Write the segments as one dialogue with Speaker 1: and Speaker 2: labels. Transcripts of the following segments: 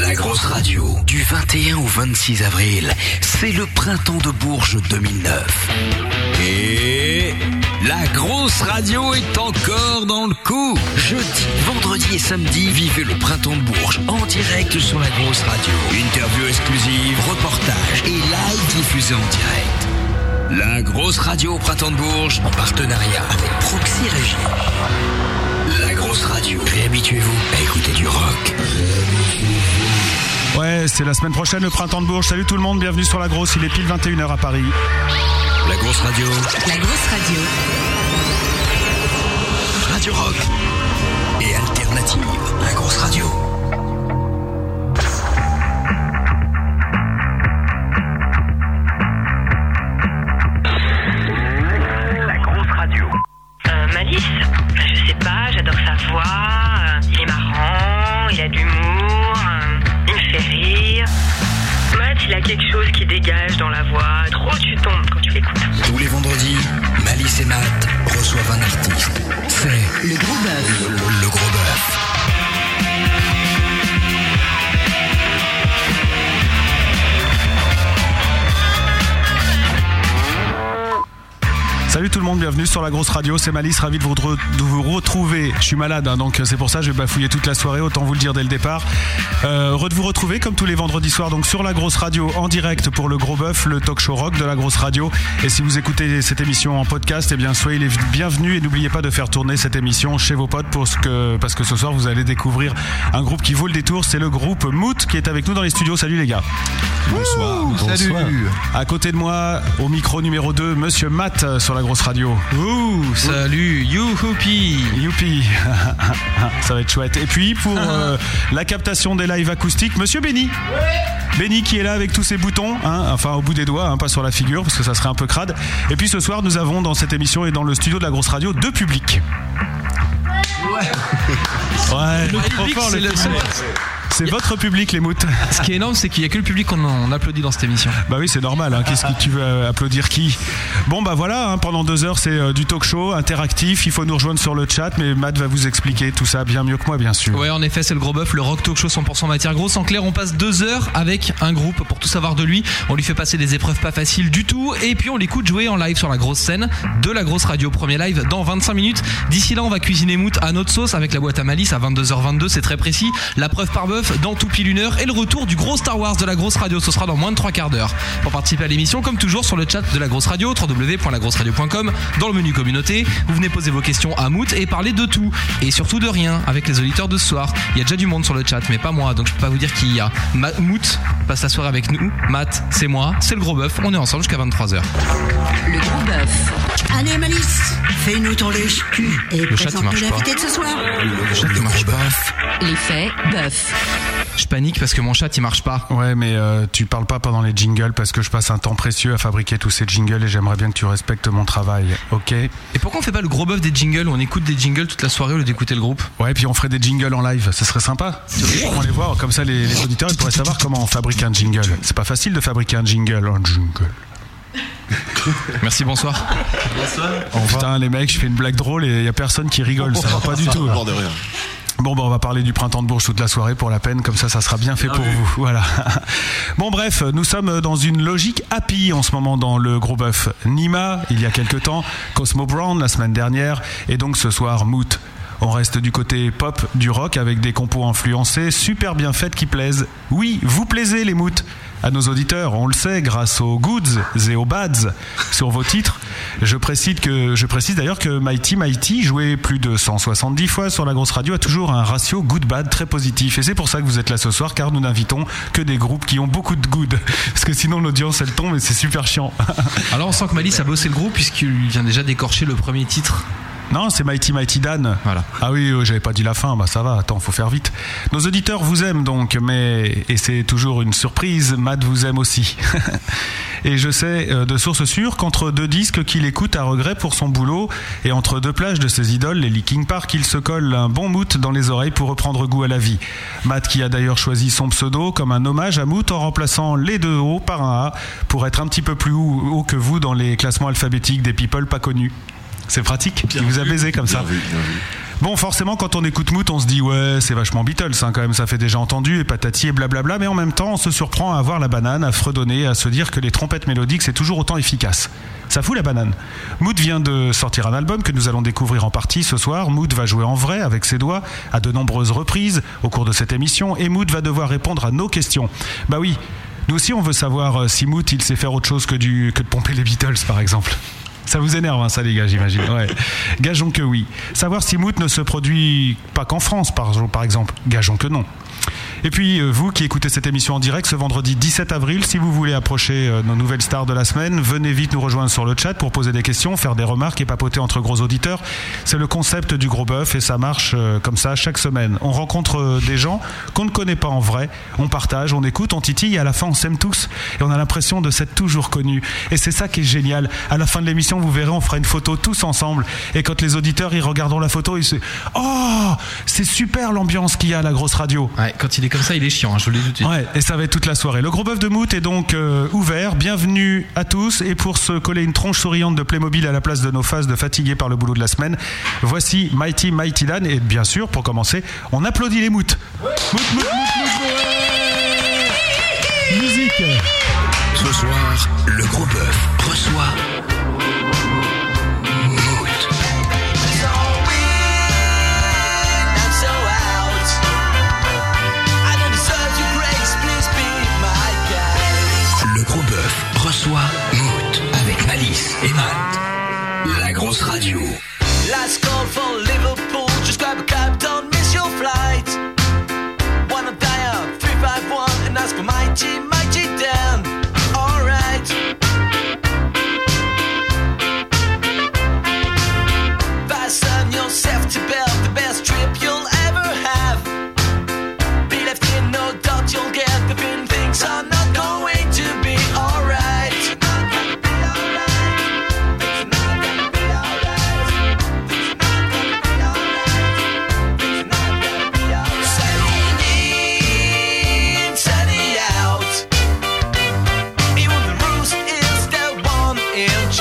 Speaker 1: la grosse radio du 21 au 26 avril, c'est le printemps de Bourges 2009. Et la grosse radio est encore dans le coup. Jeudi, vendredi et samedi, vivez le printemps de Bourges en direct sur la grosse radio. Interview exclusive, reportage et live diffusé en direct. La grosse radio au printemps de Bourges en partenariat avec Proxy Région. La grosse radio. Réhabituez-vous à écouter du rock.
Speaker 2: Ouais, c'est la semaine prochaine le printemps de Bourges. Salut tout le monde, bienvenue sur la grosse, il est pile 21h à Paris.
Speaker 1: La grosse radio.
Speaker 3: La grosse radio.
Speaker 1: Radio rock et alternative. La grosse radio.
Speaker 4: La grosse radio. Malice Je sais pas, j'adore sa voix. euh, il est marrant, il a de l'humour, euh, il me fait rire. Matt, il a quelque chose qui dégage dans la voix. Trop tu tombes quand tu l'écoutes.
Speaker 1: Tous les vendredis, Malice et Matt reçoivent un artiste. C'est le gros bœuf. Le, le gros bœuf.
Speaker 2: Salut tout le monde, bienvenue sur la grosse radio, c'est Malice, ravi de vous, re- de vous retrouver. Je suis malade, hein, donc euh, c'est pour ça que je vais bafouiller toute la soirée, autant vous le dire dès le départ. Euh, heureux de vous retrouver comme tous les vendredis soirs, donc sur la grosse radio en direct pour le gros bœuf, le talk show rock de la grosse radio. Et si vous écoutez cette émission en podcast, eh bien soyez les bienvenus et n'oubliez pas de faire tourner cette émission chez vos potes pour ce que, parce que ce soir vous allez découvrir un groupe qui vaut le détour, c'est le groupe Moot qui est avec nous dans les studios. Salut les gars. Bonsoir.
Speaker 5: salut.
Speaker 2: À côté de moi, au micro numéro 2, Monsieur Matt euh, sur la grosse radio. Ouh, salut, youhoupi. Youpi. Ça va être chouette. Et puis pour euh, la captation des lives acoustiques, Monsieur Benny. Benny qui est là avec tous ses boutons, hein, enfin au bout des doigts, hein, pas sur la figure parce que ça serait un peu crade. Et puis ce soir, nous avons dans cette émission et dans le studio de la grosse radio deux publics. Ouais,
Speaker 6: Euh, Le
Speaker 2: trop
Speaker 6: public,
Speaker 2: fort,
Speaker 6: c'est
Speaker 2: le
Speaker 6: le-
Speaker 2: public. C'est votre public, les moutes.
Speaker 6: Ce qui est énorme, c'est qu'il n'y a que le public qu'on on applaudit dans cette émission.
Speaker 2: Bah oui, c'est normal. hein. Qu'est-ce que tu veux euh, applaudir qui Bon, bah voilà, hein, pendant deux heures, c'est euh, du talk show interactif. Il faut nous rejoindre sur le chat, mais Matt va vous expliquer tout ça bien mieux que moi, bien sûr.
Speaker 6: Ouais, en effet, c'est le gros bœuf, le rock talk show 100% matière grosse. En clair, on passe deux heures avec un groupe pour tout savoir de lui. On lui fait passer des épreuves pas faciles du tout. Et puis, on l'écoute jouer en live sur la grosse scène de la grosse radio. Premier live dans 25 minutes. D'ici là, on va cuisiner mout à notre sauce avec la boîte à malice à 22h22. C'est très précis. La preuve par bœuf dans tout pile une heure. Et le retour du gros Star Wars de la grosse radio. Ce sera dans moins de trois quarts d'heure. Pour participer à l'émission, comme toujours, sur le chat de la grosse radio, www.lagrosseradio.com, dans le menu communauté, vous venez poser vos questions à Mout et parler de tout. Et surtout de rien avec les auditeurs de ce soir. Il y a déjà du monde sur le chat, mais pas moi, donc je peux pas vous dire qui il y a. Ma- Mout passe la soirée avec nous. Matt, c'est moi, c'est le gros bœuf. On est ensemble jusqu'à 23h.
Speaker 3: Le gros bœuf. Allez, Malice, fais-nous ton lèche cul et
Speaker 6: Le chat, il
Speaker 3: présente-nous
Speaker 6: marche pas.
Speaker 3: l'invité de ce soir.
Speaker 1: Le gros bœuf.
Speaker 3: L'effet bœuf.
Speaker 6: Je panique parce que mon chat il marche pas.
Speaker 2: Ouais, mais euh, tu parles pas pendant les jingles parce que je passe un temps précieux à fabriquer tous ces jingles et j'aimerais bien que tu respectes mon travail, ok
Speaker 6: Et pourquoi on fait pas le gros bœuf des jingles On écoute des jingles toute la soirée au lieu d'écouter le groupe.
Speaker 2: Ouais, puis on ferait des jingles en live, ce serait sympa. On les voir, comme ça les, les auditeurs ils pourraient savoir comment on fabrique un jingle. C'est pas facile de fabriquer un jingle, un jingle.
Speaker 6: Merci, bonsoir.
Speaker 2: Oh, putain, les mecs, je fais une blague drôle et il y a personne qui rigole, ça va pas du tout. là.
Speaker 5: Bord de rien.
Speaker 2: Bon, bah, on va parler du printemps de Bourges toute la soirée pour la peine, comme ça, ça sera bien fait pour vous. Voilà. Bon, bref, nous sommes dans une logique happy en ce moment dans le gros bœuf. Nima, il y a quelques temps, Cosmo Brown la semaine dernière, et donc ce soir, Moot. On reste du côté pop du rock avec des compos influencés, super bien faites qui plaisent. Oui, vous plaisez les moots à nos auditeurs, on le sait, grâce aux goods et aux bads sur vos titres. Je précise, que, je précise d'ailleurs que Mighty Mighty, joué plus de 170 fois sur la grosse radio, a toujours un ratio good-bad très positif. Et c'est pour ça que vous êtes là ce soir, car nous n'invitons que des groupes qui ont beaucoup de good. Parce que sinon, l'audience, elle tombe et c'est super chiant.
Speaker 6: Alors on sent que Malice a bossé le groupe puisqu'il vient déjà d'écorcher le premier titre.
Speaker 2: Non, c'est Mighty Mighty Dan.
Speaker 6: Voilà.
Speaker 2: Ah oui, oui, j'avais pas dit la fin, bah ça va, attends, faut faire vite. Nos auditeurs vous aiment donc, mais, et c'est toujours une surprise, Matt vous aime aussi. et je sais euh, de source sûre qu'entre deux disques qu'il écoute à regret pour son boulot, et entre deux plages de ses idoles, les Leaking Park, il se colle un bon mout dans les oreilles pour reprendre goût à la vie. Matt qui a d'ailleurs choisi son pseudo comme un hommage à Mout en remplaçant les deux O par un A pour être un petit peu plus haut haut que vous dans les classements alphabétiques des people pas connus. C'est pratique, il vous a baisé comme ça. Bon, forcément, quand on écoute Moot, on se dit ouais, c'est vachement Beatles, hein, quand même, ça fait déjà entendu, et patati et blablabla, mais en même temps, on se surprend à avoir la banane, à fredonner, à se dire que les trompettes mélodiques, c'est toujours autant efficace. Ça fout la banane. Moot vient de sortir un album que nous allons découvrir en partie ce soir. Moot va jouer en vrai avec ses doigts à de nombreuses reprises au cours de cette émission, et Moot va devoir répondre à nos questions. Bah oui, nous aussi, on veut savoir euh, si Moot, il sait faire autre chose que, du, que de pomper les Beatles, par exemple. Ça vous énerve, hein, ça, les gars, j'imagine. Ouais. Gageons que oui. Savoir si Moot ne se produit pas qu'en France, par, par exemple. Gageons que non. Et puis, euh, vous qui écoutez cette émission en direct ce vendredi 17 avril, si vous voulez approcher euh, nos nouvelles stars de la semaine, venez vite nous rejoindre sur le chat pour poser des questions, faire des remarques et papoter entre gros auditeurs. C'est le concept du gros bœuf et ça marche euh, comme ça chaque semaine. On rencontre euh, des gens qu'on ne connaît pas en vrai, on partage, on écoute, on titille et à la fin on s'aime tous et on a l'impression de s'être toujours connus. Et c'est ça qui est génial. À la fin de l'émission, vous verrez, on fera une photo tous ensemble et quand les auditeurs ils regarderont la photo, ils se Oh, c'est super l'ambiance qu'il y a à la grosse radio.
Speaker 6: Ouais, quand il est comme ça, il est chiant, hein, je vous le dis tout de suite.
Speaker 2: Ouais, et ça va être toute la soirée. Le gros bœuf de Mout est donc euh, ouvert. Bienvenue à tous. Et pour se coller une tronche souriante de Playmobil à la place de nos faces de fatigués par le boulot de la semaine, voici Mighty Mighty Dan. Et bien sûr, pour commencer, on applaudit les Moutes. Mout, mout, mout, mout, ouais. Musique.
Speaker 1: Ce soir, le gros bœuf reçoit. Moot. Le gros bœuf reçoit Moot avec Malice et Matt. La grosse radio.
Speaker 5: Last call for Liverpool. Just grab a cab, don't miss your flight. Wanna dial 351 and ask for Mighty, Mighty Dan. Alright. Fasten your safety belt, the best trip you'll ever have. Be left in no doubt you'll get the feeling things are not going to be alright. It's not gonna be alright. It's not gonna be alright. It's not gonna be Oh, Oh,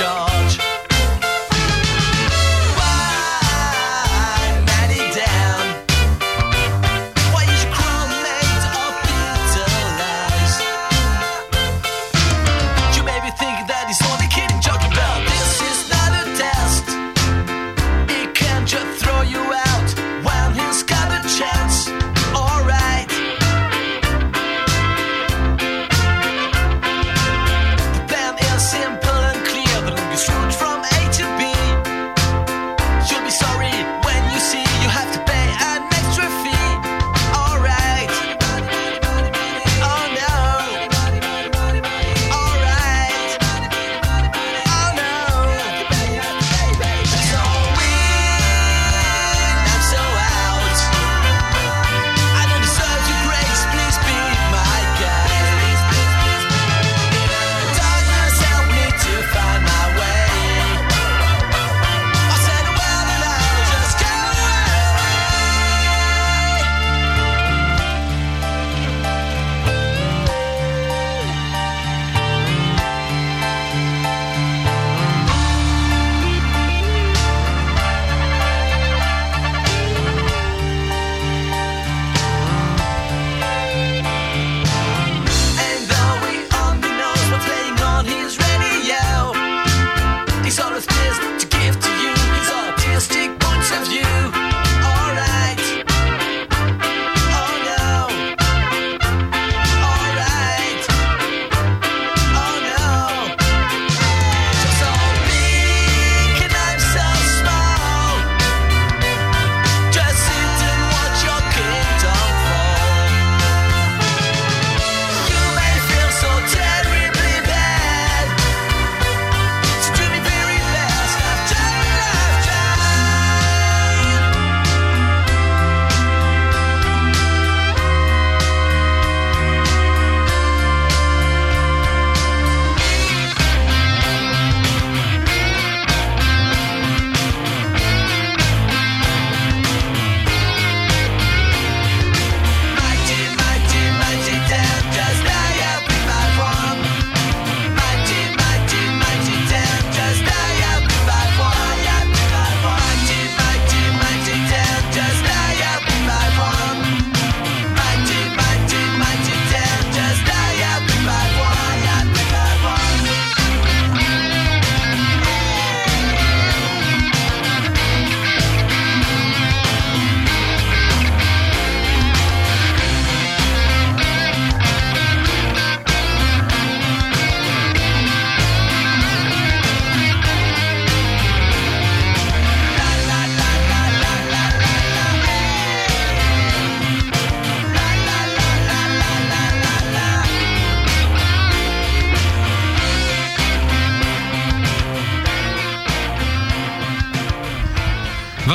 Speaker 5: Oh, Oh,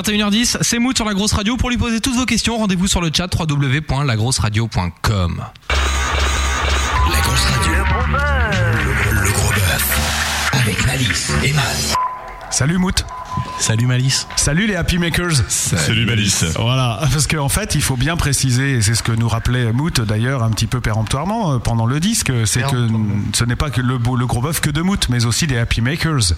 Speaker 6: 21h10, c'est Mood sur la grosse radio. Pour lui poser toutes vos questions, rendez-vous sur le chat www.lagrosseradio.com.
Speaker 1: La grosse radio. Le gros bœuf. Le, gros bœuf. Avec Malice et Matt.
Speaker 2: Salut Mout.
Speaker 7: Salut Malice.
Speaker 2: Salut les Happy Makers.
Speaker 7: Salut Malice.
Speaker 2: Voilà, parce qu'en fait, il faut bien préciser, et c'est ce que nous rappelait Mout d'ailleurs un petit peu péremptoirement euh, pendant le disque, c'est que n- ce n'est pas que le, beau- le gros bœuf que de Mout, mais aussi des Happy Makers.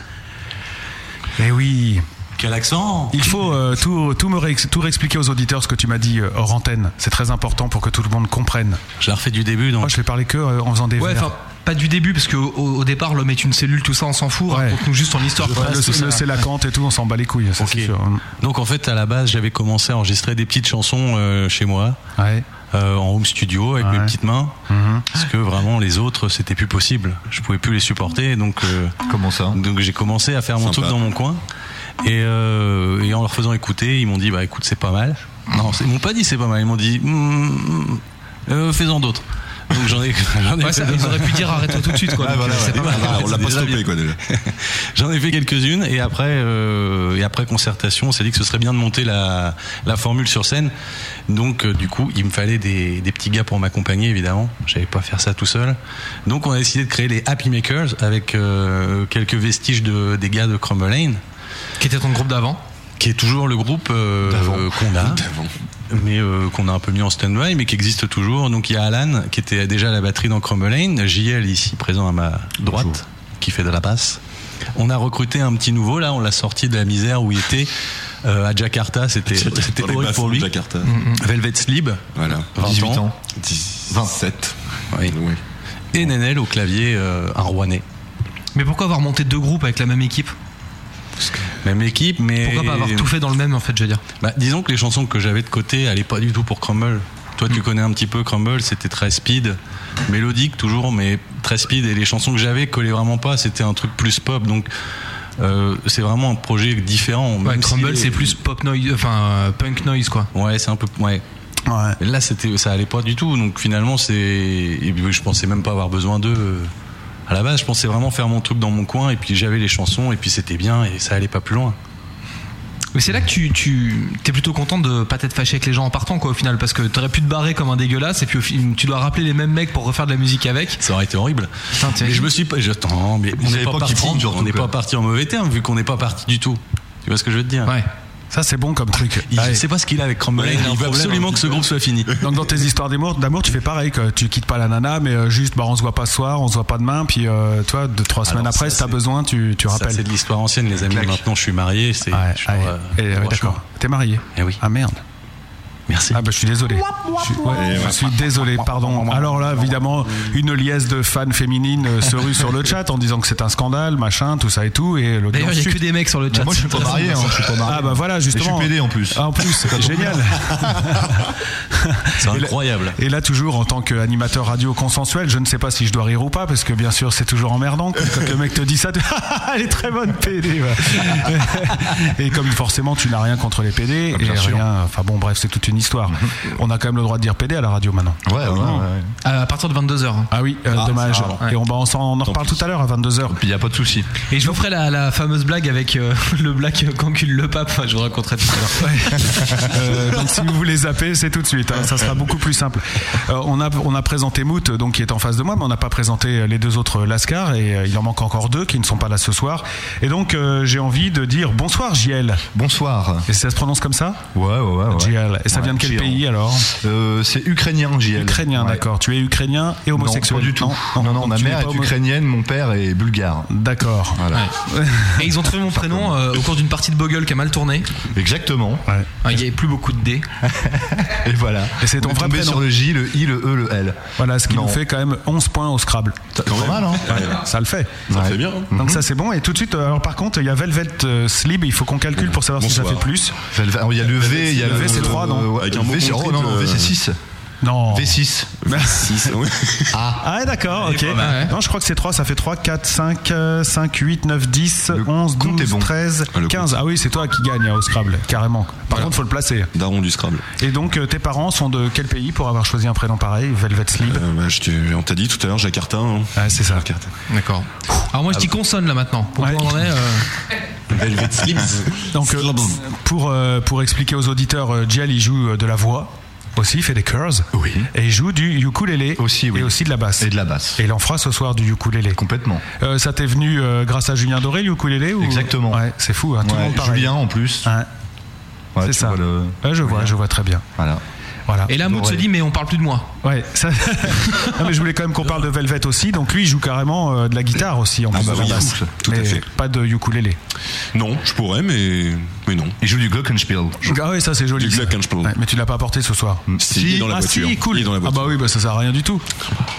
Speaker 2: Eh oui.
Speaker 7: Quel accent
Speaker 2: Il faut euh, tout, tout, me réex- tout réexpliquer aux auditeurs ce que tu m'as dit euh, hors antenne. C'est très important pour que tout le monde comprenne.
Speaker 7: Je la refais du début
Speaker 2: Moi,
Speaker 7: donc.
Speaker 2: je vais parler que euh, en faisant des
Speaker 6: Ouais,
Speaker 2: vers.
Speaker 6: enfin, pas du début, parce qu'au au départ, l'homme est une cellule, tout ça, on s'en fout.
Speaker 2: Ouais.
Speaker 6: Raconte-nous juste ton histoire.
Speaker 2: Ouais,
Speaker 6: quoi.
Speaker 2: le,
Speaker 6: Tout ça.
Speaker 2: le Célacante et tout, on s'en bat les couilles, ça, c'est
Speaker 7: Ok.
Speaker 2: sûr.
Speaker 7: Donc en fait à la base j'avais commencé à enregistrer des petites chansons euh, chez moi
Speaker 2: Ouais. Mhm.
Speaker 7: euh, en home studio avec
Speaker 2: Ouais.
Speaker 7: mes petites mains parce que vraiment les autres c'était plus possible. Je pouvais plus les supporter donc euh,
Speaker 8: Comment ça
Speaker 7: donc j'ai commencé à faire
Speaker 8: Sympa.
Speaker 7: mon truc dans mon coin et, euh, et en leur faisant écouter ils m'ont dit bah écoute c'est pas mal. Non c'est- ils m'ont pas dit c'est pas mal ils m'ont dit Hmm, hmm, euh, fais-en d'autres. Donc j'en ai, j'en ai
Speaker 6: Ouais, ça,
Speaker 7: fait
Speaker 6: ils auraient pu dire arrête-toi tout de suite, quoi.
Speaker 8: Ah,
Speaker 6: Donc,
Speaker 8: voilà,
Speaker 6: euh, c'est
Speaker 8: ouais.
Speaker 6: pas mal.
Speaker 8: Ah, on l'a pas
Speaker 7: C'est déjà
Speaker 8: stoppé
Speaker 7: bien.
Speaker 8: quoi déjà.
Speaker 7: J'en ai fait quelques-unes et après euh, et après concertation, on s'est dit que ce serait bien de monter la, la formule sur scène. Donc euh, du coup, il me fallait des, des petits gars pour m'accompagner évidemment. J'allais pas faire ça tout seul. Donc on a décidé de créer les Happy Makers avec euh, quelques vestiges de des gars de Crumble Lane,
Speaker 6: Qui était ton groupe d'avant
Speaker 7: qui est toujours le groupe euh, euh, qu'on a mais euh, qu'on a un peu mis en stand-by, mais qui existe toujours. Donc il y a Alan, qui était déjà à la batterie dans Crumbleane, JL ici présent à ma droite, qui fait de la basse. On a recruté un petit nouveau, là, on l'a sorti de la misère où il était euh, à Jakarta, c'était c'était
Speaker 8: Dans les
Speaker 7: horrible
Speaker 8: bassins
Speaker 7: pour
Speaker 8: de
Speaker 7: lui.
Speaker 8: Jakarta.
Speaker 6: Mm,
Speaker 7: Velvet Slib,
Speaker 8: Voilà.
Speaker 7: 20
Speaker 8: 18
Speaker 7: ans.
Speaker 8: ans. 27.
Speaker 7: Oui. et Nenel au clavier, euh, un Rouennais.
Speaker 6: Mais pourquoi avoir monté deux groupes avec la même équipe
Speaker 7: Même équipe, mais.
Speaker 6: Pourquoi pas avoir tout fait dans le même, en fait, je veux dire
Speaker 7: Bah, disons que les chansons que j'avais de côté allaient pas du tout pour Crumble. Toi,
Speaker 6: Mm.
Speaker 7: tu connais un petit peu Crumble, c'était très speed, mélodique toujours, mais très speed. Et les chansons que j'avais collaient vraiment pas, c'était un truc plus pop. Donc, euh, c'est vraiment un projet différent.
Speaker 6: Ouais,
Speaker 7: même si
Speaker 6: Crumble,
Speaker 7: les-
Speaker 6: c'est plus pop noise, enfin euh, punk noise, quoi.
Speaker 7: Ouais, c'est un peu. Ouais.
Speaker 2: Ouais.
Speaker 7: Et Là, c'était, ça allait pas du tout. Donc, finalement, c'est. et puis, Je pensais même pas avoir besoin d'eux. euh, À la base, je pensais vraiment faire mon truc dans mon coin, et puis j'avais les chansons, et puis c'était bien, et ça allait pas plus loin.
Speaker 6: Mais c'est là que tu, tu es plutôt content de pas t'être fâché avec les gens en partant, quoi, au final, parce que t'aurais pu te barrer comme un dégueulasse, et puis au fin- tu dois rappeler les mêmes mecs pour refaire de la musique avec.
Speaker 7: Ça aurait été horrible.
Speaker 6: Putain, t'es-
Speaker 7: mais je me suis pas. J'attends, mais on
Speaker 8: savaient
Speaker 7: n'est pas,
Speaker 8: pas qu'ils
Speaker 7: parti.
Speaker 8: prennent, surtout,
Speaker 7: on n'est
Speaker 8: quoi.
Speaker 2: euh.
Speaker 7: pas parti en mauvais terme vu qu'on n'est pas parti du tout. Tu vois ce que je veux te dire
Speaker 6: Ouais.
Speaker 2: Ça, c'est bon comme truc.
Speaker 7: Il,
Speaker 2: Ah Ouais.
Speaker 7: Je sais pas ce qu'il a avec Crumble.
Speaker 8: Ouais, Oh, il a
Speaker 7: il
Speaker 8: un
Speaker 7: veut
Speaker 2: hein.
Speaker 8: problème, hein.
Speaker 7: absolument
Speaker 8: un
Speaker 7: que ce
Speaker 8: petit
Speaker 7: groupe soit fini.
Speaker 2: Donc dans tes histoires d'amour, d'amour, tu fais pareil, que tu quittes pas la nana, mais euh, juste bah on se voit pas ce soir, on se voit pas demain, puis euh, toi deux trois
Speaker 7: Alors,
Speaker 2: semaines après,
Speaker 7: ça,
Speaker 2: si t'as
Speaker 7: c'est-
Speaker 2: besoin, tu tu
Speaker 7: Ça, c'est
Speaker 2: rappelles.
Speaker 7: de l'histoire ancienne, les amis.
Speaker 8: Claque.
Speaker 7: Maintenant, je suis marié. C'est.
Speaker 2: Ouais,
Speaker 7: je suis,
Speaker 2: ouais.
Speaker 7: euh,
Speaker 2: Et, ouais,
Speaker 7: franchement,
Speaker 2: D'accord. T'es marié.
Speaker 7: Eh oui.
Speaker 2: Ah merde.
Speaker 7: Merci.
Speaker 2: Ah bah je suis désolé. Je, suis- ouais, je suis désolé, pardon. Alors là, évidemment, une liesse de fans féminines euh, se rue sur le chat en disant que c'est un scandale, machin, tout ça et tout, et l'audience
Speaker 6: D'ailleurs, il y a
Speaker 2: chute. Bah,
Speaker 6: que des mecs sur le chat.
Speaker 8: Moi je suis
Speaker 6: c'est
Speaker 8: pas
Speaker 6: très
Speaker 8: marié, hein,
Speaker 6: sympa.
Speaker 8: je suis pas marié.
Speaker 2: Ah bah voilà justement.
Speaker 8: Mais je suis PD en plus.
Speaker 2: Ah, en plus, génial.
Speaker 7: C'est
Speaker 2: Et là-
Speaker 7: incroyable.
Speaker 2: Et là toujours en tant qu'animateur radio consensuel, je ne sais pas si je dois rire ou pas parce que bien sûr c'est toujours emmerdant quand le mec te dit ça. Tu... Elle est très bonne PD. ouais. et comme forcément tu n'as rien contre les PD et
Speaker 8: Ah, bien sûr. Mhm.
Speaker 2: rien. Enfin bon bref c'est toute une histoire. On a quand même le droit de dire PD à la radio maintenant.
Speaker 8: Ouais, ouais, ouais.
Speaker 6: À partir de 22h.
Speaker 2: Ah oui, euh,
Speaker 8: Ah,
Speaker 2: dommage.
Speaker 8: c'est rare,
Speaker 2: Et on, bah, on s'en- on en reparle tout à l'heure à 22h.
Speaker 8: Puis y a pas de souci.
Speaker 6: Et je vous ferai la, la fameuse blague avec euh, le black qu'encule le pape. Enfin, je vous raconterai tout à l'heure.
Speaker 2: Euh, donc si vous voulez zapper, c'est tout de suite. hein. ça sera beaucoup plus simple. Euh, on, a, on a présenté Moot, donc qui est en face de moi, mais on n'a pas présenté les deux autres Lascar et euh, il en manque encore deux qui ne sont pas là ce soir. Et donc euh, j'ai envie de dire bonsoir JL.
Speaker 8: Bonsoir.
Speaker 2: Et ça se prononce comme ça
Speaker 8: Ouais, ouais, ouais. ouais.
Speaker 2: JL. Et ça
Speaker 8: Ouais,
Speaker 2: vient de quel
Speaker 8: JL.
Speaker 2: pays alors
Speaker 8: Euh, C'est ukrainien, JL.
Speaker 2: Ukrainien,
Speaker 8: Ouais.
Speaker 2: d'accord. Tu es ukrainien et
Speaker 8: Non,
Speaker 2: homosexuel
Speaker 8: pas du tout. Non, non,
Speaker 2: donc
Speaker 8: ma
Speaker 2: tu n'es
Speaker 8: mère
Speaker 2: pas
Speaker 8: est
Speaker 2: homo-
Speaker 8: ukrainienne, mon père est bulgare.
Speaker 2: D'accord.
Speaker 8: Voilà.
Speaker 6: Et ils ont trouvé mon prénom euh, au cours d'une partie de Bogle qui a mal tourné.
Speaker 8: Exactement.
Speaker 2: Ouais.
Speaker 6: Ah, Il n'y avait plus beaucoup de dés.
Speaker 8: Et voilà.
Speaker 2: Et c'est ton
Speaker 8: On est
Speaker 2: vrai
Speaker 8: tombé
Speaker 2: prénom.
Speaker 8: sur le J, le I, le E, le L.
Speaker 2: Voilà, Ah, ce qui
Speaker 8: Non.
Speaker 2: nous fait quand même 11 points au Scrabble.
Speaker 8: C'est pas mal, hein
Speaker 2: Ça le fait.
Speaker 8: Ouais.
Speaker 9: C'est bien. hein.
Speaker 2: Donc
Speaker 8: Mhm.
Speaker 2: ça c'est bon et tout de suite euh, alors par contre il y a Velvet euh, Slib il faut qu'on calcule pour savoir si ça
Speaker 9: Bonsoir.
Speaker 2: fait plus
Speaker 8: Alors, ah Il y a le V, il y a
Speaker 2: Le V, c'est trois, non
Speaker 8: ouais,
Speaker 9: Avec un
Speaker 8: le
Speaker 9: mot euh,
Speaker 8: V, c'est-
Speaker 9: contre
Speaker 8: oh, non, non, le V, c'est
Speaker 9: triple,
Speaker 8: 6.
Speaker 2: Non.
Speaker 8: V6.
Speaker 9: Six, oui.
Speaker 2: Ah, ouais, d'accord, ok. Non, je crois que c'est 3, ça fait 3, 4, 5, 5, 8, 9, 10,
Speaker 8: Le
Speaker 2: 11,
Speaker 8: compte
Speaker 2: 12,
Speaker 8: est bon.
Speaker 2: 13,
Speaker 9: Ah, le
Speaker 2: 15. Ah oui, c'est toi qui gagne hein, au Scrabble, carrément. Par contre, faut le placer.
Speaker 9: Daron du Scrabble.
Speaker 2: Et donc, euh, tes parents sont de quel pays pour avoir choisi un prénom pareil Velvet Slib
Speaker 9: Euh, bah, je t'ai- on t'a dit tout à l'heure, Jacquartin. hein.
Speaker 2: Ah, c'est ça.
Speaker 9: Jacquartin.
Speaker 6: D'accord. Alors moi je dis
Speaker 8: Ah
Speaker 6: consonne là maintenant. Pour
Speaker 2: Ouais.
Speaker 6: qu'on en est, euh,
Speaker 9: Velvet Slips.
Speaker 2: Donc, euh, pour, euh, pour expliquer aux auditeurs, euh, Giel, il joue euh, de la voix aussi, il fait des curves.
Speaker 8: Oui.
Speaker 2: Et il joue du ukulélé.
Speaker 8: Aussi, oui.
Speaker 2: Et aussi de la basse.
Speaker 8: Et de la basse.
Speaker 2: Et il en fera ce soir du ukulélé.
Speaker 8: Complètement.
Speaker 2: Euh, ça t'est venu euh, grâce à Julien Doré, le ukulélé ou...
Speaker 8: Exactement.
Speaker 2: Ouais, c'est fou, hein, tout le
Speaker 8: Ouais,
Speaker 2: monde pareil.
Speaker 8: Julien en plus.
Speaker 2: Ouais,
Speaker 8: Ouais,
Speaker 2: c'est
Speaker 8: tu
Speaker 2: ça.
Speaker 8: vois le-
Speaker 2: Ouais, je vois, je vois très bien.
Speaker 8: Voilà.
Speaker 2: Voilà.
Speaker 6: Et là Mood se dit mais on parle plus de moi.
Speaker 2: Ouais, ça- Non, mais je voulais quand même qu'on parle de Velvet aussi. Donc lui, il joue carrément euh, de la guitare aussi
Speaker 8: Ah
Speaker 2: en plus
Speaker 9: bah
Speaker 2: de la
Speaker 9: oui,
Speaker 2: basse.
Speaker 9: tout à
Speaker 2: Mais
Speaker 9: fait.
Speaker 2: Pas de ukulélé.
Speaker 9: Non, je pourrais, mais, mais non.
Speaker 8: Il joue du Glockenspiel. Hmm.
Speaker 2: Ah oui, ça c'est joli.
Speaker 9: Du
Speaker 2: ça.
Speaker 9: Glockenspiel.
Speaker 2: Ouais, mais tu l'as pas apporté ce soir.
Speaker 9: Si, il est dans la
Speaker 2: ah
Speaker 9: voiture.
Speaker 2: si, cool.
Speaker 9: Il est dans la
Speaker 2: ah
Speaker 9: voiture.
Speaker 2: bah oui, bah ça sert à rien du tout.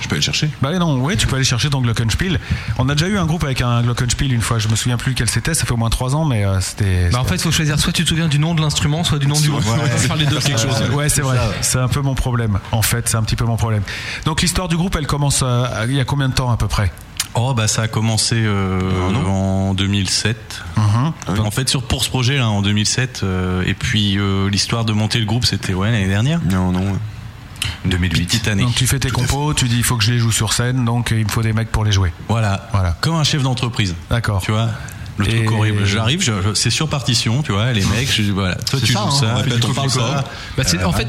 Speaker 9: Je peux aller le chercher.
Speaker 2: Bah non, ouais, tu peux aller chercher ton Glockenspiel. On a déjà eu un groupe avec un Glockenspiel une fois. Je me souviens plus quel c'était. Ça fait au moins trois ans, mais euh, c'était.
Speaker 6: Bah en fait il faut choisir soit tu te souviens du nom de l'instrument, soit du nom du groupe. On va faire les deux.
Speaker 2: Euh, ouais, c'est vrai. C'est un peu mon problème. En fait, c'est un petit peu mon problème. Donc l'histoire du groupe, elle commence euh, il y a combien de temps à peu près
Speaker 7: Oh bah ça a commencé euh,
Speaker 2: Ah,
Speaker 7: en 2007.
Speaker 9: Mhm.
Speaker 7: En fait sur pour ce projet là en 2007 euh, et puis euh, l'histoire de monter le groupe c'était ouais l'année dernière.
Speaker 9: Non, non.
Speaker 7: 2008. Petite année.
Speaker 2: Donc tu fais tes compos, tu dis il faut que je les joue sur scène, donc euh, il me faut des mecs pour les jouer.
Speaker 7: Voilà.
Speaker 2: Voilà.
Speaker 7: Comme un chef d'entreprise.
Speaker 2: D'accord.
Speaker 7: Tu vois. Le truc
Speaker 2: Et-
Speaker 7: horrible. J'arrive, je- je- c'est sur partition, tu vois, les mecs, je, voilà. Toi, tu
Speaker 8: ça,
Speaker 7: joues
Speaker 8: hein, on
Speaker 7: ça,
Speaker 8: répète
Speaker 7: toi, tu
Speaker 8: tout le
Speaker 7: parles Euh,
Speaker 8: temps.
Speaker 7: ça.
Speaker 6: Bah, c'est- en fait,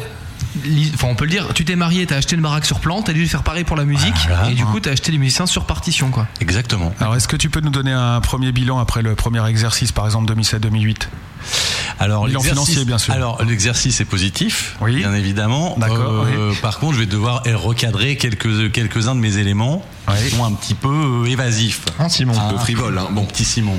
Speaker 6: li- enfin, on peut le dire, tu t'es marié, t'as acheté une baraque sur plan, t'as dû faire pareil pour la musique,
Speaker 7: Voilà.
Speaker 6: et du coup, t'as acheté des musiciens sur partition, quoi.
Speaker 7: Exactement.
Speaker 2: Alors est-ce que tu peux nous donner un premier bilan après le premier exercice, par exemple 2007-2008
Speaker 7: Alors
Speaker 2: Bilan
Speaker 7: l'exercice-
Speaker 2: financier, bien sûr.
Speaker 7: Alors l'exercice est positif,
Speaker 2: Oui.
Speaker 7: bien évidemment. Euh,
Speaker 2: D'accord,
Speaker 7: Par contre, je vais devoir er, recadrer quelques quelques uns de mes éléments
Speaker 2: Oui.
Speaker 7: qui sont un petit peu euh, évasifs.
Speaker 8: Hein, Simon
Speaker 7: Un
Speaker 9: peu frivole, hein.
Speaker 7: Bon petit Simon.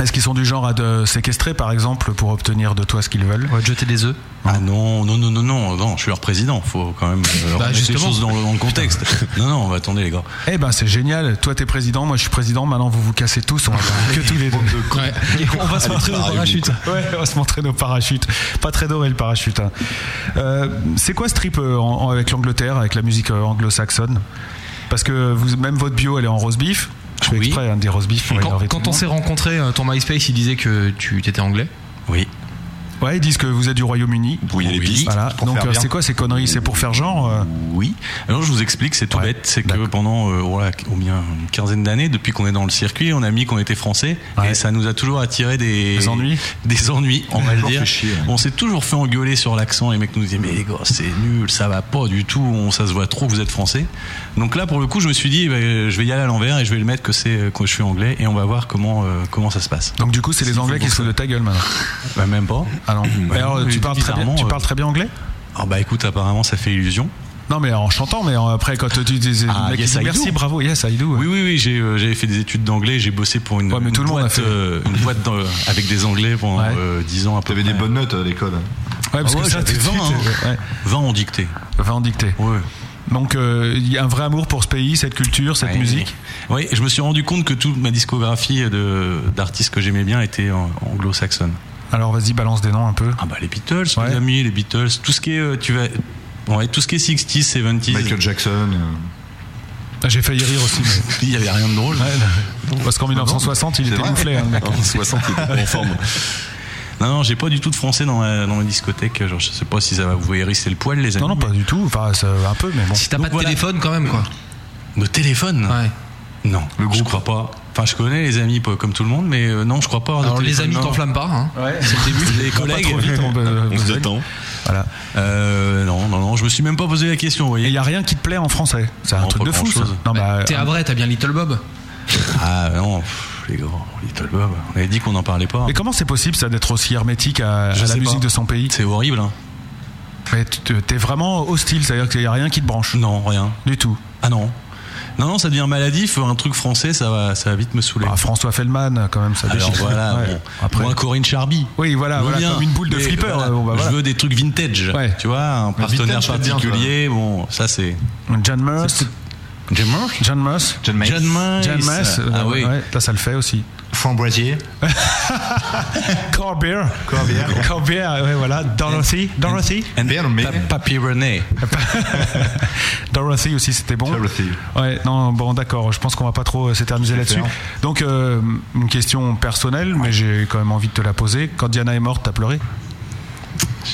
Speaker 2: Est-ce qu'ils sont du genre à te séquestrer, par exemple, pour obtenir de toi ce qu'ils veulent
Speaker 6: On va te jeter des œufs.
Speaker 7: Ah non, non, non, non, non, Oh, non, je suis leur président, faut quand même euh, remettre les
Speaker 6: justement.
Speaker 7: choses dans le, dans le contexte. non, non, bah, attendez les gars.
Speaker 2: Eh ben c'est génial, toi t'es président, moi je suis président, maintenant vous vous cassez tous, on va faire que tous les deux.
Speaker 6: On va se montrer au parachute.
Speaker 2: Ah, Ouais, on va se montrer nos parachutes. Pas très doré le parachute. hein. Euh, c'est quoi ce trip euh, en- en- avec l'Angleterre, avec la musique euh, anglo-saxonne Parce que vous, même votre bio, elle est en rose beef. Je fais
Speaker 6: Oui.
Speaker 2: exprès hein, de dire rose beef pour
Speaker 6: Quand,
Speaker 2: énerver tout
Speaker 6: quand
Speaker 2: le
Speaker 6: on
Speaker 2: monde.
Speaker 6: s'est rencontrés, euh, ton MySpace, il disait que tu t'étais anglais.
Speaker 7: Oui.
Speaker 2: Ouais, ils disent que vous êtes du Royaume-Uni.
Speaker 9: Brouiller les pistes.
Speaker 2: Voilà.
Speaker 8: pour
Speaker 2: Donc
Speaker 8: faire
Speaker 2: euh,
Speaker 8: bien.
Speaker 2: c'est quoi ces conneries C'est pour faire genre euh,
Speaker 7: Oui. Alors je vous explique, c'est tout
Speaker 2: Ouais,
Speaker 7: bête, c'est que
Speaker 2: d'accord.
Speaker 7: pendant euh, voilà, combien une quinzaine d'années, depuis qu'on est dans le circuit, on a mis qu'on était français
Speaker 2: Ouais.
Speaker 7: et ça nous a toujours attiré des,
Speaker 2: Des ennuis
Speaker 7: des ennuis, on va le
Speaker 8: Toujours
Speaker 7: dire.
Speaker 8: fait chier, ouais.
Speaker 7: On s'est toujours fait engueuler sur l'accent, les mecs nous disaient mais les gars c'est nul, ça va pas du tout, on, ça se voit trop que vous êtes français. Donc là pour le coup je me suis dit eh ben, je vais y aller à l'envers et je vais le mettre que c'est que je suis anglais et on va voir comment euh, comment ça se passe.
Speaker 2: Donc du coup, c'est les Anglais qui se foutent de ta gueule maintenant.
Speaker 7: Bah, même pas.
Speaker 2: Ah non. Mais alors, tu parles très bien,
Speaker 7: Bah, Bizarrement,
Speaker 2: tu
Speaker 7: euh,
Speaker 2: parles très bien anglais
Speaker 7: Ah bah écoute apparemment ça fait illusion.
Speaker 2: Non, mais en chantant. Mais en- après, quand tu dis
Speaker 7: Ah,
Speaker 2: le mec, il
Speaker 7: yes,
Speaker 2: dit
Speaker 7: I do.
Speaker 2: merci, bravo, yes I do.
Speaker 7: Oui, oui, oui, j'ai, euh, j'avais fait des études d'anglais, j'ai bossé pour une,
Speaker 2: Ouais, mais
Speaker 7: une
Speaker 2: tout le monde a
Speaker 7: boîte,
Speaker 2: fait.
Speaker 7: euh, une boîte dans- avec des anglais pendant
Speaker 2: Ouais.
Speaker 7: euh, 10 ans à peu
Speaker 8: T'avais
Speaker 7: près.
Speaker 8: des bonnes notes hein, à l'école.
Speaker 2: Ouais, parce
Speaker 7: Ah
Speaker 2: que
Speaker 7: ouais,
Speaker 2: ça,
Speaker 7: j'avais
Speaker 2: tout de
Speaker 7: 20,
Speaker 2: suite, euh,
Speaker 7: hein.
Speaker 2: ouais.
Speaker 7: 20 en dictée.
Speaker 2: Enfin, en dictée.
Speaker 7: Ouais.
Speaker 2: Donc euh, il y a un vrai amour pour ce pays, cette culture, cette
Speaker 7: Ouais.
Speaker 2: musique.
Speaker 7: Oui, je me suis rendu compte que toute ma discographie de, d'artistes que j'aimais bien était en- anglo-saxonne.
Speaker 2: Alors vas-y, balance des noms un peu.
Speaker 7: Ah bah les Beatles,
Speaker 2: Ouais.
Speaker 7: les amis, les Beatles, tout ce qui est, euh, tu vas, ouais, tout ce qui est 60s, 70s.
Speaker 8: Michael Jackson. euh,
Speaker 2: Ah, J'ai failli rire aussi, mais-
Speaker 7: Il n'y avait rien de drôle. Ah
Speaker 2: Ouais, non. parce qu'en 1960, il
Speaker 8: C'est
Speaker 2: était
Speaker 8: vrai.
Speaker 2: mouflé. hein, le mec.
Speaker 9: En 60, il était en forme.
Speaker 7: Non, non, j'ai pas du tout de français dans ma, dans ma discothèque. Genre, je sais pas si ça va vous hérisser le poil, les amis.
Speaker 2: Non, non, pas du tout. Enfin, ça- un peu, mais bon.
Speaker 6: Si t'as pas de
Speaker 7: voilà.
Speaker 6: téléphone, quand même, quoi.
Speaker 7: Nos téléphones.
Speaker 6: Ouais.
Speaker 7: Non, le groupe. je crois pas. Enfin, je connais les amis pas comme tout le monde, mais euh, non, je crois pas.
Speaker 6: Alors, les amis, t'enflamment pas, hein.
Speaker 2: C'est le début.
Speaker 7: Les collègues.
Speaker 2: on peut-
Speaker 9: On se
Speaker 2: peut-
Speaker 9: détend.
Speaker 2: Voilà.
Speaker 7: Euh, non, non, non, je me suis même pas posé la question, vous
Speaker 2: Et il
Speaker 7: voyez.
Speaker 2: n'y a rien qui te plaît en français. C'est un
Speaker 7: Non,
Speaker 2: truc
Speaker 7: pas
Speaker 2: de fou.
Speaker 7: grand-chose.
Speaker 2: ça. Non, bah,
Speaker 6: T'es à vrai, t'as bien Little Bob.
Speaker 7: Ah non, pff, les gars, Little Bob, on avait dit qu'on n'en parlait pas.
Speaker 2: mais comment c'est possible ça d'être aussi hermétique à,
Speaker 7: Je
Speaker 2: à la
Speaker 7: sais
Speaker 2: musique
Speaker 7: pas.
Speaker 2: de son pays
Speaker 7: C'est horrible, hein.
Speaker 2: Mais tu- tu- T'es vraiment hostile, c'est-à-dire qu'il n'y a rien qui te branche.
Speaker 7: Non, rien.
Speaker 2: Du tout.
Speaker 7: Ah non. Non, non, ça devient maladif. euh, Un truc français, ça va, ça va vite me saouler.
Speaker 2: Ah, François Fellman, quand même, ça
Speaker 7: Alors
Speaker 2: déchire.
Speaker 7: voilà,
Speaker 2: Ouais.
Speaker 7: bon.
Speaker 2: Après.
Speaker 7: moi Corinne Charby.
Speaker 2: Oui, voilà,
Speaker 7: Je veux
Speaker 2: voilà,
Speaker 7: bien,
Speaker 2: comme une boule de
Speaker 7: mais
Speaker 2: flipper,
Speaker 7: voilà,
Speaker 2: bon, bah, voilà.
Speaker 7: Je veux des trucs vintage.
Speaker 2: Ouais.
Speaker 7: Tu vois, un
Speaker 8: vintage,
Speaker 7: partenaire
Speaker 2: euh,
Speaker 8: c'est bien,
Speaker 7: particulier. bon, ça c'est.
Speaker 2: John Merce.
Speaker 7: Jim Murphy
Speaker 2: John Moss.
Speaker 8: Ah, John Mace.
Speaker 7: John Mace.
Speaker 2: John Mass, euh,
Speaker 7: Ah oui.
Speaker 2: ouais, là ça le fait aussi.
Speaker 8: Framboisier.
Speaker 2: Corbier.
Speaker 8: Corbier.
Speaker 2: Corbier, ouais, voilà. Ah, Dorothy. Dorothy.
Speaker 7: And
Speaker 8: Bien, mais-
Speaker 7: Pa- Papy René.
Speaker 2: Dorothy aussi, c'était bon.
Speaker 8: Dorothy.
Speaker 2: Ouais, non, bon, d'accord. Je pense qu'on va pas trop euh, s'éterniser là-dessus.
Speaker 8: clair.
Speaker 2: Donc, euh, une question personnelle, mais j'ai quand même envie de te la poser. Quand Diana est morte, t'as pleuré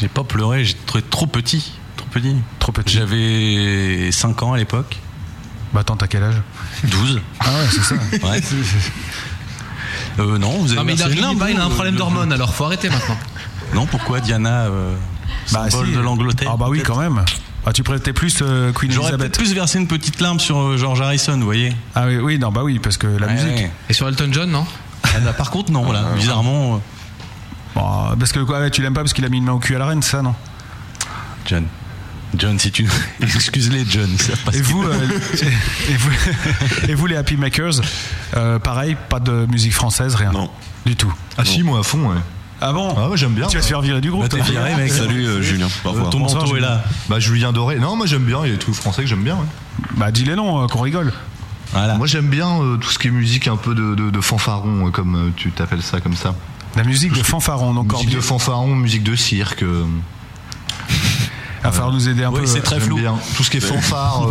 Speaker 7: J'ai pas pleuré, j'ai trouvé trop petit. Trop petit.
Speaker 2: Trop petit.
Speaker 7: J'avais 5 ans à l'époque.
Speaker 2: Bah, attends, t'as quel âge
Speaker 7: 12.
Speaker 2: Ah ouais, c'est ça.
Speaker 7: Ouais. Euh, non, vous avez
Speaker 6: Non, mais il a,
Speaker 7: versé
Speaker 6: Lynn,
Speaker 7: l'hymne,
Speaker 6: bah, il a un
Speaker 7: euh,
Speaker 6: problème
Speaker 7: le-
Speaker 6: d'hormones, alors faut arrêter maintenant.
Speaker 7: Non, pourquoi Diana, euh,
Speaker 2: Bah,
Speaker 7: symbole de l'Angleterre
Speaker 2: Ah bah oui, quand même. Ah, tu prêtais plus euh, Queen
Speaker 7: J'aurais peut-être
Speaker 2: Elizabeth.
Speaker 7: plus versé une petite larme sur euh, George Harrison, vous voyez.
Speaker 2: Ah oui, oui, non, bah oui, parce que la
Speaker 7: Ouais,
Speaker 2: musique.
Speaker 7: ouais.
Speaker 6: Et sur Elton John, non
Speaker 7: Ah, bah, par contre, non, là, bizarrement, euh,
Speaker 2: Bon, Bah, parce que quoi, ouais, tu l'aimes pas parce qu'il a mis une main au cul à la reine, c'est ça, non
Speaker 7: John. John, si tu. Excuse-les, John. ils savent pas ce
Speaker 2: Et
Speaker 7: qu'ils-
Speaker 2: vous, euh, et vous, et vous, les Happy Makers, euh, pareil, pas de musique française, rien.
Speaker 9: Non.
Speaker 2: Du tout.
Speaker 8: Ah si, moi à fond, ouais.
Speaker 2: Ah bon
Speaker 8: Ah ouais, j'aime bien.
Speaker 2: Tu vas te faire virer du groupe.
Speaker 7: Bah, t'es
Speaker 2: toi.
Speaker 7: viré, mec.
Speaker 9: Salut euh, Julien, au revoir.
Speaker 7: Euh, ton
Speaker 2: Bonsoir,
Speaker 7: manteau est
Speaker 2: Julien.
Speaker 7: là.
Speaker 8: Bah Julien Doré. Non, moi j'aime bien, il y a des trucs français que j'aime bien. ouais.
Speaker 2: Bah, dis les noms, euh, qu'on rigole.
Speaker 7: Voilà.
Speaker 8: Moi j'aime bien euh, tout ce qui est musique un peu de, de- de fanfaron, euh, comme euh, tu t'appelles ça comme ça.
Speaker 2: La musique de fanfaron, donc
Speaker 8: Musique
Speaker 2: Corbier.
Speaker 8: de fanfaron, musique de cirque. euh,
Speaker 2: Il va falloir nous aider un
Speaker 7: Oui,
Speaker 2: peu.
Speaker 7: c'est
Speaker 2: euh,
Speaker 7: très
Speaker 8: j'aime
Speaker 7: flou.
Speaker 8: bien. Tout ce qui est fanfare,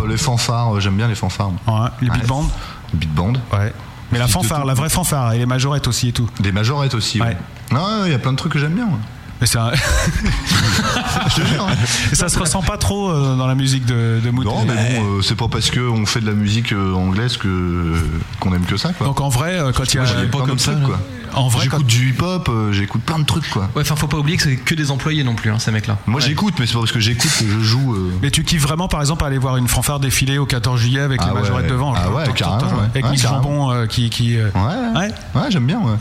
Speaker 8: euh, les fanfares, euh, j'aime bien les fanfares.
Speaker 2: ouais, les big
Speaker 8: Ouais.
Speaker 2: bands.
Speaker 8: Beat band.
Speaker 2: Ouais. Mais la
Speaker 8: Musique de
Speaker 2: fanfare,
Speaker 8: tout.
Speaker 2: la vraie fanfare, et les majorettes aussi et tout.
Speaker 8: Des majorettes aussi.
Speaker 2: Ouais.
Speaker 8: Ouais. Ah, ouais, il y a plein de trucs que j'aime bien. ouais.
Speaker 2: Mais c'est un-
Speaker 8: Je te jure. hein.
Speaker 2: ça se ressent pas trop euh, dans la musique de, de Mood.
Speaker 8: Non, mais bon, euh, c'est pas parce qu'on fait de la musique euh, anglaise que qu'on aime que ça, quoi.
Speaker 2: Donc en vrai, euh, quand il y a.
Speaker 8: Moi, j'aime pas comme ça, quoi.
Speaker 2: En vrai,
Speaker 8: j'écoute
Speaker 2: quand-
Speaker 8: du hip-hop, euh, j'écoute plein de trucs, quoi.
Speaker 6: Ouais, enfin, faut pas oublier que c'est que des employés non plus, hein, ces mecs-là.
Speaker 8: Moi, j'écoute, mais c'est pas parce que j'écoute que je joue. euh,
Speaker 2: Mais tu kiffes vraiment, par exemple, aller voir une fanfare défiler au 14 juillet avec
Speaker 8: Ah
Speaker 2: les majorettes
Speaker 8: ouais.
Speaker 2: devant.
Speaker 8: Ah
Speaker 2: genre,
Speaker 8: ouais,
Speaker 2: toc, toc,
Speaker 8: carrément,
Speaker 2: toc,
Speaker 8: ouais.
Speaker 2: Avec
Speaker 8: Ouais,
Speaker 2: Miss
Speaker 8: carrément.
Speaker 2: Jambon euh, qui. qui euh, Mm,
Speaker 8: Ouais, ouais. Ouais, j'aime bien, ouais.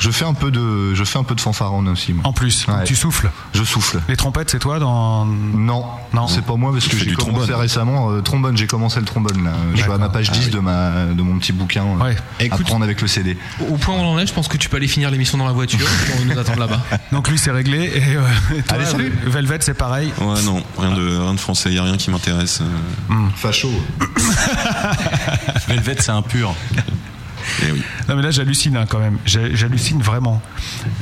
Speaker 8: Je fais un peu de, je fais un peu de fanfaronne aussi. Moi.
Speaker 2: En plus,
Speaker 8: Ouais.
Speaker 2: tu souffles.
Speaker 8: Je souffle.
Speaker 2: Les trompettes, c'est toi dans.
Speaker 8: Non,
Speaker 2: Non.
Speaker 8: non, c'est pas moi parce
Speaker 9: Tu
Speaker 8: que
Speaker 9: fais
Speaker 8: j'ai
Speaker 9: du
Speaker 8: commencé
Speaker 9: trombone.
Speaker 8: récemment euh, trombone. J'ai commencé le trombone là. Je suis à ma page 10 de ma, de mon petit bouquin. euh,
Speaker 2: Ah Ouais.
Speaker 8: à
Speaker 6: Écoute-
Speaker 8: prendre avec le CD.
Speaker 6: Au point où on en est, je pense que tu peux aller finir l'émission dans la voiture. On nous attend là-bas.
Speaker 2: Donc lui, c'est réglé. Et, euh, et toi,
Speaker 8: Allez, salut.
Speaker 2: Velvet, c'est pareil.
Speaker 9: Ouais, non, rien de, rien de français, il a rien qui m'intéresse. euh.
Speaker 2: Hmm.
Speaker 8: Facho.
Speaker 7: Velvet, c'est impur.
Speaker 9: Eh oui.
Speaker 2: Non, mais là, j'hallucine hein, quand même. J'ai- J'hallucine vraiment.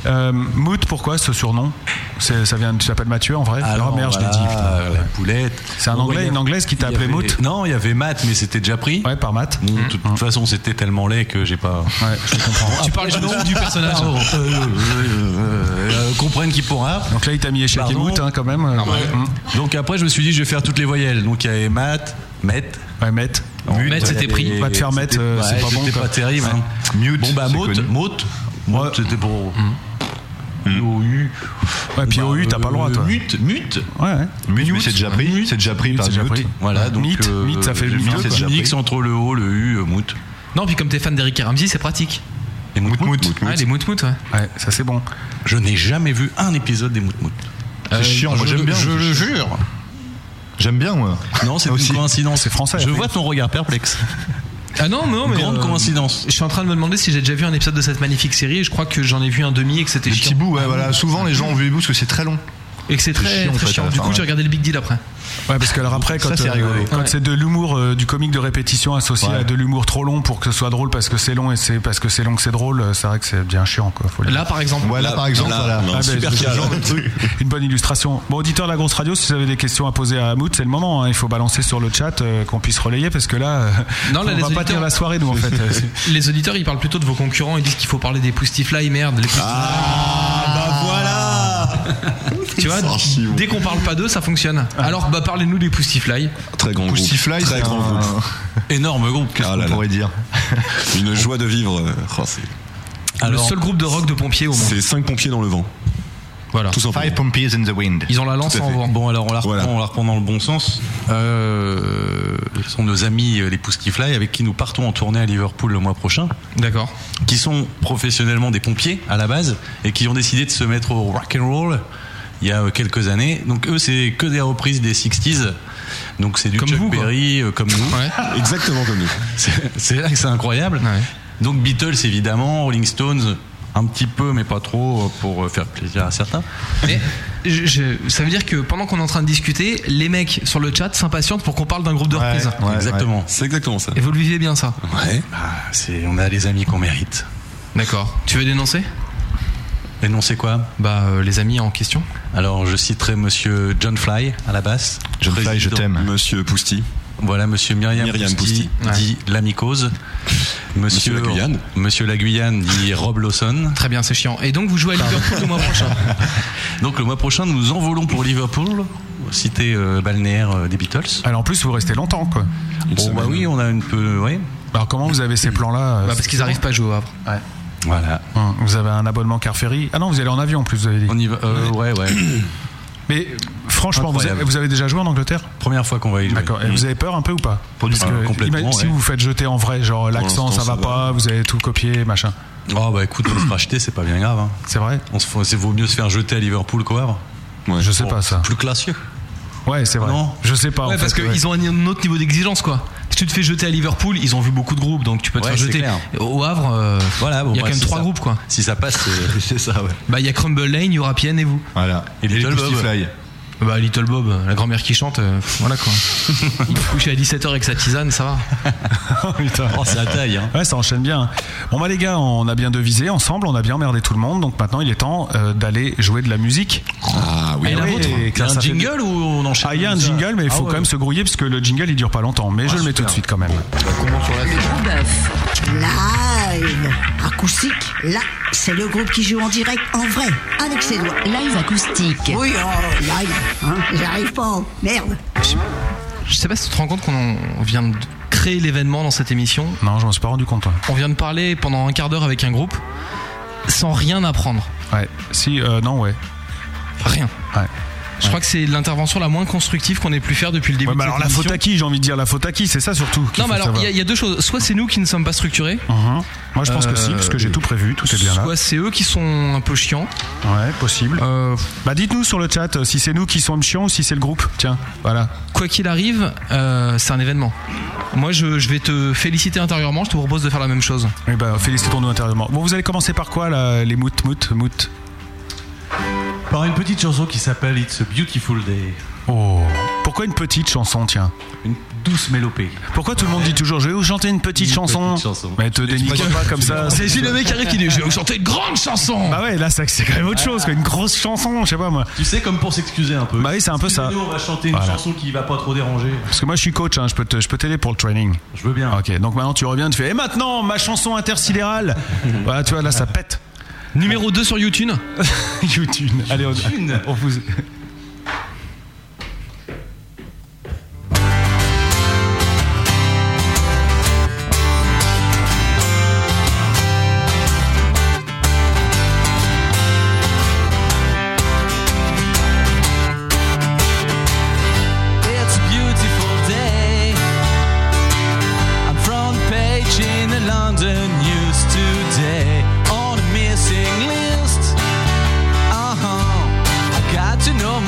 Speaker 2: Euh, Moot, pourquoi ce surnom C'est- ça vient, Tu t'appelles Mathieu en vrai Ah, merde, je l'ai dit. putain.
Speaker 7: La poulette.
Speaker 2: C'est un
Speaker 7: Bon,
Speaker 2: Anglais,
Speaker 7: il y a-
Speaker 2: une Anglaise qui t'a
Speaker 7: il y
Speaker 2: appelé
Speaker 7: avait-
Speaker 2: Mout
Speaker 7: Non, il y avait Matt, mais c'était déjà pris.
Speaker 2: Ouais, par Matt. Mhm.
Speaker 7: Bon, De toute façon, c'était tellement laid que j'ai pas.
Speaker 2: Ouais, je comprends.
Speaker 6: Tu parles du nom du personnage.
Speaker 7: Euh, euh, euh, euh, comprenne qui pourra.
Speaker 2: Donc là, il t'a mis échec et
Speaker 7: Pardon.
Speaker 2: Moot hein, quand même. Hum.
Speaker 7: Mhm. Donc après, je me suis dit, je vais faire toutes les voyelles. Donc il y avait Matt, Met.
Speaker 2: Ouais, Matt.
Speaker 6: Matt, c'était pris.
Speaker 7: Et
Speaker 2: Va te faire
Speaker 7: c'était-
Speaker 2: mettre, euh,
Speaker 7: ouais,
Speaker 2: c'est pas bon,
Speaker 7: C'était
Speaker 2: quoi.
Speaker 7: pas terrible. hein.
Speaker 8: Mute,
Speaker 7: Bon bah
Speaker 8: c'est
Speaker 7: Maut,
Speaker 8: connu.
Speaker 7: Maut, Maut, c'était pour. OU.
Speaker 2: Mhm. Ouais, puis OU, t'as pas le droit, toi.
Speaker 7: Mute, euh, mute.
Speaker 2: Ouais, ouais.
Speaker 8: Mute, mais c'est déjà pris. C'est déjà pris
Speaker 2: Mute,
Speaker 8: par
Speaker 2: c'est déjà
Speaker 8: Mute.
Speaker 2: pris.
Speaker 7: Voilà, donc.
Speaker 2: Meet,
Speaker 7: euh,
Speaker 2: meet, ça fait
Speaker 7: j'ai
Speaker 2: le
Speaker 7: mis
Speaker 2: milieu,
Speaker 7: un
Speaker 8: quoi.
Speaker 7: petit mix entre le O, le U, euh, Mout.
Speaker 6: Non, puis comme t'es fan d'Eric Ramsey, c'est pratique.
Speaker 7: Et Mout, Mout.
Speaker 2: Ah,
Speaker 6: Ouais, les moutmout, ouais.
Speaker 2: Ouais, ça c'est bon.
Speaker 7: Je n'ai jamais vu un épisode des Mout Mout.
Speaker 6: Euh,
Speaker 8: C'est chiant. Moi,
Speaker 7: Euh, je-
Speaker 8: j'aime bien.
Speaker 7: Je le jure.
Speaker 8: J'aime bien, moi.
Speaker 7: Non, c'est une coïncidence.
Speaker 2: C'est français,
Speaker 7: Je
Speaker 2: après.
Speaker 7: vois ton regard perplexe.
Speaker 6: Ah non, non, mais.
Speaker 7: Grande
Speaker 6: euh,
Speaker 7: coïncidence.
Speaker 6: Je suis en train de me demander si j'ai déjà vu un épisode de cette magnifique série et je crois que j'en ai vu un demi et que c'était
Speaker 8: Des
Speaker 6: chiant.
Speaker 8: petits bouts, ouais, voilà. Souvent, les gens ont vu les bouts parce que c'est très long.
Speaker 6: Et que c'est très,
Speaker 8: chiant, en
Speaker 6: très
Speaker 8: fait, à
Speaker 6: chiant.
Speaker 8: la
Speaker 6: Du
Speaker 8: fin,
Speaker 6: coup, j'ai
Speaker 8: ouais.
Speaker 6: regardé le Big Deal après.
Speaker 2: Ouais, parce qu'alors après,
Speaker 8: Ça,
Speaker 2: quand,
Speaker 8: c'est
Speaker 2: euh,
Speaker 8: rigolo.
Speaker 2: quand
Speaker 6: Ouais.
Speaker 2: c'est de l'humour, euh, du comique de répétition associé
Speaker 8: Ouais.
Speaker 2: à de l'humour trop long pour que ce soit drôle parce que c'est long et c'est parce que c'est long que c'est drôle, euh, c'est vrai que c'est bien chiant quoi. Faut le dire.
Speaker 6: Là, par exemple.
Speaker 8: Voilà, par exemple,
Speaker 9: là,
Speaker 8: voilà.
Speaker 9: non.
Speaker 2: Ah, ben,
Speaker 9: super
Speaker 2: c'est ce
Speaker 9: cas.
Speaker 2: genre de truc. Une bonne illustration. Bon, auditeur de la grosse radio, si vous avez des questions à poser à Mout, c'est le moment. hein. Il faut balancer sur le chat euh, qu'on puisse relayer parce que là, euh,
Speaker 6: Non, là,
Speaker 2: on
Speaker 6: les
Speaker 2: va pas
Speaker 6: auditeurs-
Speaker 2: tenir la soirée nous en fait. Euh, c'est-
Speaker 6: Les auditeurs, ils parlent plutôt de vos concurrents. Ils disent qu'il faut parler des Poustifly, merde. Les Poustifly.
Speaker 9: Ah, bah
Speaker 6: tu vois,
Speaker 9: archi bon.
Speaker 6: dès qu'on parle pas d'eux, ça fonctionne. Alors, bah, parlez-nous des Poustifly.
Speaker 9: voilà Très grand groupe.
Speaker 8: Pussyfly,
Speaker 9: Très
Speaker 8: c'est
Speaker 9: grand
Speaker 8: un-
Speaker 9: groupe.
Speaker 7: Énorme groupe.
Speaker 9: Ah là
Speaker 8: on
Speaker 9: là.
Speaker 8: pourrait dire.
Speaker 9: Une joie de vivre. euh, oh, c'est-
Speaker 6: Le
Speaker 7: Alors-
Speaker 6: seul groupe de rock de pompiers au monde.
Speaker 9: C'est cinq pompiers dans le vent.
Speaker 6: Voilà.
Speaker 9: Tout simplement.
Speaker 8: Five Pompiers in the Wind.
Speaker 6: Ils ont la lance
Speaker 9: Tout à
Speaker 6: en
Speaker 9: fait.
Speaker 6: vent.
Speaker 7: Bon, alors on la reprend,
Speaker 9: Voilà.
Speaker 7: on la reprend dans le bon sens. Euh, ce sont nos amis euh, les Pousquifly avec qui nous partons en tournée à Liverpool le mois prochain,
Speaker 6: D'accord.
Speaker 7: qui sont professionnellement des pompiers à la base et qui ont décidé de se mettre au rock and roll il y a euh, quelques années. Donc eux, c'est que des reprises des 60s. Donc c'est du
Speaker 6: Comme
Speaker 7: Chuck
Speaker 6: vous, quoi.
Speaker 7: Berry euh, comme nous.
Speaker 6: Ouais.
Speaker 9: Exactement comme nous.
Speaker 7: C'est- C'est là que c'est incroyable.
Speaker 6: Ouais.
Speaker 7: Donc Beatles évidemment, Rolling Stones un petit peu mais pas trop euh, pour euh, faire plaisir à certains.
Speaker 6: Mais je- je- ça veut dire que pendant qu'on est en train de discuter, les mecs sur le chat s'impatientent pour qu'on parle d'un groupe de reprise.
Speaker 7: exactement. C'est exactement ça.
Speaker 6: Et vous le vivez bien ça
Speaker 7: Ouais. Bah, c'est, on a les amis qu'on mérite.
Speaker 6: D'accord. Tu veux dénoncer
Speaker 7: Dénoncer quoi
Speaker 6: Bah les amis en question.
Speaker 7: Alors je citerai Monsieur John Fly à la basse.
Speaker 8: John Fly, je
Speaker 7: Président-
Speaker 8: t'aime.
Speaker 9: Monsieur Pousti.
Speaker 7: Voilà Monsieur Myriam,
Speaker 9: Myriam
Speaker 7: Pousti,
Speaker 6: Pousti.
Speaker 7: dit Lamicose.
Speaker 9: Monsieur
Speaker 7: Monsieur,
Speaker 9: la Guyane.
Speaker 7: Monsieur la Guyane dit Rob Lawson.
Speaker 6: Très bien, c'est chiant. Et donc vous jouez à Liverpool le mois prochain.
Speaker 7: Donc le mois prochain, nous nous envolons pour Liverpool, cité euh, balnéaire euh, des Beatles.
Speaker 2: Alors en plus, vous restez longtemps, quoi.
Speaker 9: Une
Speaker 7: Bon,
Speaker 9: semaine.
Speaker 7: bah oui, on a une peu. Ouais.
Speaker 2: Alors Euh, Bah, comment vous avez ces plans-là euh,
Speaker 6: Bah, parce qu'ils arrivent pas à jouer au Havre.
Speaker 7: Voilà.
Speaker 2: hein, Vous avez un abonnement Car Ferry Ah non, vous allez en avion en plus, vous avez dit.
Speaker 7: On y va. euh, ouais, ouais.
Speaker 2: Mais franchement, vous
Speaker 7: Incroyable.
Speaker 2: avez, vous avez déjà joué en Angleterre
Speaker 7: Première fois qu'on va y jouer.
Speaker 2: D'accord. Et vous avez peur hein un peu ou pas
Speaker 7: du
Speaker 2: Parce
Speaker 7: tout.
Speaker 2: que,
Speaker 7: Complètement,
Speaker 2: imagine- Si
Speaker 7: ouais.
Speaker 2: vous vous faites jeter en vrai, genre l'accent
Speaker 9: l'instant,
Speaker 2: ça
Speaker 9: ça
Speaker 2: va
Speaker 9: va.
Speaker 2: pas, vous avez tout copié, machin.
Speaker 7: Oh bah écoute, on se fera acheter, c'est pas bien grave. hein.
Speaker 2: C'est vrai
Speaker 7: On se faut- c'est vaut mieux se faire jeter à Liverpool qu'au Havre. Oh,
Speaker 9: Ouais.
Speaker 2: Je sais pas ça.
Speaker 7: Plus classieux.
Speaker 2: Ouais, c'est vrai.
Speaker 7: Non.
Speaker 2: Je sais pas. en
Speaker 6: Ouais,
Speaker 2: fait,
Speaker 6: parce
Speaker 2: ouais.
Speaker 6: qu'ils ont un autre niveau d'exigence quoi. Si tu te fais jeter à Liverpool, ils ont vu beaucoup de groupes donc tu peux te
Speaker 7: Ouais,
Speaker 6: faire
Speaker 7: c'est
Speaker 6: jeter.
Speaker 7: clair.
Speaker 6: Au Havre, euh,
Speaker 7: Voilà, bon,
Speaker 6: il y a
Speaker 7: bah,
Speaker 6: quand même
Speaker 7: si
Speaker 6: trois
Speaker 7: ça-
Speaker 6: groupes quoi.
Speaker 7: Si ça passe, c'est- c'est ça, ouais.
Speaker 6: Bah il y a Crumble Lane, il y aura Pienne et vous.
Speaker 8: Voilà.
Speaker 7: Et
Speaker 8: les
Speaker 7: Little
Speaker 8: Pousti
Speaker 7: Bob.
Speaker 8: Fly.
Speaker 6: Bah Little Bob, la grand-mère qui chante, euh, voilà quoi. il se couche à 17h avec sa tisane, ça va.
Speaker 2: Putain.
Speaker 7: Oh, c'est la taille, hein.
Speaker 2: Ouais, ça enchaîne bien. Bon bah les gars, on a bien devisé ensemble, on a bien emmerdé tout le monde, donc maintenant il est temps euh, d'aller jouer de la musique. Eh
Speaker 9: Ah oui.
Speaker 6: Et la
Speaker 2: oui,
Speaker 6: vôtre
Speaker 2: et
Speaker 7: Il y a
Speaker 2: ça
Speaker 7: un
Speaker 2: fait-
Speaker 7: jingle ou on enchaîne
Speaker 2: Ah, il y a un
Speaker 7: comme ça
Speaker 2: jingle, mais il
Speaker 7: Ah
Speaker 2: faut
Speaker 7: ouais. Ah,
Speaker 2: quand même se grouiller parce que le jingle il dure pas longtemps. Mais je le mets tout de suite quand même.
Speaker 3: Le gros bœuf. Live. Acoustique. Là, c'est le groupe qui joue en direct, en vrai, avec ses doigts.
Speaker 10: Live acoustique.
Speaker 3: Oui, oh, live. Hein, J'arrive pas. Merde.
Speaker 6: Je sais pas si tu te rends compte qu'on en- on vient de créer l'événement dans cette émission.
Speaker 2: Non, je m'en suis pas rendu compte. toi.
Speaker 6: On vient de parler pendant un quart d'heure avec un groupe sans rien apprendre.
Speaker 2: Ouais. Si, euh, non, ouais.
Speaker 6: Rien.
Speaker 2: Ouais.
Speaker 6: Je crois que c'est l'intervention la moins constructive qu'on ait pu faire depuis le début.
Speaker 2: Ouais, bah
Speaker 6: de
Speaker 2: alors
Speaker 6: cette
Speaker 2: la faute
Speaker 6: émission.
Speaker 2: à qui J'ai envie de dire la faute à qui C'est ça surtout. qu'il
Speaker 6: Non, mais
Speaker 2: faut
Speaker 6: alors il
Speaker 2: savoir.
Speaker 6: y, a- il y a deux choses. Soit c'est nous qui ne sommes pas structurés.
Speaker 2: Mhm. Moi je pense que si,
Speaker 6: Euh,
Speaker 2: parce que j'ai tout prévu, tout est bien là.
Speaker 6: Soit c'est eux qui sont un peu chiants.
Speaker 2: Ouais, possible.
Speaker 6: Euh,
Speaker 2: Bah dites-nous sur le chat euh, si c'est nous qui sommes chiants ou si c'est le groupe. Tiens, voilà.
Speaker 6: quoi qu'il arrive, euh, c'est un événement. Moi, je, je vais te féliciter intérieurement. Je te propose de faire la même chose.
Speaker 2: Eh ben, félicitons-nous intérieurement. Bon, vous allez commencer par quoi, là, les moutes, moutes, moutes
Speaker 7: Par une petite chanson qui s'appelle It's a Beautiful Day.
Speaker 2: Oh. Pourquoi une petite chanson, tiens
Speaker 7: Une douce mélopée.
Speaker 2: Pourquoi tout le monde dit toujours je vais vous chanter une petite
Speaker 7: Une
Speaker 2: chanson
Speaker 7: petite chanson.
Speaker 2: Mais te dénigre pas comme ça.
Speaker 6: C'est juste le mec qui arrive qui dit Je vais vous chanter une grande chanson
Speaker 2: Bah ouais, là, ça, c'est quand même autre chose, quoi. Une grosse chanson, je sais pas moi.
Speaker 7: Ah. Tu sais, comme pour s'excuser un peu.
Speaker 2: Bah oui, c'est un peu ça.
Speaker 7: Excusez-nous, On va chanter une
Speaker 2: Voilà.
Speaker 7: chanson qui va pas trop déranger.
Speaker 2: Parce que moi, je suis coach, hein, je peux te- je peux t'aider pour le training.
Speaker 7: Je veux bien.
Speaker 2: Ok, donc maintenant tu reviens, tu fais Et maintenant, ma chanson intersidérale Voilà, tu vois, là, ça pète.
Speaker 6: Numéro 2 sur YouTube.
Speaker 2: YouTube. Allez, on, on vous.
Speaker 5: It's a beautiful day. I'm front page in the London news today. On the missing list. Uh huh. I got to know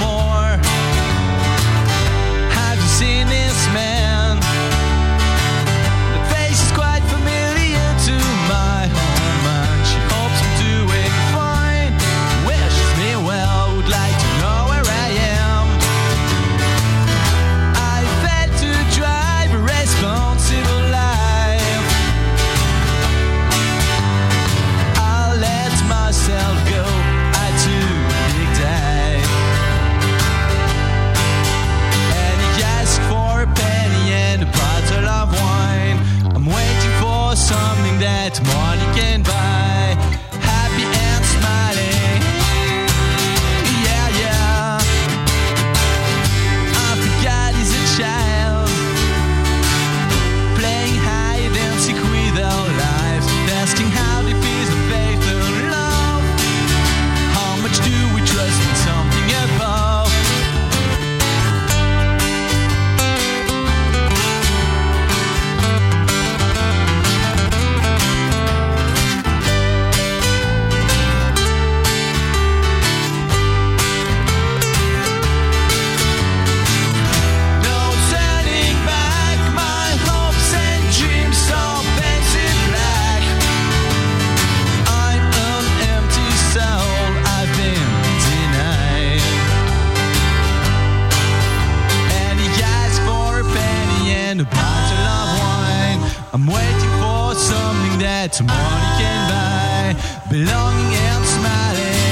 Speaker 5: and a bottle of wine. I'm waiting for something that money can buy. Belonging and smiling.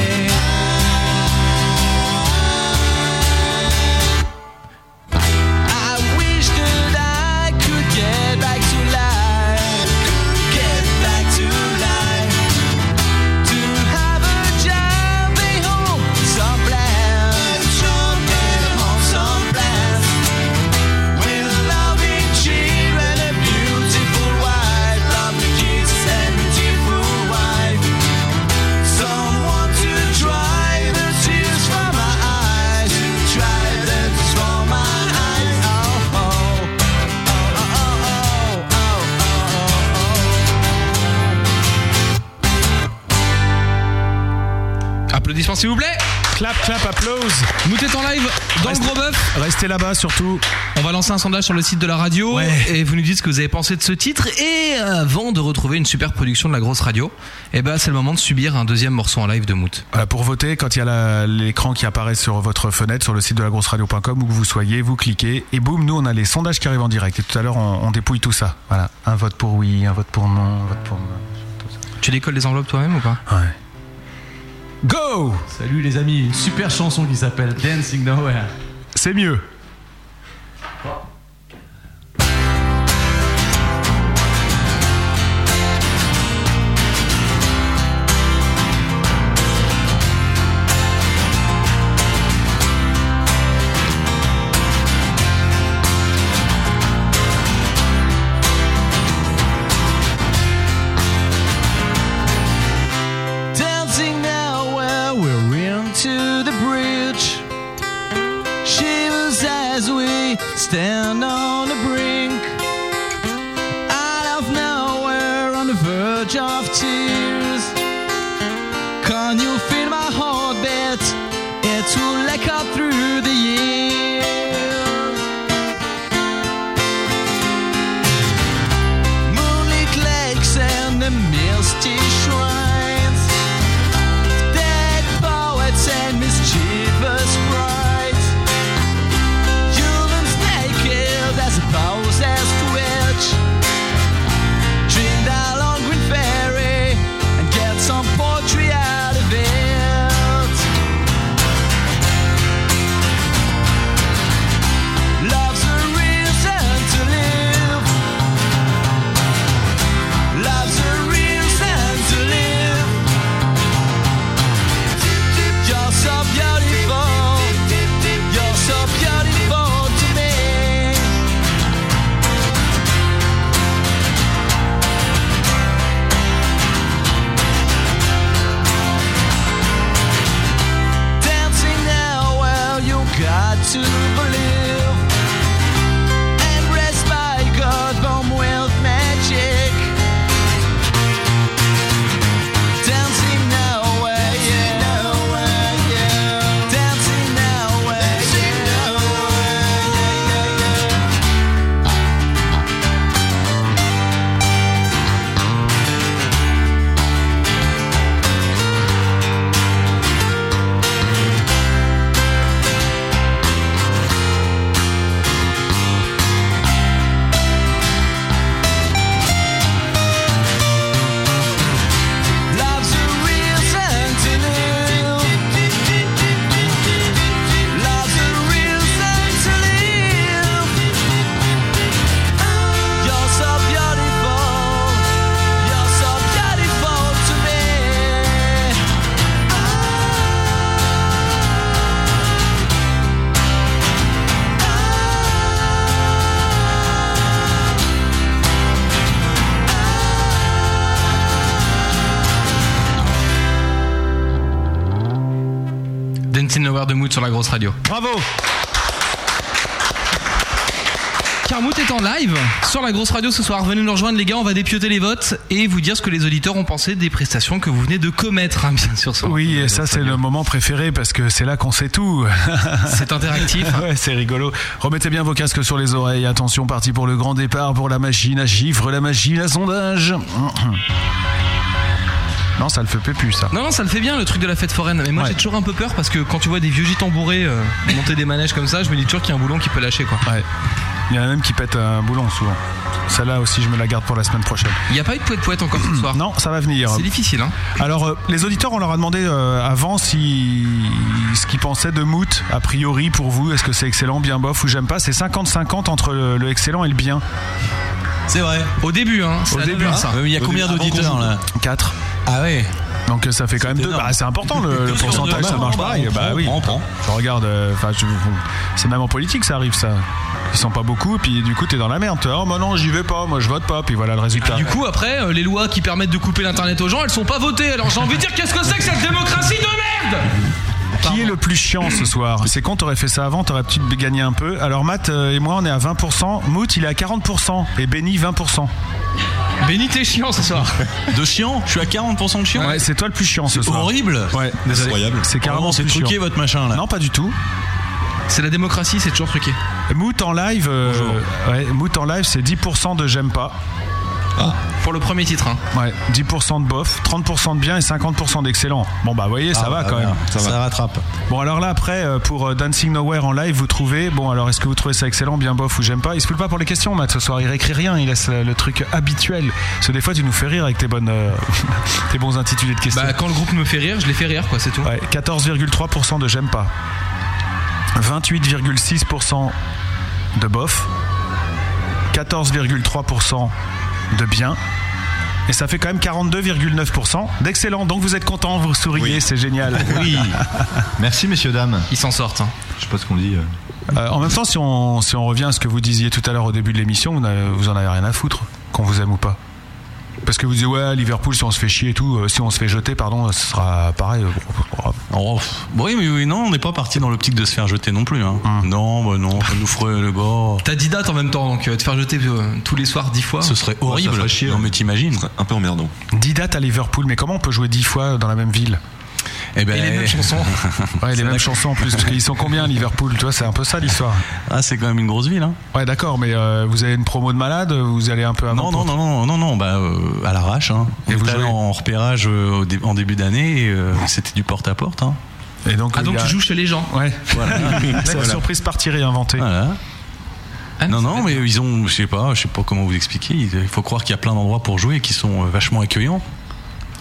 Speaker 5: I wish that I could get back to life. Get back to life. To have a job, a home, some plans. Get a home, some plans. With loving children, a beautiful wife, lovely kids and beautiful wife. Someone to dry the tears from my eyes, dry the tears from my eyes. Oh oh oh oh oh oh oh.
Speaker 6: Applaudissements s'il vous plaît.
Speaker 2: Clap, clap, applause.
Speaker 6: Nous t'es en live dans
Speaker 2: Reste-
Speaker 6: le gros bœuf.
Speaker 2: Restez là-bas surtout.
Speaker 6: On va lancer un sondage sur le site de la radio
Speaker 2: Ouais.
Speaker 6: et vous nous dites ce que vous avez pensé de ce titre. Et avant de retrouver une super production de la grosse radio, eh ben c'est le moment de subir un deuxième morceau en live de Moot.
Speaker 2: Voilà, pour voter, quand il y a la- l'écran qui apparaît sur votre fenêtre, sur le site de lagrosseradio.com, où que vous soyez, vous cliquez et boum, nous on a les sondages qui arrivent en direct. Et tout à l'heure, on, on dépouille tout ça. Voilà, un vote pour oui, un vote pour non, un vote pour non.
Speaker 6: Tu décolles les enveloppes toi-même ou pas
Speaker 2: Ouais. Go
Speaker 10: Salut les amis, une super chanson qui s'appelle Dancing Nowhere.
Speaker 2: C'est mieux.
Speaker 5: Dancing now where we're into the bridge. Shivers as we stand on the brink. Out of nowhere on the verge of tears. Can you feel my heartbeat? It will echo through the years. Moonlit lakes and the misty shrines. Dead poets and mischievous sprites. Humans naked as bows as twitch. Dream that long green fairy and get some poetry out of it. Love's a reason to live. Love's a real sense to live. You're so beautiful. You're so beautiful to me. Dancing now, well, you got to believe. Embraced by God, born with magic. Dancing now, eh, yeah. Dancing now, eh, yeah. Love's a reason to live. Love's a reason to live. You're so beautiful. You're so beautiful to me. Ah.
Speaker 6: Dancing Nowhere de Moot sur la grosse radio.
Speaker 2: Bravo
Speaker 6: Car Moot est en live sur la grosse radio ce soir. Venez nous rejoindre les gars, on va dépioter les votes et vous dire ce que les auditeurs ont pensé des prestations que vous venez de commettre, hein, bien sûr. sur-
Speaker 2: Oui, et ça c'est le moment préféré parce que c'est là qu'on sait tout.
Speaker 6: C'est interactif.
Speaker 2: Ouais, c'est rigolo. Remettez bien vos casques sur les oreilles. Attention, parti pour le grand départ pour la machine à chiffres, la machine à sondage. Non, ça le fait plus ça.
Speaker 6: Non, non, ça le fait bien le truc de la fête foraine. Mais moi
Speaker 2: Ouais.
Speaker 6: j'ai toujours un peu peur parce que quand tu vois des vieux gitans bourrés euh, monter des manèges comme ça, je me dis toujours qu'il y a un boulon qui peut lâcher quoi.
Speaker 2: Ouais. Il y en a même qui pètent un boulon souvent. Celle-là aussi, je me la garde pour la semaine prochaine.
Speaker 6: Il n'y a pas eu de poète-poète encore ce soir
Speaker 2: Non, ça va venir.
Speaker 6: C'est difficile, hein
Speaker 2: Alors, euh, les auditeurs, on leur a demandé euh, avant si ce qu'ils pensaient de Moot, a priori pour vous. Est-ce que c'est excellent, bien bof ou j'aime pas C'est 50-50 entre le, le excellent et le bien.
Speaker 7: C'est vrai.
Speaker 6: Au début, hein.
Speaker 2: Au début, Ah,
Speaker 7: ça. Ah Il y a combien d'auditeurs là
Speaker 2: 4.
Speaker 7: Ah ouais.
Speaker 2: Donc euh, ça fait quand même 2.
Speaker 7: énorme.
Speaker 2: c'est important le, le
Speaker 7: Deux sur
Speaker 2: pourcentage,
Speaker 7: deux.
Speaker 2: ça
Speaker 7: Bah,
Speaker 2: marche
Speaker 7: on
Speaker 2: pareil.
Speaker 7: prend,
Speaker 2: Bah oui.
Speaker 7: on prend.
Speaker 2: Je regarde, euh, enfin, je- c'est même en politique ça arrive ça. Ils sont pas beaucoup, puis du coup t'es dans la merde. Tu vois, oh, moi non, j'y vais pas, moi je vote pas, puis voilà le résultat.
Speaker 6: Du coup, après, euh, les lois qui permettent de couper l'internet aux gens, elles sont pas votées. Alors j'ai envie de dire, qu'est-ce que c'est que cette démocratie de merde
Speaker 2: Qui est le plus chiant ce soir C'est con, t'aurais fait ça avant, t'aurais peut-être gagné un peu. Alors Matt euh, et moi, on est à 20%. Mout, il est à 40%. Et Benny, 20%.
Speaker 6: Béni, t'es chiant ce soir.
Speaker 7: De chiant Je suis à 40% de chiant
Speaker 2: Ouais, c'est toi le plus chiant ce
Speaker 7: C'est
Speaker 2: soir.
Speaker 7: horrible
Speaker 2: Ouais,
Speaker 9: C'est incroyable.
Speaker 2: C'est carrément
Speaker 7: Vraiment, c'est
Speaker 2: le plus
Speaker 7: truqué
Speaker 2: chiant.
Speaker 7: votre machin là.
Speaker 2: Non, pas du tout.
Speaker 6: C'est la démocratie, c'est toujours truqué.
Speaker 2: Mout en live, euh, ouais, Mout en live, c'est 10% de j'aime pas.
Speaker 7: Ah.
Speaker 6: Pour le premier titre, hein.
Speaker 2: Ouais, 10% de bof, 30% de bien et 50% d'excellent. Bon bah, vous voyez, ça
Speaker 7: Ah,
Speaker 2: va
Speaker 7: bah,
Speaker 2: quand
Speaker 7: bien.
Speaker 2: même.
Speaker 7: Ça, rattrape.
Speaker 2: Bon alors là après euh, pour euh, Dancing Nowhere en live vous trouvez bon alors est-ce que vous trouvez ça excellent bien bof ou j'aime pas il se fout pas pour les questions Matt ce soir il réécrit rien il laisse euh, le truc habituel parce que des fois tu nous fais rire avec tes bonnes euh, tes bons intitulés de questions
Speaker 6: Bah, quand le groupe me fait rire, je les fais rire, quoi, c'est tout.
Speaker 2: Ouais, 14,3% de j'aime pas 28,6% de bof 14,3% de bien et ça fait quand même 42,9% d'excellent donc vous êtes content vous souriez c'est génial
Speaker 6: Oui,
Speaker 8: Merci, messieurs, dames.
Speaker 6: ils s'en sortent. hein.
Speaker 8: Je sais pas ce qu'on dit. euh.
Speaker 2: Euh, en même temps, si on, si on revient à ce que vous disiez tout à l'heure au début de l'émission, vous, n'avez- vous en avez rien à foutre, qu'on vous aime ou pas. Parce que vous dites, ouais, Liverpool, si on se fait chier et tout, euh, si on se fait jeter, pardon, ce sera pareil. euh,
Speaker 7: Oh, pff. oui, mais oui, non, on n'est pas parti dans l'optique de se faire jeter non plus. Hein.
Speaker 2: Hum.
Speaker 7: Non, bah non, ça nous ferait le bord.
Speaker 6: T'as 10 dates en même temps, donc euh, te faire jeter euh, tous les soirs 10 fois. Oh,
Speaker 7: Ce serait
Speaker 2: Oh,
Speaker 7: horrible.
Speaker 8: ferait chier.
Speaker 7: non, mais t'imagines
Speaker 9: Un peu emmerdant.
Speaker 2: 10 dates à Liverpool, mais comment on peut jouer 10 fois dans la même ville
Speaker 7: Eh ben,
Speaker 6: Et les mêmes chansons.
Speaker 2: Ouais, les mêmes
Speaker 7: vrai.
Speaker 2: chansons en plus, parce qu'ils sont combien, Liverpool Tu vois, c'est un peu ça l'histoire.
Speaker 7: Ah, c'est quand même une grosse ville. Hein.
Speaker 2: Ouais, d'accord, mais euh, vous avez une promo de malade, vous allez un peu
Speaker 6: Ah,
Speaker 2: avant.
Speaker 7: Non, non, non, non, non, non, bah euh, à l'arrache. Hein. On
Speaker 2: Et vous
Speaker 7: est allé
Speaker 2: jouez
Speaker 7: en repérage euh, au dé- en début d'année et euh, c'était du porte à porte. Hein.
Speaker 2: non. Et donc,
Speaker 6: Ah, donc
Speaker 2: il y a-
Speaker 6: tu joues chez les gens.
Speaker 2: Ouais, voilà. c'est la
Speaker 7: Voilà.
Speaker 2: surprise partie réinventée.
Speaker 7: Voilà.
Speaker 6: Ah,
Speaker 7: Non,
Speaker 6: c'est
Speaker 7: non,
Speaker 6: vrai.
Speaker 7: mais ils ont, je sais pas, je sais pas comment vous expliquer. Il faut croire qu'il y a plein d'endroits pour jouer qui sont euh, vachement accueillants.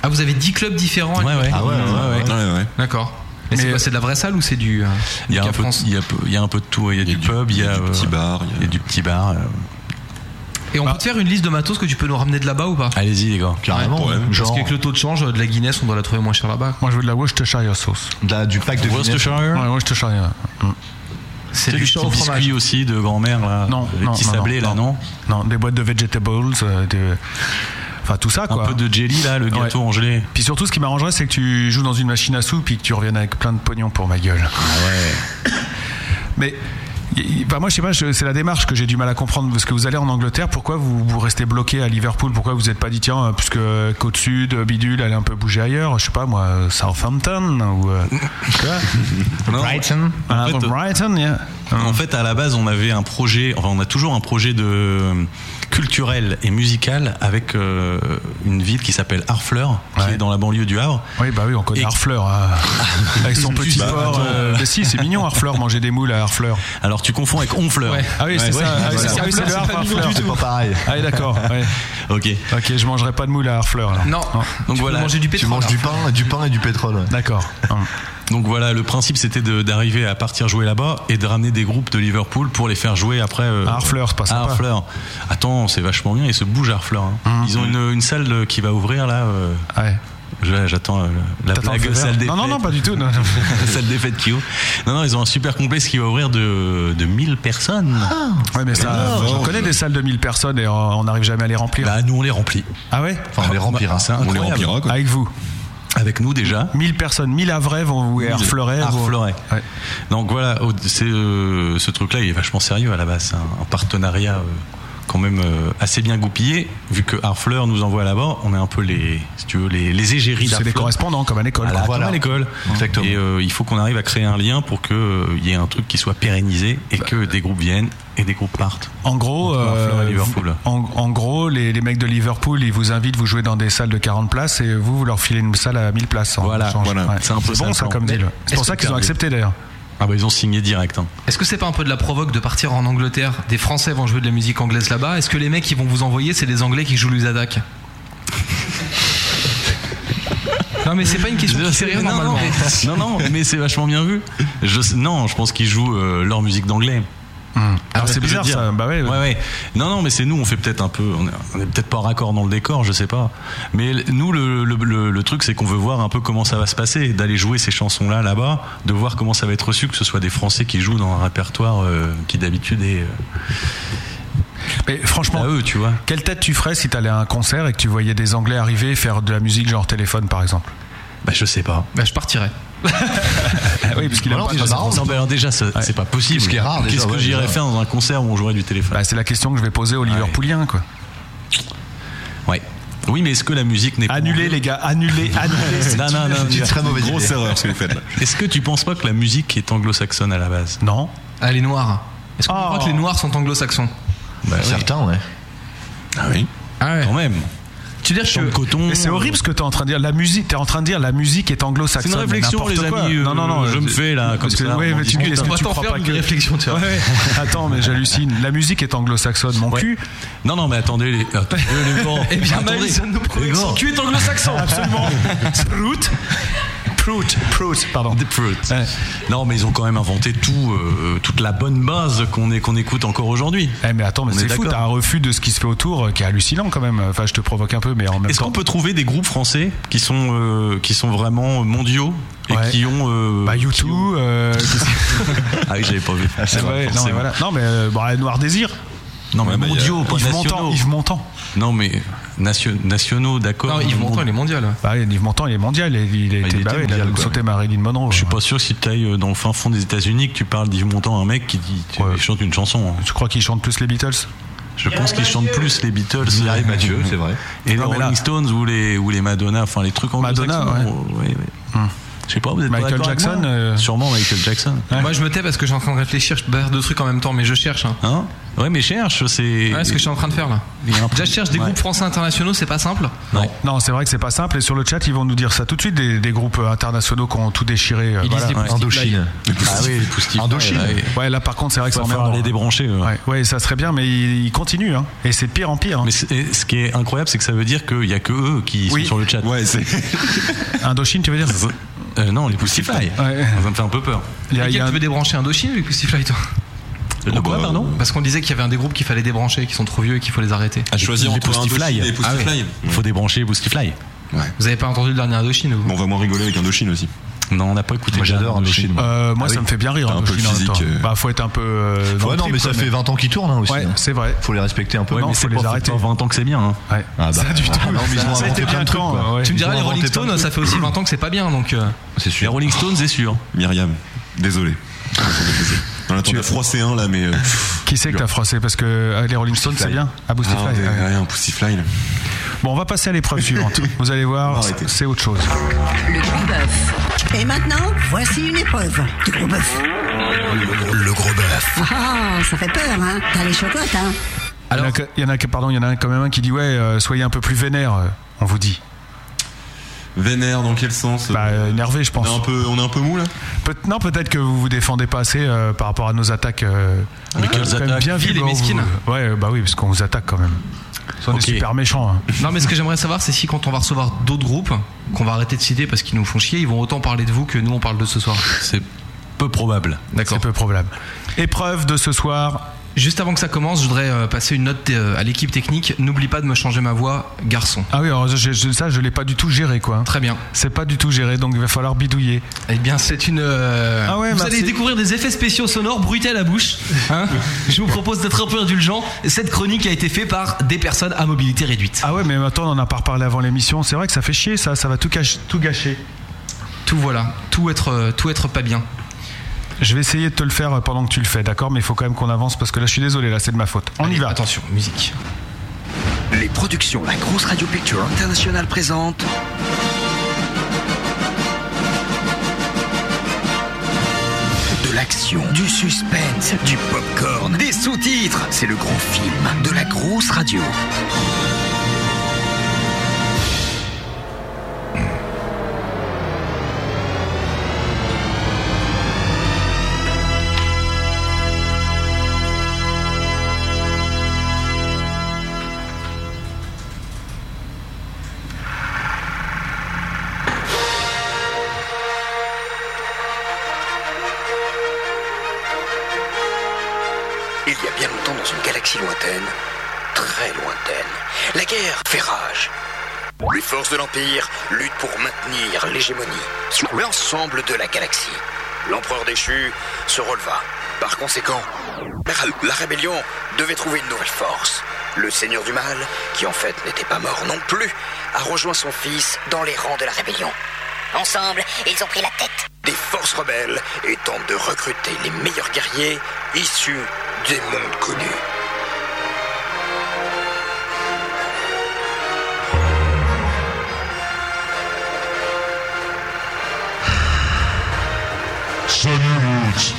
Speaker 6: Ah, vous avez 10 clubs différents.
Speaker 7: Ouais, ouais.
Speaker 8: Ah ouais, ouais, ouais.
Speaker 9: Ouais, ouais.
Speaker 6: D'accord. Mais c'est
Speaker 2: Mais- euh,
Speaker 6: quoi, c'est de la vraie salle ou c'est du. euh,
Speaker 7: Il y a
Speaker 6: du
Speaker 7: un
Speaker 6: Cap
Speaker 7: peu,
Speaker 6: France
Speaker 7: il y a peu- il y a un peu de tout. Il y a du pub, il y a
Speaker 9: du
Speaker 7: euh,
Speaker 9: petit bar,
Speaker 7: il y a du petit bar. euh.
Speaker 6: Et on
Speaker 2: Bah.
Speaker 6: peut te faire une liste de matos que tu peux nous ramener de là-bas ou pas
Speaker 7: Allez-y les gars.
Speaker 8: Carrément.
Speaker 9: Ouais,
Speaker 8: hein.
Speaker 6: Parce
Speaker 8: Genre,
Speaker 6: qu'avec le taux de change, euh, de la Guinness, on doit la trouver moins chère là-bas.
Speaker 2: Moi, je veux de la Worcestershire sauce.
Speaker 8: de la- du pack de vignettes.
Speaker 7: Worcestershire.
Speaker 2: Ouais, Worcestershire. ouais.
Speaker 6: C'est
Speaker 7: Tu sais,
Speaker 6: du
Speaker 7: les
Speaker 6: champ
Speaker 7: petits
Speaker 6: au fromage.
Speaker 7: biscuits aussi de grand-mère là.
Speaker 2: Non,
Speaker 7: les
Speaker 2: non,
Speaker 7: petits
Speaker 2: non,
Speaker 7: sablés
Speaker 2: non,
Speaker 7: là, non
Speaker 2: Non, des boîtes de vegetables, euh, des- enfin tout ça quoi.
Speaker 7: Un peu de jelly là, le gâteau en gelée.
Speaker 2: Puis surtout, ce qui m'arrangerait, c'est que tu joues dans une machine à soupe et que tu reviennes avec plein de pognon pour ma gueule.
Speaker 7: Ah
Speaker 2: Mais y- y- bah, moi, je sais pas, je- c'est la démarche que j'ai du mal à comprendre. Parce que vous allez en Angleterre, pourquoi vous, vous restez bloqué à Liverpool Pourquoi vous n'êtes pas dit, tiens, euh, puisque côte sud, euh, bidule, allez un peu bouger ailleurs Je sais pas, moi, euh, Southampton ou. euh, tu vois
Speaker 8: Brighton.
Speaker 2: Ah,
Speaker 7: fait, euh,
Speaker 2: Brighton, yeah. Hein.
Speaker 7: En fait, à la base, on avait un projet, enfin, on a toujours un projet de euh, culturel et musical avec euh, une ville qui s'appelle Harfleur, qui
Speaker 2: Ouais.
Speaker 7: est dans la banlieue du Havre.
Speaker 2: Oui, bah oui, on connaît
Speaker 7: Et-
Speaker 2: Harfleur. hein. Avec son petit
Speaker 7: Bah,
Speaker 2: port.
Speaker 7: attends.
Speaker 2: euh, mais si, c'est mignon, Harfleur, manger des moules à Harfleur.
Speaker 7: Alors, tu confonds avec Honfleur.
Speaker 6: Ouais.
Speaker 2: Ah oui, c'est
Speaker 7: ouais,
Speaker 2: ça. Ah oui,
Speaker 7: voilà.
Speaker 2: c'est- ah oui, c'est le
Speaker 6: Harfleur, c'est
Speaker 2: harpe
Speaker 6: pas mignon
Speaker 2: Harfleur.
Speaker 8: C'est pas pareil.
Speaker 2: Ah oui, d'accord. ouais.
Speaker 7: Ok.
Speaker 2: Ok, je mangerai pas de moule à Harfleur. alors.
Speaker 6: Non.
Speaker 7: Donc
Speaker 6: tu
Speaker 7: voilà.
Speaker 6: Peux manger du
Speaker 8: Tu
Speaker 6: pétrole.
Speaker 8: manges du pain, du pain et du pétrole. ouais.
Speaker 2: D'accord. Hum.
Speaker 7: Donc voilà, le principe, c'était de- d'arriver à partir jouer là-bas et de ramener des groupes de Liverpool pour les faire jouer après. euh,
Speaker 2: À Harfleur, c'est pas
Speaker 7: à
Speaker 2: sympa.
Speaker 7: Harfleur. Attends, c'est vachement bien. Ils se bougent à Harfleur. hein. Ils ont une, une salle euh, qui va ouvrir là. euh,
Speaker 2: Ouais.
Speaker 7: je- J'attends euh, la
Speaker 2: T'attends le
Speaker 7: blague
Speaker 2: feu vert
Speaker 7: salle des
Speaker 2: Non, non, non,
Speaker 7: fêtes.
Speaker 2: pas du tout. non, non.
Speaker 7: la salle des fêtes qui ouvre. Non, non, ils ont un super complexe qui va ouvrir de, de 1000 personnes.
Speaker 2: Ah. Ouais, mais ça,
Speaker 9: énorme.
Speaker 2: je connais des salles de 1000 personnes et euh, on n'arrive jamais à les remplir.
Speaker 7: Bah, nous, on les remplit.
Speaker 2: Ah ouais Ah,
Speaker 8: Enfin, on les remplira.
Speaker 7: C'est
Speaker 9: On les
Speaker 7: incroyable.
Speaker 9: remplira quoi.
Speaker 2: Avec vous.
Speaker 7: Avec nous déjà.
Speaker 2: 1000 personnes, 1000 à vrai vont vous et
Speaker 7: Nous,
Speaker 2: Harfleuret. vont-
Speaker 7: Harfleuret.
Speaker 2: Ouais.
Speaker 7: Donc voilà, au- c'est, euh, ce truc-là, il est vachement sérieux à la base. C'est un, un partenariat euh, quand même euh, assez bien goupillé. Vu que Harfleur nous envoie là-bas, on est un peu les, si tu veux, les, les égéries
Speaker 2: C'est des
Speaker 7: d'Harfleur.
Speaker 2: correspondants, comme à l'école.
Speaker 7: Voilà,
Speaker 2: quoi.
Speaker 7: comme à l'école.
Speaker 8: Exactement.
Speaker 7: Et euh, il faut qu'on arrive à créer un lien pour qu'il y ait un truc qui soit pérennisé et
Speaker 2: Bah.
Speaker 7: que des groupes viennent et des groupes partent.
Speaker 2: En gros,
Speaker 7: Entre Harfleur et
Speaker 2: euh,
Speaker 7: Liverpool.
Speaker 2: en, en gros les, les mecs de Liverpool, ils vous invitent, vous jouez dans des salles de 40 places et vous, vous leur filez une salle à 1000 places. en
Speaker 7: Voilà,
Speaker 2: échange.
Speaker 7: voilà.
Speaker 2: Ouais.
Speaker 7: C'est un peu
Speaker 2: bon,
Speaker 7: ça,
Speaker 2: ça
Speaker 7: le plan.
Speaker 2: comme deal.
Speaker 7: Mais
Speaker 2: C'est pour
Speaker 7: est-ce
Speaker 2: ça
Speaker 7: que
Speaker 2: qu'ils ont
Speaker 7: t'as-
Speaker 2: accepté d'ailleurs.
Speaker 7: Ah bah ils ont signé direct. hein.
Speaker 6: Est-ce que c'est pas un peu de la provoque de partir en Angleterre Des Français vont jouer de la musique anglaise là-bas. Est-ce que les mecs qui vont vous envoyer, c'est des Anglais qui jouent l'usadak Non mais c'est pas une question
Speaker 7: Je
Speaker 6: qui
Speaker 7: sais,
Speaker 6: fait rire
Speaker 7: non,
Speaker 6: normalement.
Speaker 7: Non, non, non, mais c'est vachement bien vu. Je, sais- non, je pense qu'ils jouent euh, leur musique d'anglais. Ah,
Speaker 2: Alors, Hmm. c'est
Speaker 7: Je veux
Speaker 2: bizarre,
Speaker 7: dire-
Speaker 2: ça. Bah ouais, ouais.
Speaker 7: Ouais, ouais. Non, non, mais c'est nous, on fait peut-être un peu. On est, on est peut-être pas en raccord dans le décor, je sais pas. Mais l- nous, le, le- le- le truc, c'est qu'on veut voir un peu comment ça va se passer, d'aller jouer ces chansons-là, là-bas, de voir comment ça va être reçu, que ce soit des Français qui jouent dans un répertoire euh, qui d'habitude est euh,
Speaker 2: Mais franchement,
Speaker 7: à eux, tu vois.
Speaker 2: quelle tête tu ferais si t'allais à un concert et que tu voyais des Anglais arriver faire de la musique genre téléphone par exemple
Speaker 7: Bah, je sais pas.
Speaker 6: Bah je partirais.
Speaker 2: Ah Oui, parce qu'il
Speaker 8: Ou alors, déjà, marrant,
Speaker 7: Non, bah, alors déjà, ça- c'est pas possible.
Speaker 8: Ce qui est rare, déjà,
Speaker 7: Qu'est-ce que
Speaker 8: ouais,
Speaker 7: j'irais
Speaker 8: déjà.
Speaker 7: faire dans un concert où on jouerait du téléphone
Speaker 2: Bah, c'est la question que je vais poser aux Liverpooliens quoi.
Speaker 7: Ouais. Oui, mais est-ce que la musique n'est pas.
Speaker 2: Annulez les gars, annulez, annulez.
Speaker 7: Non, non, non.
Speaker 8: Ah, C'est une très mauvaise
Speaker 9: Grosse
Speaker 8: idée.
Speaker 9: erreur ce que vous faites là.
Speaker 7: Est-ce que tu penses pas que la musique est anglo-saxonne à la base
Speaker 2: Non.
Speaker 6: Ah les Noirs. Est-ce qu'on
Speaker 2: Oh.
Speaker 6: croit que les Noirs sont anglo-saxons
Speaker 7: Bah oui,
Speaker 8: Certains, ouais.
Speaker 9: Ah oui
Speaker 6: Ah
Speaker 7: quand même.
Speaker 6: Tu veux dire
Speaker 7: Dans le
Speaker 6: que
Speaker 7: coton. euh,
Speaker 2: Mais c'est horrible ce que t'es en train de dire. La musique, t'es en train de dire la musique est
Speaker 7: C'est
Speaker 2: anglo-saxonne.
Speaker 7: une
Speaker 2: mais
Speaker 7: réflexion,
Speaker 2: n'importe
Speaker 7: les
Speaker 2: quoi.
Speaker 7: amis. euh,
Speaker 2: non, non, non.
Speaker 7: Je
Speaker 2: euh,
Speaker 7: me fais là, comme
Speaker 2: parce que-
Speaker 7: ça.
Speaker 2: ouais,
Speaker 7: on
Speaker 2: mais tu
Speaker 7: discute.
Speaker 2: dis, est-ce
Speaker 6: on
Speaker 2: que
Speaker 6: va
Speaker 2: tu
Speaker 6: t'en
Speaker 2: crois
Speaker 6: faire
Speaker 2: pas
Speaker 6: une
Speaker 2: que-
Speaker 6: réflexion, tu vois.
Speaker 2: Ouais, ouais. Attends, mais j'hallucine. La musique est anglo-saxonne. Mon
Speaker 7: Ouais.
Speaker 2: cul.
Speaker 7: Non, non, mais attendez, les. Attendez, les gars.
Speaker 6: Eh bien,
Speaker 7: Attendez.
Speaker 6: Malice, nous prouve
Speaker 7: Les
Speaker 6: que
Speaker 7: gars.
Speaker 6: son cul est anglo-saxon.
Speaker 2: Absolument. Prout. Prout. Prout. Pardon.
Speaker 7: The Fruit.
Speaker 2: Ouais.
Speaker 7: Non, mais ils ont quand même inventé tout, euh, toute la bonne base qu'on est- qu'on écoute encore aujourd'hui.
Speaker 2: Eh, mais attends, mais
Speaker 7: On
Speaker 2: c'est
Speaker 7: est
Speaker 2: fou.
Speaker 7: d'accord.
Speaker 2: T'as un refus de ce qui se fait autour euh, qui est hallucinant quand même. Enfin, je te provoque un peu, mais en même
Speaker 7: Est-ce
Speaker 2: temps.
Speaker 7: qu'on peut trouver des groupes français qui sont, euh, qui sont vraiment mondiaux et
Speaker 2: Ouais.
Speaker 7: qui ont. euh,
Speaker 2: Bah,
Speaker 7: qui
Speaker 2: YouTube.
Speaker 7: ont- Ah oui, j'avais pas vu.
Speaker 2: non, mais
Speaker 7: Forcément.
Speaker 2: voilà. Non, mais euh, bon, Noir Désir.
Speaker 7: Non, mais
Speaker 9: Ouais, bah,
Speaker 7: mondiaux, pas
Speaker 2: euh, Yves Montand.
Speaker 7: nationaux.
Speaker 2: Yves Montand.
Speaker 7: Non, mais nation- nationaux, d'accord. Ah,
Speaker 6: Non, Yves Montand, il est mondial. ouais.
Speaker 2: Bah, oui, Yves Montand, il est mondial. Il, il était,
Speaker 7: était
Speaker 2: bah, oui, il a
Speaker 7: mondial, quoi.
Speaker 2: sauté Marilyn Monroe.
Speaker 7: Je suis pas sûr que si tu ailles dans le fin fond des États-Unis que tu parles d'Yves Montand, un mec qui dit, tu-
Speaker 2: Ouais.
Speaker 7: il chante une chanson. hein.
Speaker 2: Tu crois qu'il chante plus les Beatles
Speaker 7: Je pense qu'il chante plus les Beatles.
Speaker 8: Thierry Mathieu, c'est vrai.
Speaker 7: Et les
Speaker 2: Non, mais là-
Speaker 7: Rolling Stones ou les, ou les Madonna, enfin les trucs anglo-saxons.
Speaker 2: Madonna, ouais. Hum.
Speaker 7: euh, ouais, ouais. Je sais pas, vous êtes pas
Speaker 2: Michael
Speaker 7: d'accord avec
Speaker 2: Jackson,
Speaker 7: moi
Speaker 2: euh,
Speaker 7: Sûrement Michael Jackson.
Speaker 6: Moi, je me tais parce que je suis en train de réfléchir. Je perds deux trucs en même temps, mais je cherche. hein.
Speaker 7: Hein ouais, mais cherche, c'est.
Speaker 6: Ouais, ce que je suis en train de faire là.
Speaker 7: Il y a un-
Speaker 6: Déjà, je cherche des
Speaker 7: Ouais.
Speaker 6: groupes français internationaux, c'est pas simple.
Speaker 7: Non.
Speaker 2: Non, c'est vrai que c'est pas simple. Et sur le chat, ils vont nous dire ça tout de suite des, des groupes euh, internationaux qui ont tout déchiré. euh,
Speaker 6: Ils
Speaker 2: voilà.
Speaker 6: lisent des
Speaker 8: Indochine.
Speaker 7: Ah oui, les Poustiques.
Speaker 8: Indochine.
Speaker 9: Ah
Speaker 7: Ouais, ouais.
Speaker 2: Ouais, là par contre, c'est vrai que
Speaker 7: Il
Speaker 2: c'est
Speaker 7: va falloir
Speaker 2: emmerdant. hein.
Speaker 7: les débrancher.
Speaker 9: euh.
Speaker 7: ouais.
Speaker 2: Ouais, ouais, ça serait bien, mais ils, ils continuent. hein. Et c'est de pire en pire. hein.
Speaker 7: Mais c'est- et ce qui est incroyable, c'est que ça veut dire qu'il y a que eux qui
Speaker 2: Oui.
Speaker 7: sont sur le chat.
Speaker 9: Ouais, c'est.
Speaker 2: Indochine, tu veux dire
Speaker 7: Euh, non, les Poustify.
Speaker 2: Ouais.
Speaker 7: Ça me fait un peu peur.
Speaker 2: Il y a- il y
Speaker 6: Lesquels
Speaker 2: a
Speaker 6: tu
Speaker 2: un-
Speaker 6: veux débrancher Indochine ou Fly toi
Speaker 7: De quoi,
Speaker 9: bah,
Speaker 7: pardon
Speaker 6: Parce qu'on disait qu'il y avait un des groupes qu'il fallait débrancher, qui sont trop vieux et qu'il faut les arrêter.
Speaker 9: À choisir
Speaker 7: Ah, Les
Speaker 9: entre
Speaker 7: Poustifly.
Speaker 9: Indochine et
Speaker 7: Ah ouais.
Speaker 9: Poustifly.
Speaker 7: Faut débrancher les Poustify.
Speaker 6: Vous avez pas entendu le dernier Indochine vous
Speaker 9: Bon, on va moins rigoler avec Indochine aussi.
Speaker 7: Non, on n'a pas écouté.
Speaker 8: Moi, j'adore Indochine. moi.
Speaker 2: Euh, moi,
Speaker 8: Ah
Speaker 2: ça
Speaker 8: oui.
Speaker 2: me fait bien rire.
Speaker 9: T'as un peu le
Speaker 2: Indochine, en même
Speaker 9: physique,
Speaker 2: temps.
Speaker 9: euh.
Speaker 2: Bah, faut être un peu. euh, dans
Speaker 8: Ouais,
Speaker 2: le
Speaker 8: non,
Speaker 2: trip,
Speaker 8: mais ça
Speaker 2: quoi,
Speaker 8: fait 20 ans qu'ils tournent hein, aussi.
Speaker 2: Ouais,
Speaker 8: hein.
Speaker 2: c'est vrai.
Speaker 8: Faut les respecter un peu.
Speaker 2: Ouais,
Speaker 8: non
Speaker 2: mais
Speaker 7: C'est
Speaker 2: Faut les
Speaker 7: pas
Speaker 2: arrêter.
Speaker 7: 20 ans que c'est bien. hein.
Speaker 2: Ouais.
Speaker 8: Ah bah,
Speaker 2: ça du
Speaker 8: ah
Speaker 2: tout.
Speaker 8: non, mais ils ont
Speaker 2: ça a été
Speaker 8: inventé plein
Speaker 2: bien
Speaker 8: de trucs,
Speaker 2: quand,
Speaker 8: quoi.
Speaker 2: ouais.
Speaker 6: Tu me
Speaker 8: Ils
Speaker 6: diras,
Speaker 8: ont
Speaker 6: les Rolling
Speaker 8: inventé plein de
Speaker 6: Stones, ça fait aussi 20 ans que c'est pas bien, donc. euh,
Speaker 8: C'est
Speaker 7: Les
Speaker 8: sûr.
Speaker 7: Rolling Stones, c'est sûr.
Speaker 9: Myriam, désolé. On attend de froisser un là, mais. euh,
Speaker 2: Qui c'est que t'as froissé Parce que euh, les Rolling Stones, c'est bien. À Boostify.
Speaker 9: Ah,
Speaker 2: ouais.
Speaker 9: ouais, un Poustifly là.
Speaker 2: Bon, on va passer à l'épreuve suivante. Vous allez voir,
Speaker 9: Arrêtez.
Speaker 2: c'est autre chose.
Speaker 3: Le gros bœuf. Et maintenant, voici une épreuve du gros bœuf.
Speaker 1: Le gros bœuf.
Speaker 3: Ah, ça fait peur, hein T'as les chocottes, hein
Speaker 2: il, y en a, que- il y en a que- pardon, il y en a quand même un qui dit ouais, euh, soyez un peu plus vénère. euh, On vous dit.
Speaker 9: Vénère, dans quel sens
Speaker 2: Bah, euh, énervé, je
Speaker 9: on, est
Speaker 2: pense.
Speaker 9: un peu, on est un peu mou là
Speaker 2: Peut- non, peut-être que vous vous défendez pas assez euh, par rapport à nos attaques. euh,
Speaker 9: Ah,
Speaker 7: Mais
Speaker 2: quand
Speaker 7: quelles
Speaker 2: même
Speaker 7: attaques
Speaker 2: bien
Speaker 6: Viles et
Speaker 2: vives, hein,
Speaker 6: mesquines.
Speaker 2: vous- Ouais, euh, bah oui, parce qu'on vous attaque quand même. On est
Speaker 7: Ok.
Speaker 2: super méchants. hein.
Speaker 6: Non, mais ce que j'aimerais savoir, c'est si quand on va recevoir d'autres groupes, qu'on va arrêter de citer parce qu'ils nous font chier, ils vont autant parler de vous que nous on parle de ce soir.
Speaker 7: C'est peu probable.
Speaker 6: D'accord.
Speaker 2: C'est peu probable. Épreuve de ce soir.
Speaker 6: Juste avant que ça commence, je voudrais euh, passer une note euh, à l'équipe technique. N'oublie pas de me changer ma voix, garçon.
Speaker 2: Ah oui, alors je- je- ça, je l'ai pas du tout géré, quoi. hein.
Speaker 6: Très bien.
Speaker 2: C'est pas du tout géré, donc il va falloir bidouiller.
Speaker 6: Eh bien, c'est une. euh,
Speaker 2: Ah ouais,
Speaker 6: vous
Speaker 2: merci.
Speaker 6: allez découvrir des effets spéciaux sonores brutés à la bouche. hein. Je vous propose d'être un peu indulgent. Cette chronique a été faite par des personnes à mobilité réduite.
Speaker 2: Ah ouais, mais attends, on en a pas reparlé avant l'émission. C'est vrai que ça fait chier, ça. Ça va tout, cache- tout gâcher.
Speaker 6: Tout voilà, tout être, euh, tout être pas bien.
Speaker 2: Je vais essayer de te le faire euh, pendant que tu le fais, d'accord Mais il faut quand même qu'on avance parce que là, je suis désolé, là, c'est de ma faute. On
Speaker 6: Allez,
Speaker 2: y va.
Speaker 6: Attention, musique.
Speaker 1: Les productions La Grosse Radio Picture Internationale présente de l'action, du suspense, du popcorn, des sous-titres. C'est le grand film de la grosse radio.
Speaker 11: lointaine, très lointaine, la guerre fait rage. Les forces de l'Empire luttent pour maintenir l'hégémonie sur l'ensemble de la galaxie. L'empereur déchu se releva. Par conséquent, la- la rébellion devait trouver une nouvelle force. Le seigneur du mal, qui en fait n'était pas mort non plus, a rejoint son fils dans les rangs de la rébellion. Ensemble, ils ont pris la tête. Des forces rebelles et tentent de recruter les meilleurs guerriers issus des mondes connus.
Speaker 12: Salut Mout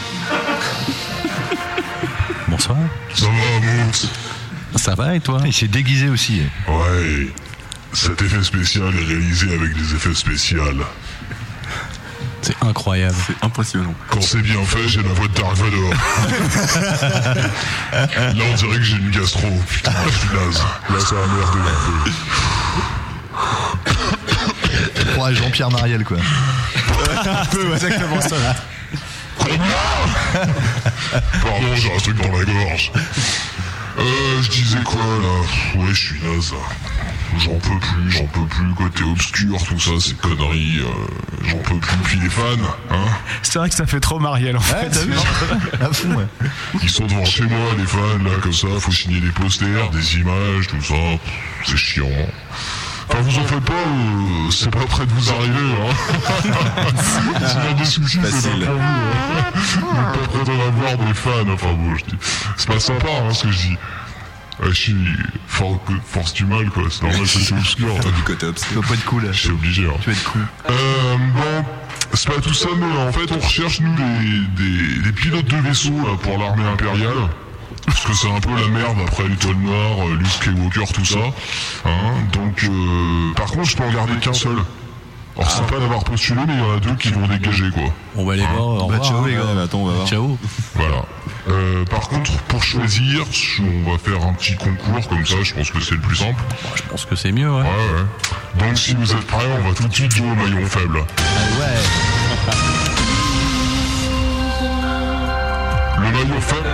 Speaker 7: Bonsoir.
Speaker 12: Ça va Mout
Speaker 7: Ça va et toi
Speaker 8: Il s'est déguisé aussi.
Speaker 12: Ouais. Cet effet spécial est réalisé avec des effets spéciaux.
Speaker 7: C'est incroyable.
Speaker 9: C'est impressionnant.
Speaker 12: Quand c'est bien fait, j'ai la voix de Dark Vador. Là, on dirait que j'ai une gastro. Putain, je suis naze. Là, ça a merdé un peu.
Speaker 8: Ouais, Jean-Pierre Mariel, quoi.
Speaker 12: exactement ça. Pardon, j'ai un truc dans la gorge. Euh, je disais quoi là Ouais, je suis naze. là. J'en peux plus, j'en peux plus. Côté obscur, tout ça, ces conneries. euh, j'en peux plus. Puis les fans, hein
Speaker 2: C'est vrai que ça fait trop Marielle en fait.
Speaker 12: Ah, Ils sont devant chez moi, les fans, là, comme ça. Faut signer des posters, des images, tout ça. C'est chiant. Enfin, vous en faites pas, euh, c'est pas près de vous arriver, hein. Sinon, des soucis, c'est pas pour vous, hein. Vous êtes pas près d'en avoir des fans, enfin bon, je dis. C'est pas sympa, hein, ce que je dis. Ah, je suis for- force du mal, quoi. C'est normal, c'est obscur. Toi, du côté obscur.
Speaker 8: Tu vas pas être cool, là.
Speaker 12: Je suis obligé, hein.
Speaker 8: Tu vas être cool.
Speaker 12: Euh, bon, c'est pas tout ça, mais en fait, on recherche, nous, des, des, des pilotes de vaisseaux là, pour l'armée impériale. Parce que c'est un peu la merde après l'étoile noire, euh, Luke Skywalker, tout ça. Hein, donc, euh, par contre, je peux en garder qu'un seul. Alors, Oh,
Speaker 2: Ah.
Speaker 12: c'est sympa d'avoir postulé, mais il y en a deux qui vont dégager, quoi. Bah,
Speaker 7: On va aller voir. Au revoir, hein.
Speaker 12: attends, on va voir.
Speaker 7: Ciao.
Speaker 12: Voilà. Euh, par contre, pour choisir, on va faire un petit concours comme ça, je pense que c'est le plus simple.
Speaker 7: je pense que c'est mieux, ouais.
Speaker 12: ouais. Donc si vous êtes prêts, on va tout de suite jouer au maillon faible. Le maillon faible.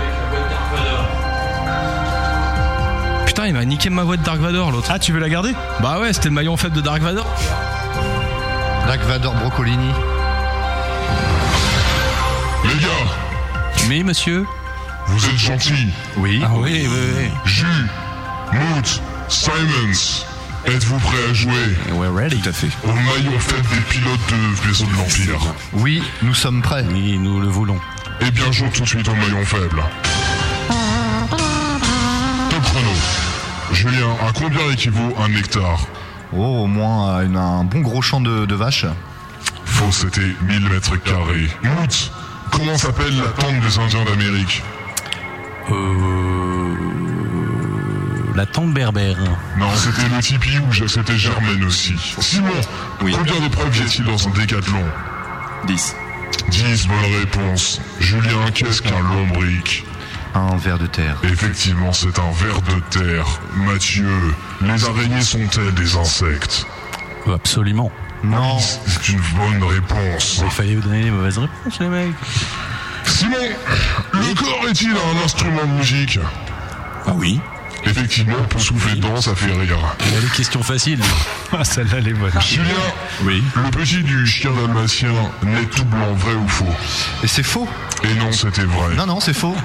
Speaker 6: Putain, il m'a niqué ma voix de Dark Vador l'autre.
Speaker 2: Ah, tu veux la garder
Speaker 6: Bah ouais, c'était le maillon faible de Dark Vador.
Speaker 8: Dark Vador Brocolini.
Speaker 12: Les gars
Speaker 7: Mais monsieur
Speaker 12: Vous êtes gentils.
Speaker 7: Oui. Ah oui, oui, oui.
Speaker 12: Jus, Moot, Simons, êtes-vous prêts à jouer
Speaker 7: We're ready. Tout à fait.
Speaker 12: au maillon faible des pilotes de vaisseaux de l'Empire
Speaker 8: Oui, nous sommes prêts.
Speaker 7: Oui, nous le voulons.
Speaker 12: Eh bien, joue tout de suite au maillon faible. Top chrono. Julien, à combien équivaut un hectare
Speaker 8: Oh, au moins euh, une- un bon gros champ de, de vaches.
Speaker 12: Faux, c'était 1000 mètres carrés. Moot, comment s'appelle la tente des Indiens d'Amérique
Speaker 7: Euh, La tente berbère.
Speaker 12: Non, c'était le Tipeee où j'acceptais Germaine aussi. Simon, combien d'épreuves y a-t-il dans un décathlon
Speaker 9: 10.
Speaker 12: 10 bonnes réponses. Julien, qu'est-ce qu'un lombric
Speaker 8: Un ver de terre.
Speaker 12: Effectivement, c'est un ver de terre. Mathieu, les araignées sont-elles des insectes
Speaker 7: Euh, Absolument.
Speaker 8: Non.
Speaker 12: C'est une bonne réponse.
Speaker 7: Il fallait vous donner les mauvaises réponses, les mecs.
Speaker 12: Simon, le corps est-il un instrument de musique
Speaker 7: Ah oui.
Speaker 12: Effectivement, on peut souffler dedans, ça fait rire.
Speaker 7: Il y a des questions faciles.
Speaker 2: Ah, celle-là, elle est bonne.
Speaker 12: Julien,
Speaker 7: Oui.
Speaker 12: le petit du chien dalmatien n'est tout blanc, vrai ou faux
Speaker 8: Et c'est faux
Speaker 12: Et non, c'était vrai.
Speaker 8: Non, non, c'est faux.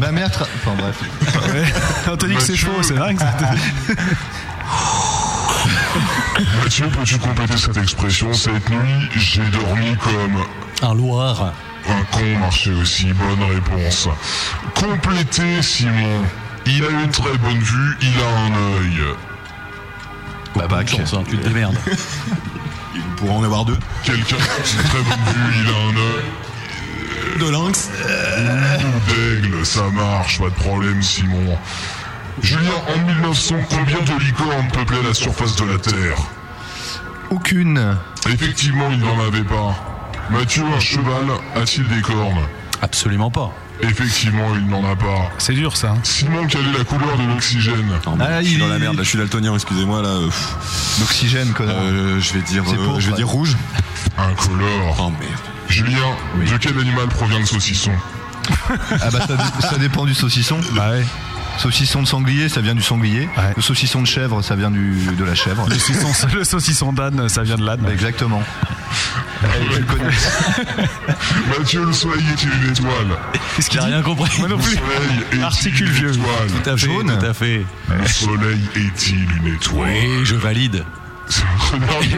Speaker 8: Ma mère. tra- Enfin bref.
Speaker 2: On t'a dit que c'est
Speaker 12: Mathieu.
Speaker 2: faux, c'est dingue. ça.
Speaker 12: Mathieu, peux-tu compléter cette expression Cette nuit, j'ai dormi comme
Speaker 7: Un Loire.
Speaker 12: Un con marchait aussi, bonne réponse. Complété, Simon. Il a une très bonne vue, il a un œil.
Speaker 7: Babac. Tu te démerdes.
Speaker 9: Bah, Il pourra en avoir deux.
Speaker 12: Quelqu'un qui a une très bonne vue, il a un œil.
Speaker 9: De lynx.
Speaker 12: D'aigle, ça marche, pas de problème, Simon. Julien, en 1900, combien de licornes peuplaient la surface de la Terre
Speaker 8: Aucune.
Speaker 12: Effectivement, il n'en avait pas. Mathieu, un cheval a-t-il des cornes
Speaker 7: Absolument pas.
Speaker 12: Effectivement, il n'en a pas.
Speaker 2: C'est dur ça. hein.
Speaker 12: Simon, quelle est la couleur de l'oxygène
Speaker 9: Non, mais
Speaker 8: Ah,
Speaker 9: Oh, je suis
Speaker 8: il-
Speaker 9: dans la merde, là, je suis daltonien, excusez-moi, là. euh, pff.
Speaker 8: L'oxygène, connard.
Speaker 9: Euh, je vais dire,
Speaker 8: C'est
Speaker 9: euh,
Speaker 8: pour,
Speaker 9: je vais
Speaker 8: ouais.
Speaker 9: dire rouge.
Speaker 12: Incolore.
Speaker 9: Oh merde.
Speaker 12: Julien, de quel animal provient le saucisson
Speaker 8: Ah bah ça, ça dépend du saucisson.
Speaker 2: Bah ouais.
Speaker 8: Saucisson de sanglier, ça vient du sanglier. Le saucisson de chèvre, ça vient du, de la chèvre. Bah,
Speaker 2: Le saucisson, le saucisson d'âne, ça vient de l'âne.
Speaker 8: Exactement. Eh, tu le connais.
Speaker 12: Mathieu, le soleil est-il une étoile
Speaker 2: Qu'est-ce qu'il a rien
Speaker 6: compris
Speaker 2: Moi non plus.
Speaker 12: Le soleil est Articule vieux. Étoile
Speaker 7: Tout à fait,
Speaker 12: Jaune
Speaker 7: tout à fait.
Speaker 12: Le soleil est-il une étoile
Speaker 7: Oui, je valide.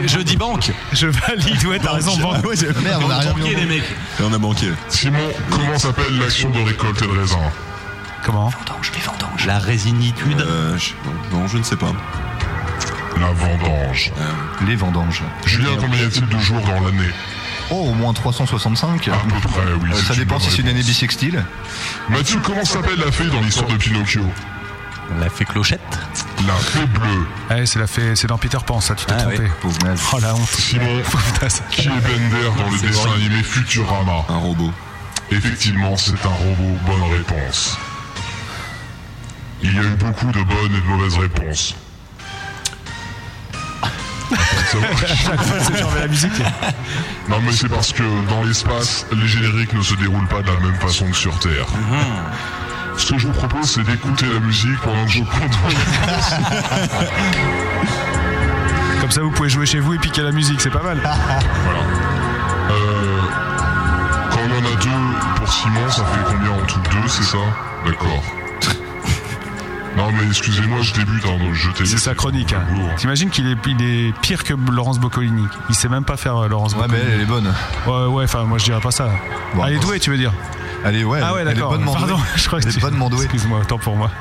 Speaker 12: Je
Speaker 7: dis banque.
Speaker 2: Je valide, ouais, t'as raison, banque.
Speaker 8: Merde, on a rien
Speaker 7: banqué, les mecs.
Speaker 9: Et on a banqué.
Speaker 12: Simon, comment s'appelle l'action de récolte de raisin
Speaker 2: Comment
Speaker 7: La résinitude.
Speaker 9: Euh, je- Non, je ne sais pas.
Speaker 12: La vendange.
Speaker 8: Euh, Les vendanges.
Speaker 12: Julien, combien y a-t-il de jours dans l'année
Speaker 8: Oh, au moins 365.
Speaker 12: À peu près, oui.
Speaker 8: Euh,
Speaker 12: c'est
Speaker 8: ça
Speaker 12: une
Speaker 8: dépend
Speaker 12: bonne
Speaker 8: si c'est une année
Speaker 12: réponse.
Speaker 8: bissextile.
Speaker 12: Mathieu, comment s'appelle la fée dans l'histoire de Pinocchio
Speaker 7: La fée clochette.
Speaker 12: La fée bleue.
Speaker 2: Eh, c'est la fée- c'est dans Peter Pan, ça, tu t'es
Speaker 7: Ah,
Speaker 2: trompé.
Speaker 7: oui.
Speaker 8: Pauvre naze.
Speaker 2: Oh la honte.
Speaker 12: Simon,
Speaker 2: Putain, ça-
Speaker 12: qui est Bender dans le
Speaker 9: C'est
Speaker 12: dessin
Speaker 9: horrible.
Speaker 12: animé Futurama
Speaker 9: Un robot.
Speaker 12: Effectivement, c'est un robot. Bonne réponse. Il y a eu beaucoup de bonnes et de mauvaises réponses. Ça marche.
Speaker 2: J'enlève la musique.
Speaker 12: Non mais c'est parce que dans l'espace, les génériques ne se déroulent pas de la même façon que sur Terre.
Speaker 9: Mm-hmm.
Speaker 12: Ce que je vous propose, c'est d'écouter la musique pendant que je compte.
Speaker 2: Comme ça, vous pouvez jouer chez vous et piquer la musique, c'est pas mal.
Speaker 12: voilà. Euh, quand on en a deux pour Simon, ça fait combien en tout Deux, c'est ça D'accord. Non mais excusez-moi, je débute, hein, donc je t'ai
Speaker 2: C'est
Speaker 12: dit,
Speaker 2: sa chronique. hein.
Speaker 12: lourd.
Speaker 2: T'imagines qu'il est, il est pire que Laurence Boccolini. Il sait même pas faire euh, Laurence
Speaker 8: Ouais, mais
Speaker 2: Boccolini.
Speaker 8: elle, elle est bonne.
Speaker 2: Ouais, ouais, enfin, moi je dirais pas ça.
Speaker 8: Bon,
Speaker 2: Elle est
Speaker 8: bon,
Speaker 2: douée, tu veux dire
Speaker 8: Elle est, ouais,
Speaker 2: Ah ouais,
Speaker 8: elle est
Speaker 2: d'accord.
Speaker 8: bonne mandouée.
Speaker 2: Pardon, je crois que
Speaker 8: Elle est
Speaker 2: tu-
Speaker 8: bonne mandouée.
Speaker 2: Excuse-moi, autant pour moi.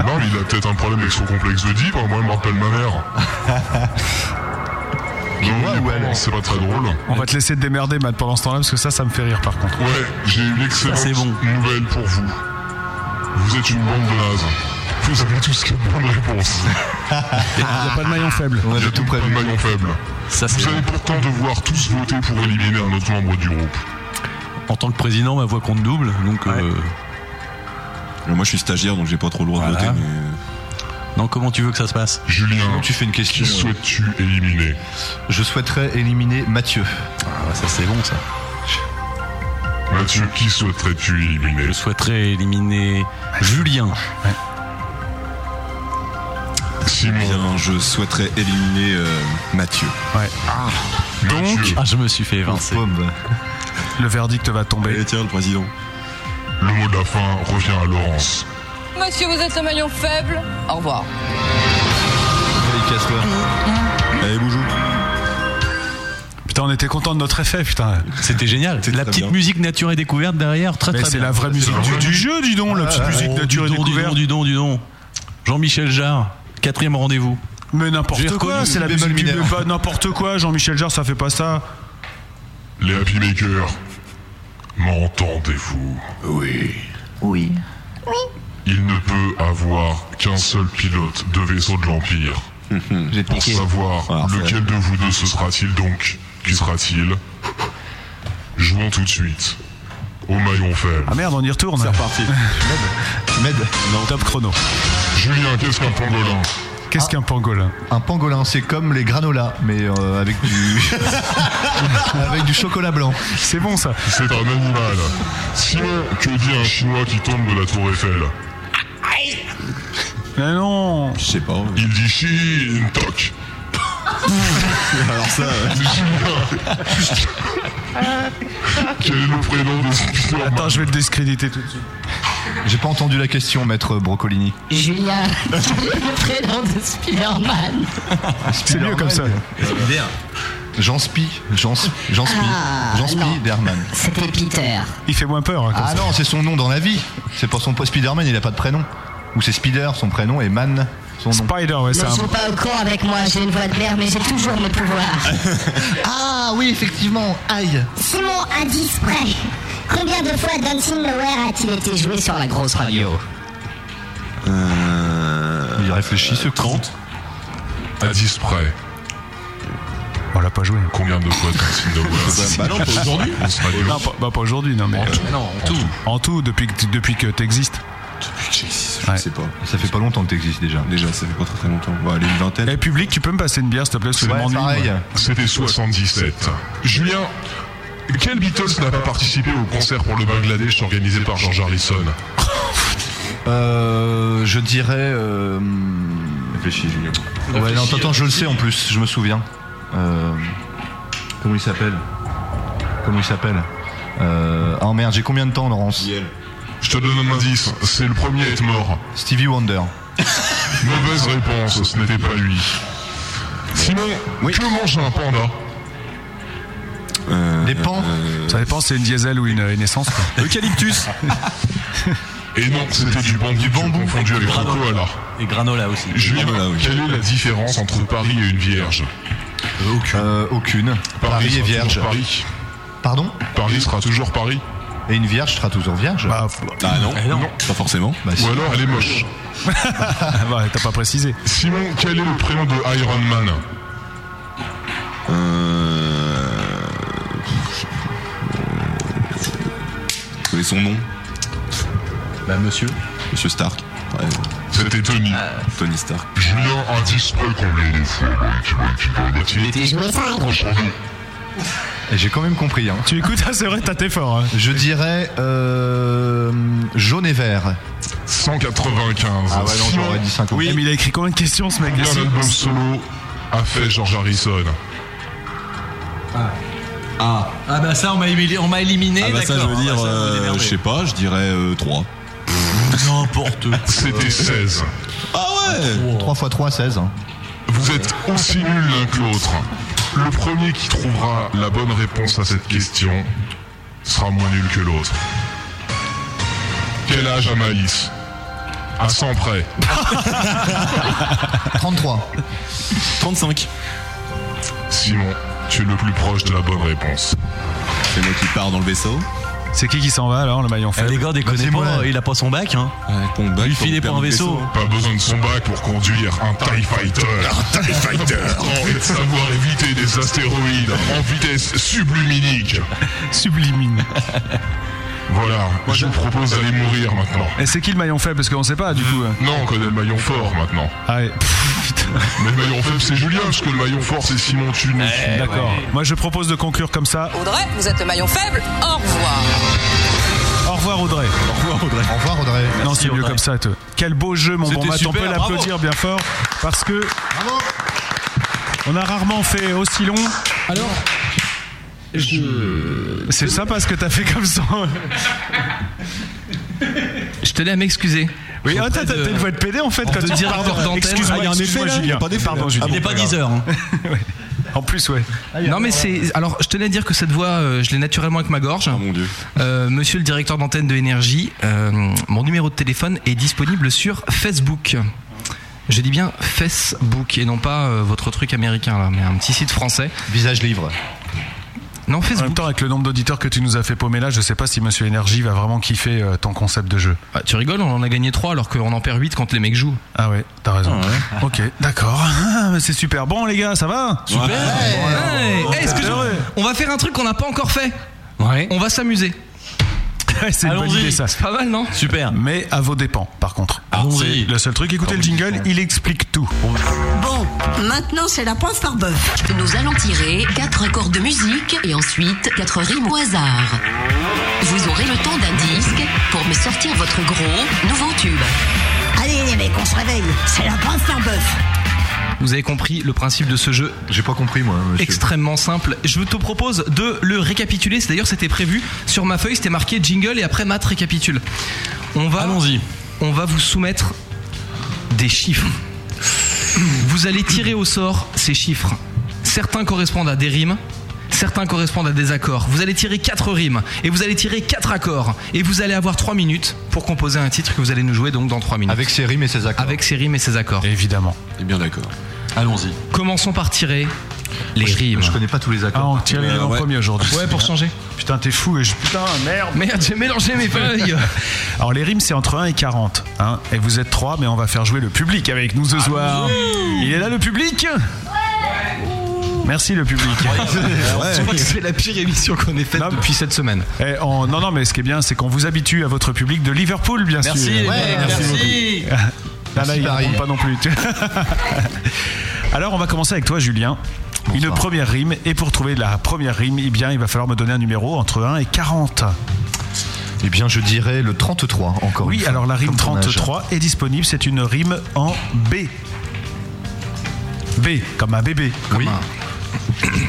Speaker 12: Non, mais il a peut-être un problème avec son complexe de div, moi, il me rappelle ma mère.
Speaker 8: Ouais,
Speaker 12: Non,
Speaker 8: ouais,
Speaker 12: non, c'est pas très drôle.
Speaker 2: On va te laisser te démerder, Matt, pendant ce temps-là, parce que ça, ça me fait rire par contre.
Speaker 12: Ouais, j'ai une excellente
Speaker 7: c'est bon.
Speaker 12: nouvelle pour vous. Vous êtes une bande de nazes. Vous avez tous quatre bonnes réponses.
Speaker 2: Il n'y a pas de maillon faible.
Speaker 8: On avait tout
Speaker 12: Pas de
Speaker 8: prévu.
Speaker 12: maillon faible.
Speaker 7: Ça, c'est
Speaker 12: Vous allez pourtant devoir tous voter pour éliminer un autre membre du groupe.
Speaker 7: En tant que président, ma voix compte double. Donc, euh,
Speaker 9: Alors, moi, je suis stagiaire, donc j'ai pas trop le droit
Speaker 7: Voilà.
Speaker 9: de voter. Mais... euh,
Speaker 7: non, comment tu veux que ça se passe
Speaker 12: Julien,
Speaker 8: Tu fais une question.
Speaker 12: qui souhaites-tu éliminer
Speaker 8: Je souhaiterais éliminer Mathieu.
Speaker 7: Ah, Ça, c'est bon, ça.
Speaker 12: Mathieu, qui souhaiterais-tu éliminer
Speaker 7: Je souhaiterais éliminer Julien.
Speaker 12: Simon.
Speaker 9: Eh Bien, je souhaiterais éliminer euh, Mathieu.
Speaker 12: Ah. Mathieu.
Speaker 7: Ah, je me suis fait évincer.
Speaker 8: Pomme.
Speaker 2: Le verdict va tomber.
Speaker 9: Allez, tiens, le président.
Speaker 12: Le mot de la fin revient à Laurence.
Speaker 13: Monsieur, vous êtes le maillon faible. Au revoir.
Speaker 8: Allez, casse-le.
Speaker 9: Allez, bonjour.
Speaker 2: Putain, on était content de notre effet, putain.
Speaker 7: C'était génial. La
Speaker 9: très
Speaker 7: petite
Speaker 9: bien.
Speaker 7: musique nature et découverte derrière, très
Speaker 2: Mais
Speaker 7: très
Speaker 2: c'est
Speaker 7: bien.
Speaker 2: la vraie musique du, du jeu, dis donc, la petite musique
Speaker 7: Oh,
Speaker 2: nature et
Speaker 7: du don, du don,
Speaker 2: découverte.
Speaker 7: du don, du don. Jean-Michel Jarre, quatrième rendez-vous.
Speaker 2: Mais n'importe
Speaker 7: J'ai
Speaker 2: quoi,
Speaker 7: reconnu
Speaker 2: c'est la
Speaker 8: bémol
Speaker 2: musique du
Speaker 8: mineur.
Speaker 2: bémol. N'importe quoi, Jean-Michel Jarre, ça fait pas ça.
Speaker 12: Les Happy Makers, m'entendez-vous
Speaker 9: Oui.
Speaker 3: Oui.
Speaker 12: Il ne peut avoir qu'un seul pilote de vaisseau de l'Empire.
Speaker 8: J'ai
Speaker 12: Pour
Speaker 8: piqué.
Speaker 12: savoir
Speaker 9: Ah, c'est
Speaker 12: lequel de vous deux ce sera-t-il donc Qui sera-t-il Jouons tout de suite au maillon faible.
Speaker 2: Ah merde, on y retourne.
Speaker 9: Parti.
Speaker 8: Med.
Speaker 2: Top chrono.
Speaker 12: Julien, qu'est-ce qu'un pangolin
Speaker 2: Qu'est-ce qu'un pangolin
Speaker 8: Ah. Un pangolin, c'est comme les granolas, mais euh, avec du. avec du chocolat blanc.
Speaker 2: C'est bon ça.
Speaker 12: C'est un animal. Sinon, que dit un Chinois qui tombe de la tour Eiffel
Speaker 2: Mais non
Speaker 9: Je sais pas. ouais.
Speaker 12: Il dit Chine toc.
Speaker 9: Alors ça, euh,
Speaker 12: Julien Quel est le prénom de ce putain
Speaker 2: Attends, je vais le discréditer tout de suite.
Speaker 8: J'ai pas entendu la question, maître Brocolini.
Speaker 13: Julien, le prénom de Spider-Man.
Speaker 2: C'est mieux comme ça.
Speaker 8: Jean Spi. Jean Spi. Jean Spi.
Speaker 3: Ah,
Speaker 8: Jean Spi
Speaker 3: non.
Speaker 8: Derman.
Speaker 3: C'était Peter.
Speaker 2: Il fait moins peur hein, comme
Speaker 8: Ah
Speaker 2: ça.
Speaker 8: non, c'est son nom dans la vie. C'est pas son pote Spider-Man, il a pas de prénom. Ou c'est Spider, son prénom, et Man, son nom.
Speaker 2: Spider, ouais, c'est
Speaker 13: Ils
Speaker 2: un.
Speaker 13: sont pas au courant avec moi, j'ai une voix de merde, mais j'ai toujours mes pouvoirs.
Speaker 8: Ah oui, effectivement, aïe.
Speaker 13: Simon, indice prêt. Combien de fois Dancing Nowhere a-t-il été joué sur la grosse radio
Speaker 2: Euh,
Speaker 8: Il réfléchit, ce compte.
Speaker 12: À 10 près.
Speaker 2: On l'a pas joué.
Speaker 12: Combien de fois Dancing Nowhere Non, pas aujourd'hui. On sera
Speaker 2: Non, pas, bah, pas aujourd'hui, non, mais. euh,
Speaker 7: Non, tout.
Speaker 2: en tout, depuis que, depuis que t'existes.
Speaker 9: je
Speaker 2: Ouais.
Speaker 9: sais pas.
Speaker 8: Ça fait pas longtemps que t'existes déjà.
Speaker 9: Déjà, ça fait pas très très longtemps. Bon, allez, une vingtaine.
Speaker 2: Eh, public, tu peux me passer une bière, s'il te plaît, parce que je
Speaker 8: Ouais,
Speaker 2: m'ennuie,
Speaker 8: pareil.
Speaker 2: moi.
Speaker 12: C'était 77. Julien, quel Beatles n'a pas participé au concert pour le Bangladesh organisé par George Harrison
Speaker 8: Euh, je dirais. euh,
Speaker 9: Réfléchis, Julien.
Speaker 8: Ouais, non, attends, je le sais en plus, je me souviens. Euh, Comment il s'appelle Comment il s'appelle euh... Ah merde, j'ai combien de temps, Laurence
Speaker 12: Je te donne un indice, c'est le premier à être mort.
Speaker 8: Stevie Wonder.
Speaker 12: Mauvaise réponse, ce n'était pas lui. Simon, que mange un panda
Speaker 8: Des pans
Speaker 2: Ça dépend, c'est une diesel ou une, une essence.
Speaker 7: Eucalyptus
Speaker 12: Et non, c'était du bambou, du bambou confondu avec le
Speaker 7: granola.
Speaker 12: koala.
Speaker 7: Et granola aussi.
Speaker 12: Julien, quelle est la différence entre Paris et une vierge
Speaker 9: Euh,
Speaker 8: Aucune. Euh, aucune. Paris est
Speaker 12: sera
Speaker 8: vierge.
Speaker 12: toujours Paris.
Speaker 8: Pardon
Speaker 12: Paris sera toujours Paris.
Speaker 8: Et une vierge sera toujours vierge
Speaker 9: Ah non,
Speaker 12: non.
Speaker 9: pas forcément.
Speaker 8: Bah, si.
Speaker 12: Ou alors elle est moche.
Speaker 2: bah, t'as pas précisé.
Speaker 12: Simon, quel est le prénom de Iron Man
Speaker 9: Euh... Quel est son nom
Speaker 7: Bah, monsieur.
Speaker 9: Monsieur Stark. Ouais.
Speaker 12: C'était Tony.
Speaker 2: Ah.
Speaker 9: Tony Stark.
Speaker 12: Julien, indice pas combien de fois
Speaker 8: Et J'ai quand même compris. Hein.
Speaker 2: Tu écoutes, ah, c'est vrai, t'as tes fort. hein.
Speaker 8: Je dirais euh, jaune et vert.
Speaker 12: 195.
Speaker 8: Ah ouais, non, j'aurais dit 50.
Speaker 2: Eh, Mais il a écrit combien de questions ce mec
Speaker 12: Combien d'albums solo a fait George Harrison
Speaker 7: Ah. Ah bah ça on m'a éli- on m'a éliminé.
Speaker 9: Ah bah ça, je
Speaker 7: d'accord.
Speaker 9: veux dire,
Speaker 7: Ah bah, ça, vous
Speaker 9: euh,
Speaker 7: démerdez.
Speaker 9: je sais pas, je dirais euh, 3.
Speaker 7: N'importe quoi.
Speaker 12: C'était 16.
Speaker 9: Ah ouais
Speaker 8: 3 x 3, 16. hein.
Speaker 12: Vous êtes aussi nuls l'un que l'autre. Le premier qui trouvera la bonne réponse à cette question sera moins nul que l'autre. Quel âge a Maïs À 100 près.
Speaker 8: 33.
Speaker 9: 35.
Speaker 12: Simon, tu es le plus proche de la bonne réponse.
Speaker 9: C'est moi qui pars dans le vaisseau.
Speaker 2: C'est qui qui s'en va alors, le maillon
Speaker 7: Eh,
Speaker 2: faible
Speaker 7: les gars déconnez
Speaker 8: moi,
Speaker 7: pas,
Speaker 8: là.
Speaker 7: il a pas son bac hein.
Speaker 9: Ton bac,
Speaker 7: Lui
Speaker 9: ton
Speaker 7: filez pour un
Speaker 9: permis de
Speaker 7: vaisseau.
Speaker 12: Pas besoin de son bac pour conduire un TIE Fighter. Un TIE Fighter Envie de savoir éviter des astéroïdes en vitesse subluminique.
Speaker 2: Sublimine.
Speaker 12: Voilà, je vous propose d'aller mourir maintenant.
Speaker 2: Et c'est qui le maillon faible Parce qu'on sait pas du coup. hein.
Speaker 12: Non, on connaît le maillon fort maintenant.
Speaker 2: Ah ouais, pff, putain,
Speaker 12: Mais le maillon faible, c'est Julien, parce que le maillon fort, c'est Simon
Speaker 7: Eh,
Speaker 12: Tunis.
Speaker 2: D'accord. Moi je propose de conclure comme ça.
Speaker 14: Audrey, vous êtes le maillon faible. Au revoir.
Speaker 2: Au revoir Audrey.
Speaker 8: Au revoir, Audrey.
Speaker 2: non, c'est mieux
Speaker 7: Audrey.
Speaker 2: comme ça. toi. Quel beau jeu, mon bon
Speaker 7: C'était
Speaker 2: Matt. On
Speaker 7: super,
Speaker 2: peut l'applaudir bien fort parce que. On a rarement fait aussi long.
Speaker 6: Alors,
Speaker 2: C'est ça parce que t'as fait comme ça.
Speaker 6: je tenais à m'excuser.
Speaker 2: Oui, attends,
Speaker 6: Auprès
Speaker 2: Ah, t'as
Speaker 6: de-
Speaker 2: t'as une voix de PD en fait
Speaker 6: Auprès
Speaker 2: quand
Speaker 6: de
Speaker 2: tu dis
Speaker 6: directeur
Speaker 2: pardon.
Speaker 6: d'antenne.
Speaker 2: Excuse-moi,
Speaker 6: Ah, il y a un
Speaker 2: excuse-moi,
Speaker 6: effet, là
Speaker 2: Julien. Ah, Pardon, Julien.
Speaker 7: Il est pas 10 heures. hein.
Speaker 2: Ouais. En plus, ouais.
Speaker 6: Non mais c'est alors je tenais à dire que cette voix euh, je l'ai naturellement avec ma gorge.
Speaker 9: Mon dieu.
Speaker 6: Euh, monsieur le directeur d'antenne de énergie, euh, mon numéro de téléphone est disponible sur Facebook. Je dis bien Facebook et non pas euh, votre truc américain là, mais un petit site français.
Speaker 8: Visage livre.
Speaker 6: Non,
Speaker 2: En même
Speaker 6: Facebook.
Speaker 2: temps, avec le nombre d'auditeurs que tu nous as fait paumer là, je sais pas si Monsieur Énergie va vraiment kiffer euh, ton concept de jeu.
Speaker 6: Ah, tu rigoles, on en a gagné 3 alors qu'on en perd 8 quand les mecs jouent.
Speaker 2: Ah ouais, t'as raison. Ok, d'accord. Ah, mais c'est super. Bon les gars, ça va
Speaker 9: Super
Speaker 6: Hey, hey, est-ce que je-
Speaker 2: heureux.
Speaker 6: Eh, On va faire un truc qu'on n'a pas encore fait.
Speaker 7: Ouais.
Speaker 6: On va s'amuser.
Speaker 2: C'est une bonne
Speaker 7: Allons-y.
Speaker 2: idée ça.
Speaker 6: C'est pas mal, non Ah,
Speaker 7: Super.
Speaker 2: Mais à vos dépens, par contre.
Speaker 7: Allons-y.
Speaker 2: Le seul truc, écoutez le jingle, il explique tout.
Speaker 3: Bon, maintenant c'est la preuve par bœuf.
Speaker 15: Nous allons tirer quatre accords de musique et ensuite quatre rimes au hasard. Vous aurez le temps d'un disque pour me sortir votre gros nouveau tube.
Speaker 3: Allez les mecs, on se réveille. C'est la preuve par bœuf.
Speaker 6: Vous avez compris le principe de ce jeu
Speaker 8: J'ai pas compris, moi, monsieur.
Speaker 6: extrêmement simple. Je te propose de le récapituler. C'est D'ailleurs, c'était prévu. Sur ma feuille, c'était marqué jingle et après Matt récapitule. On va,
Speaker 7: Allons-y.
Speaker 6: On va vous soumettre des chiffres. Vous allez tirer au sort ces chiffres. Certains correspondent à des rimes. Certains correspondent à des accords. Vous allez tirer quatre rimes et vous allez tirer quatre accords. Et vous allez avoir trois minutes pour composer un titre que vous allez nous jouer donc dans trois minutes.
Speaker 8: Avec ses rimes et ses accords.
Speaker 6: Avec ces rimes et ces accords.
Speaker 2: Évidemment.
Speaker 9: Eh bien d'accord.
Speaker 7: Allons-y.
Speaker 6: Commençons par tirer les rimes.
Speaker 8: Je connais pas tous les
Speaker 2: Ah,
Speaker 8: accords.
Speaker 2: on tire les en
Speaker 9: ouais.
Speaker 2: premier aujourd'hui.
Speaker 6: Euh, Ouais, pour changer.
Speaker 2: Putain, t'es fou et je. Putain, merde.
Speaker 6: Merde, j'ai mélangé mes feuilles.
Speaker 2: Alors, les rimes, c'est entre 1 et 40. Hein. Et vous êtes 3, mais on va faire jouer le public avec nous ce
Speaker 6: Ah,
Speaker 2: soir. Il est là, le public Merci, le public.
Speaker 6: Je crois que c'est la pire émission qu'on ait faite
Speaker 2: Non, mais-
Speaker 6: depuis cette semaine.
Speaker 2: Eh, on- Non, non, mais ce qui est bien, c'est qu'on vous habitue à votre public de Liverpool, bien
Speaker 7: Merci.
Speaker 2: sûr.
Speaker 7: les mecs, merci.
Speaker 2: Là, là,
Speaker 8: Merci,
Speaker 2: il
Speaker 8: Paris.
Speaker 2: répond pas non plus. Alors, on va commencer avec toi, Julien. Une première rime, et pour trouver la première rime, eh bien, il va falloir me donner un numéro entre 1 et 40.
Speaker 8: Eh bien, je dirais le 33, encore
Speaker 2: Oui,
Speaker 8: une fois,
Speaker 2: alors la rime
Speaker 8: comme ton âge.
Speaker 2: 33 est disponible, c'est une rime en B. B, comme un bébé. oui.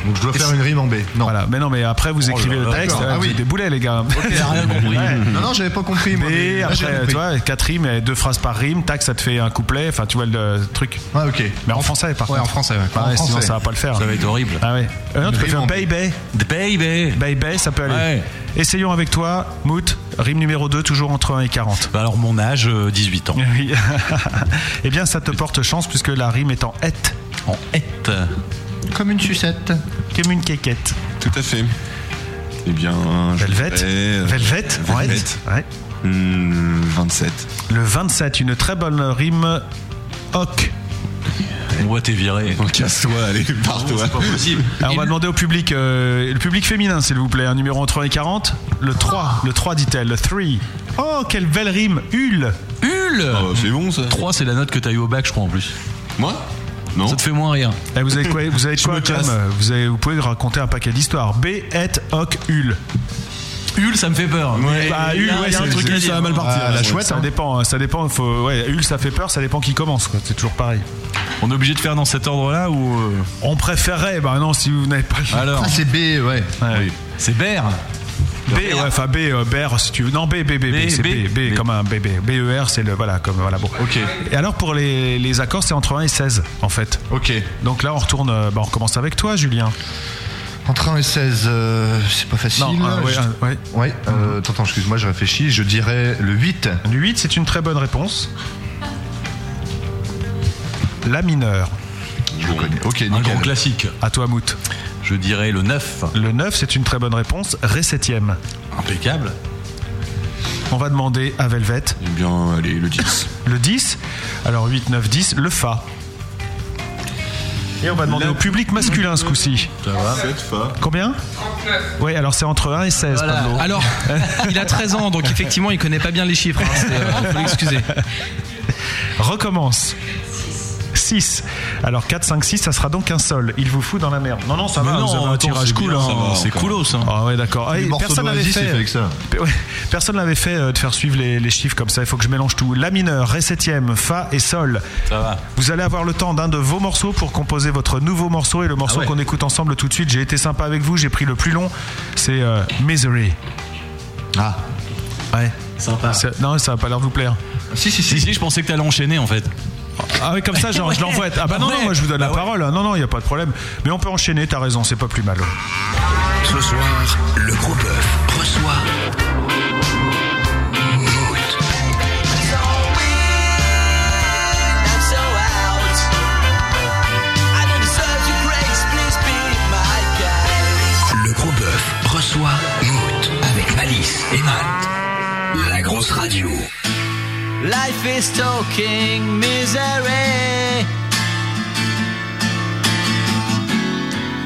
Speaker 8: Donc je dois faire une rime en B. Non.
Speaker 2: Voilà, mais non, mais après vous
Speaker 8: Oh là
Speaker 2: écrivez
Speaker 8: là,
Speaker 2: le texte,
Speaker 8: d'accord.
Speaker 2: euh,
Speaker 8: Ah
Speaker 2: vous
Speaker 8: oui.
Speaker 2: êtes des boulets les gars.
Speaker 8: Ok, j'ai rien compris. Non, non, j'avais pas compris, moi, mais
Speaker 2: B,
Speaker 8: là, j'ai
Speaker 2: après, euh,
Speaker 8: compris.
Speaker 2: tu vois, quatre rimes, et deux phrases par rime, tac, ça te fait un couplet, enfin tu vois le truc.
Speaker 8: Ah, ok.
Speaker 2: Mais en français, par
Speaker 8: Ouais,
Speaker 2: contre.
Speaker 8: en français, ouais.
Speaker 2: Ah,
Speaker 8: En
Speaker 2: sinon,
Speaker 8: français.
Speaker 2: ça va pas le faire.
Speaker 7: Ça va être horrible.
Speaker 2: Ah ouais. Euh, non, tu peux
Speaker 7: Rime
Speaker 2: faire
Speaker 7: en B.
Speaker 2: baby.
Speaker 7: Baby.
Speaker 2: Baby, ça peut aller. Essayons avec toi, Mout, rime numéro 2, toujours entre 1 et 40.
Speaker 7: alors mon âge, euh, 18 ans.
Speaker 2: Oui. eh bien, ça te porte chance puisque la rime est en et.
Speaker 7: En et.
Speaker 8: Comme une sucette.
Speaker 2: Comme une quéquette.
Speaker 9: Tout à fait. Eh bien. je
Speaker 2: Velvet.
Speaker 9: dirais, euh,
Speaker 2: Velvet. en et.
Speaker 9: Velvet.
Speaker 2: Ouais.
Speaker 9: Hmm, 27.
Speaker 2: Le 27, une très bonne rime. Hoc.
Speaker 7: Moi, t'es viré.
Speaker 9: Casse-toi, allez, barre-toi.
Speaker 2: hein. Alors, on va demander au public, euh, le public féminin, s'il vous plaît, un numéro entre 1 et 40. Le 3, le 3 dit-elle, le 3. Oh, quelle belle rime, Hul.
Speaker 7: Hul
Speaker 2: Ah, bah,
Speaker 9: C'est bon ça
Speaker 7: 3, c'est la note que t'as eu au bac, je crois en plus.
Speaker 9: Moi Non.
Speaker 7: Ça te fait moins rire.
Speaker 2: Eh, vous avez quoi, vous avez
Speaker 7: Je
Speaker 2: quoi
Speaker 7: me
Speaker 2: comme
Speaker 7: casse.
Speaker 2: euh, vous, avez- vous pouvez raconter un paquet d'histoires. B, et, hoc, Hul.
Speaker 7: Hul, ça me fait peur. Eh,
Speaker 2: Bah, Hul, ouais, c'est- c'est-
Speaker 7: ça va mal
Speaker 2: Ah,
Speaker 7: partir.
Speaker 2: la chouette, ça dépend. hein, Ça dépend. Faut, ouais, Hul, ça fait peur, ça dépend qui commence. quoi, C'est toujours pareil.
Speaker 7: On est obligé de faire dans cet ordre-là ou. euh,
Speaker 2: On préférerait, bah non, si vous n'avez pas le
Speaker 7: Alors.
Speaker 8: Ah, c'est B, ouais.
Speaker 2: Ouais.
Speaker 7: C'est Bert.
Speaker 2: B, ouais, enfin B, euh, BR, si tu veux. Non, B, B, B, B,
Speaker 7: B,
Speaker 2: c'est B,
Speaker 7: B,
Speaker 2: B,
Speaker 7: B.
Speaker 2: comme un bébé. B, E, R, c'est le. Voilà, comme. Voilà, bon.
Speaker 7: Ok.
Speaker 2: Et alors, pour les, les accords, c'est entre 1 et 16, en fait.
Speaker 8: Ok.
Speaker 2: Donc là, on retourne. euh, Bah, on recommence avec toi, Julien.
Speaker 8: Entre 1 et 16, euh, c'est pas facile.
Speaker 2: Non, euh, ouais,
Speaker 8: Je-
Speaker 2: euh, ouais.
Speaker 8: Ouais, euh, attends, attends, excuse-moi, je réfléchis. Je dirais le 8.
Speaker 2: Le 8, c'est une très bonne réponse. La mineure.
Speaker 8: Je le connais. Ok,
Speaker 7: Un grand
Speaker 8: nickel.
Speaker 7: classique.
Speaker 2: À toi, Mout.
Speaker 7: Je dirais le 9.
Speaker 2: Le 9, c'est une très bonne réponse. Ré 7
Speaker 7: Impeccable.
Speaker 2: On va demander à Velvet.
Speaker 9: Eh bien, allez, le 10.
Speaker 2: Le 10. Alors 8, 9, 10. Le Fa. Et on va demander au public masculin ce coup-ci.
Speaker 7: Ça va.
Speaker 9: 7 fa.
Speaker 2: Combien 39. Oui, alors c'est entre 1 et 16,
Speaker 6: Voilà.
Speaker 2: Pablo.
Speaker 6: Alors, il a 13 ans, donc effectivement, il connaît pas bien les chiffres. hein, c'est, euh, faut l'excuser.
Speaker 2: Recommence. 6. Alors 4, 5, 6, ça sera donc un sol. Il vous fout dans la merde. Non, non, ça
Speaker 7: Mais
Speaker 2: va.
Speaker 7: non,
Speaker 2: vous avez un
Speaker 7: attends,
Speaker 2: tirage
Speaker 7: c'est
Speaker 2: cool.
Speaker 7: bien,
Speaker 2: hein.
Speaker 7: ça va, c'est coolos, hein.
Speaker 2: Ah ouais, d'accord. Ah,
Speaker 8: Le
Speaker 2: et
Speaker 8: morceau
Speaker 2: personne n'avait
Speaker 8: d'Oasis,
Speaker 2: fait. euh,
Speaker 8: il fait avec ça.
Speaker 2: Ouais, Personne n'avait fait euh, de faire suivre les, les chiffres comme ça. Il faut que je mélange tout. La mineur, Ré 7 Fa et Sol.
Speaker 7: Ça va.
Speaker 2: Vous allez avoir le temps d'un de vos morceaux pour composer votre nouveau morceau et le morceau
Speaker 7: Ah ouais.
Speaker 2: qu'on écoute ensemble tout de suite. J'ai été sympa avec vous, j'ai pris le plus long. C'est euh, Misery.
Speaker 8: Ah.
Speaker 2: Ouais.
Speaker 7: Sympa.
Speaker 2: C'est- Non, ça va pas l'air de vous plaire.
Speaker 7: Si, si, si, si, je pensais que t'allais enchaîner en fait.
Speaker 2: Ah oui, comme ça, genre, je l'envoie. Ah bah non, non,
Speaker 7: Ouais.
Speaker 2: moi je vous donne la
Speaker 7: Bah ouais.
Speaker 2: parole. Non, non, il y a pas de problème. Mais on peut enchaîner. T'as raison, c'est pas plus mal.
Speaker 1: Ce soir, le gros bœuf reçoit. Mout. Le gros bœuf reçoit Mout avec Malice et Matt. La grosse radio.
Speaker 5: Life is talking misery.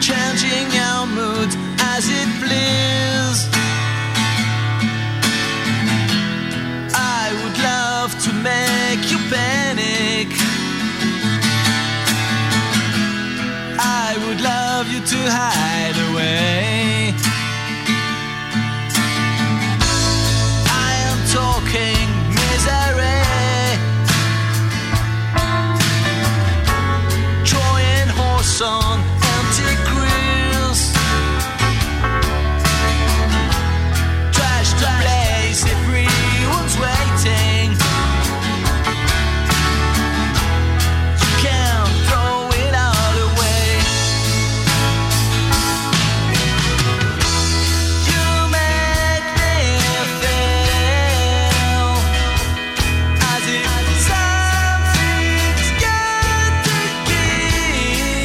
Speaker 5: Changing our mood as it please. I would love to make you panic. I would love you to hide away. I am talking misery. Joy and horse on empty grills. Trash the place, everyone's waiting. You can't throw it all away. You make me feel as if something's got to give.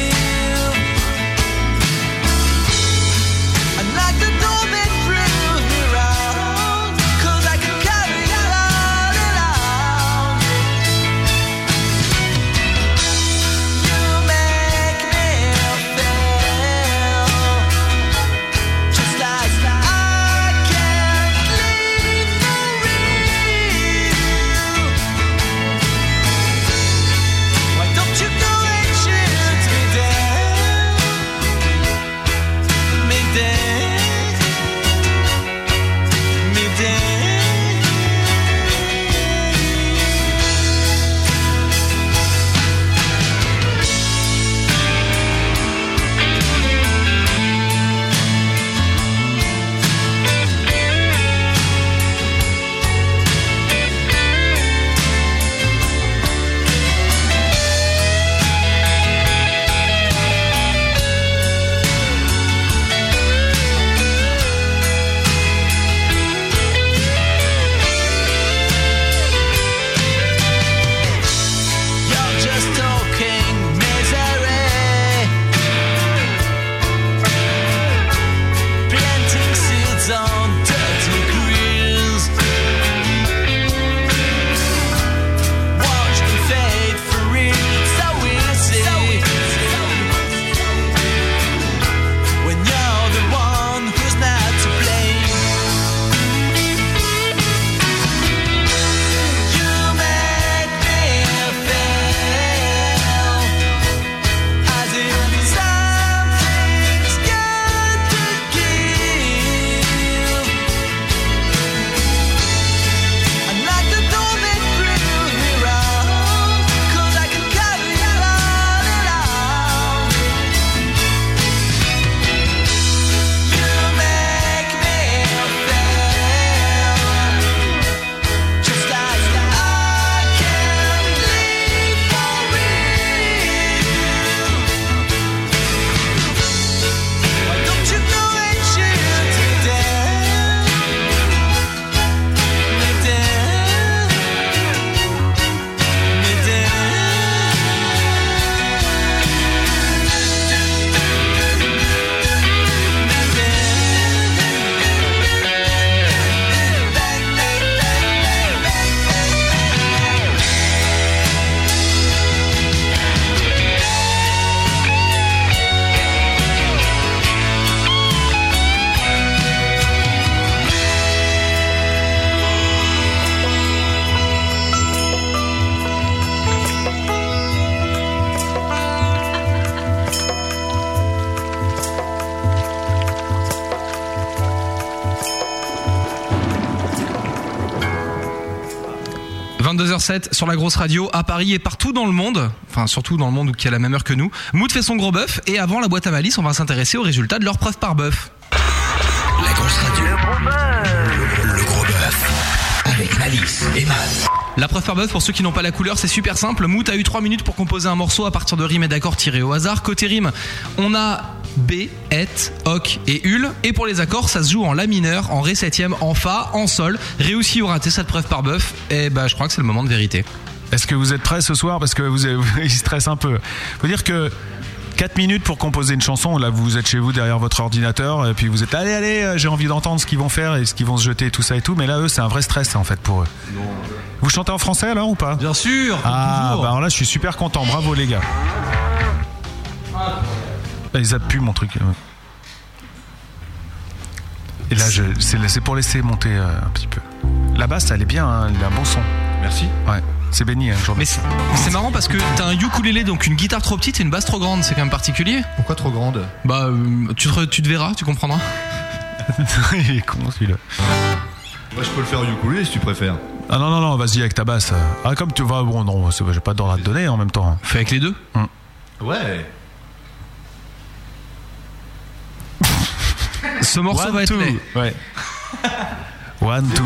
Speaker 6: 22h07 sur la grosse radio à Paris et partout dans le monde, enfin surtout dans le monde où qui a la même heure que nous. Mood fait son gros bœuf et avant la boîte à malice, on va s'intéresser aux résultats de leur preuve par bœuf.
Speaker 1: La grosse radio. Le gros bœuf. Avec Malice et Matt.
Speaker 6: La preuve par bœuf, pour ceux qui n'ont pas la couleur, c'est super simple. Moot a eu 3 minutes pour composer un morceau à partir de rimes et d'accords tirés au hasard. Côté rimes, on a B, et, hoc et hul. Et pour les accords, ça se joue en la mineur, en ré septième, en fa, en sol. Réussi ou raté cette preuve par bœuf Et bah, je crois que c'est le moment de vérité.
Speaker 2: Est-ce que vous êtes prêts ce soir Parce que vous, avez- il stresse un peu. Faut dire que 4 minutes pour composer une chanson. Là, vous êtes chez vous derrière votre ordinateur et puis vous êtes allez, allez, euh, j'ai envie d'entendre ce qu'ils vont faire et ce qu'ils vont se jeter, tout ça et tout. Mais là, eux, c'est un vrai stress en fait pour eux. Vous chantez en français alors ou pas
Speaker 6: Bien sûr
Speaker 2: Ah, bah alors là, je suis super content. Bravo les gars. Ah, Ils appuient mon truc. Et là, je- c'est c'est pour laisser monter euh, un petit peu. La basse, elle est bien, hein, elle a un bon son. Merci. Ouais, c'est béni, hein, je vous
Speaker 6: Mais
Speaker 2: remercie.
Speaker 6: c'est c'est marrant parce que t'as un ukulélé, donc une guitare trop petite et une basse trop grande, c'est quand même particulier.
Speaker 8: Pourquoi trop grande
Speaker 6: Bah, euh, tu te, re- tu te verras, tu comprendras.
Speaker 2: Il est con celui-là.
Speaker 8: Moi, je peux le faire au ukulélé si tu préfères.
Speaker 2: Ah non, non, non, vas-y avec ta basse. Ah, comme tu vas, bon, non, c'est- j'ai pas d'ordre à te donner hein, en même temps. Hum.
Speaker 6: Fais avec les deux
Speaker 8: Ouais.
Speaker 6: Ce morceau va être laid.
Speaker 2: Ouais. One, two.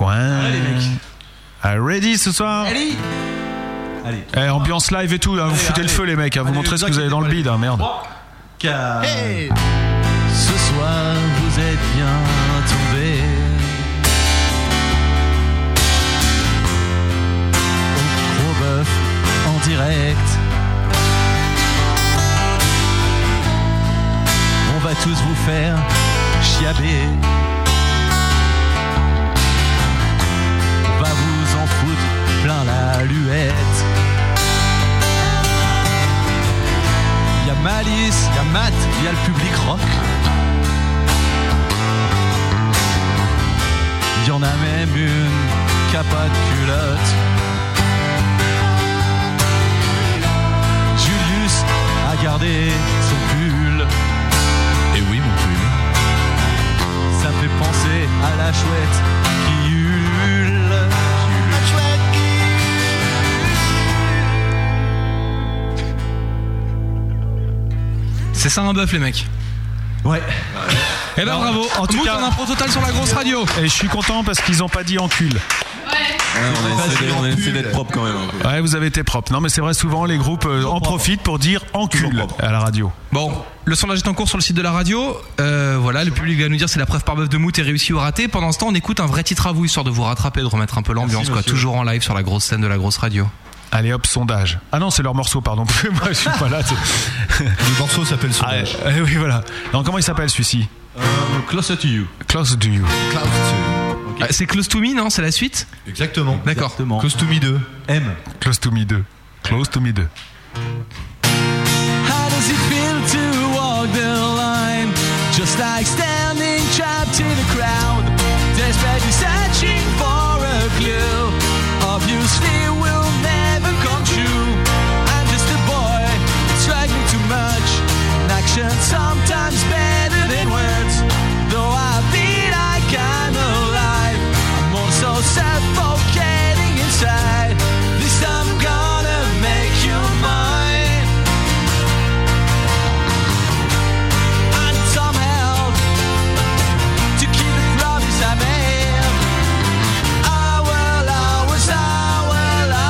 Speaker 2: One. Allez, mec. ready ce soir
Speaker 5: Allez Allez.
Speaker 2: Eh, ambiance live et tout, hein, vous foutez le feu les mecs, hein, vous montrez ce que vous avez dans le bide, hein, merde.
Speaker 5: Car ce soir vous êtes bien tombé. Au gros bœuf en direct. On va tous vous faire chiaber. On va vous en foutre plein la luette. Il y a Malice, il y a Matt, il y a le public rock. Il y en a même une qui a pas de culotte. Julius a gardé son pull. Et oui, mon pull. Ça me fait penser à la chouette qui hurle. La chouette
Speaker 6: C'est ça un bœuf, les mecs
Speaker 5: Ouais.
Speaker 6: Eh ben bravo, en tout cas, un impro total sur la grosse radio.
Speaker 2: Et je suis content parce qu'ils ont pas dit en cul.
Speaker 7: on a essayé, on a essayé d'être propre quand même.
Speaker 8: hein.
Speaker 7: un peu.
Speaker 2: Ouais, vous avez été propre. Non, mais c'est vrai, souvent les groupes euh, en profitent pour dire en cul à la radio.
Speaker 6: Bon, le sondage est en cours sur le site de la radio. Euh, voilà, le public va nous dire si la preuve par bœuf de Mout est réussie ou ratée. Pendant ce temps, on écoute un vrai titre à vous, histoire de vous rattraper, de remettre un peu l'ambiance, quoi. Toujours en live sur la grosse scène de la grosse radio.
Speaker 2: Allez hop, sondage. Ah non, c'est leur morceau, pardon. Moi, je suis pas là. Le
Speaker 8: morceau s'appelle
Speaker 2: Sondage. eh oui, voilà. Non, comment il s'appelle celui-ci
Speaker 8: Close Euh, to you.
Speaker 2: Close to you.
Speaker 6: Ah, C'est Close to Me, non C'est la suite
Speaker 8: Exactement.
Speaker 6: D'accord.
Speaker 8: Close to me 2. M.
Speaker 2: Close to me 2. Close to me 2.
Speaker 5: How does it feel to walk the line? Just like standing trapped in a crowd, desperately searching for a clue. Obviously, will never come true. I'm just a boy, struggling too much. An action sometimes better than words. Though I feel like I'm alive, I'm also suffocating inside. This time I'm gonna make you mine. I need some help to keep the Ah, promise ah, I made. I will always, I will Ah,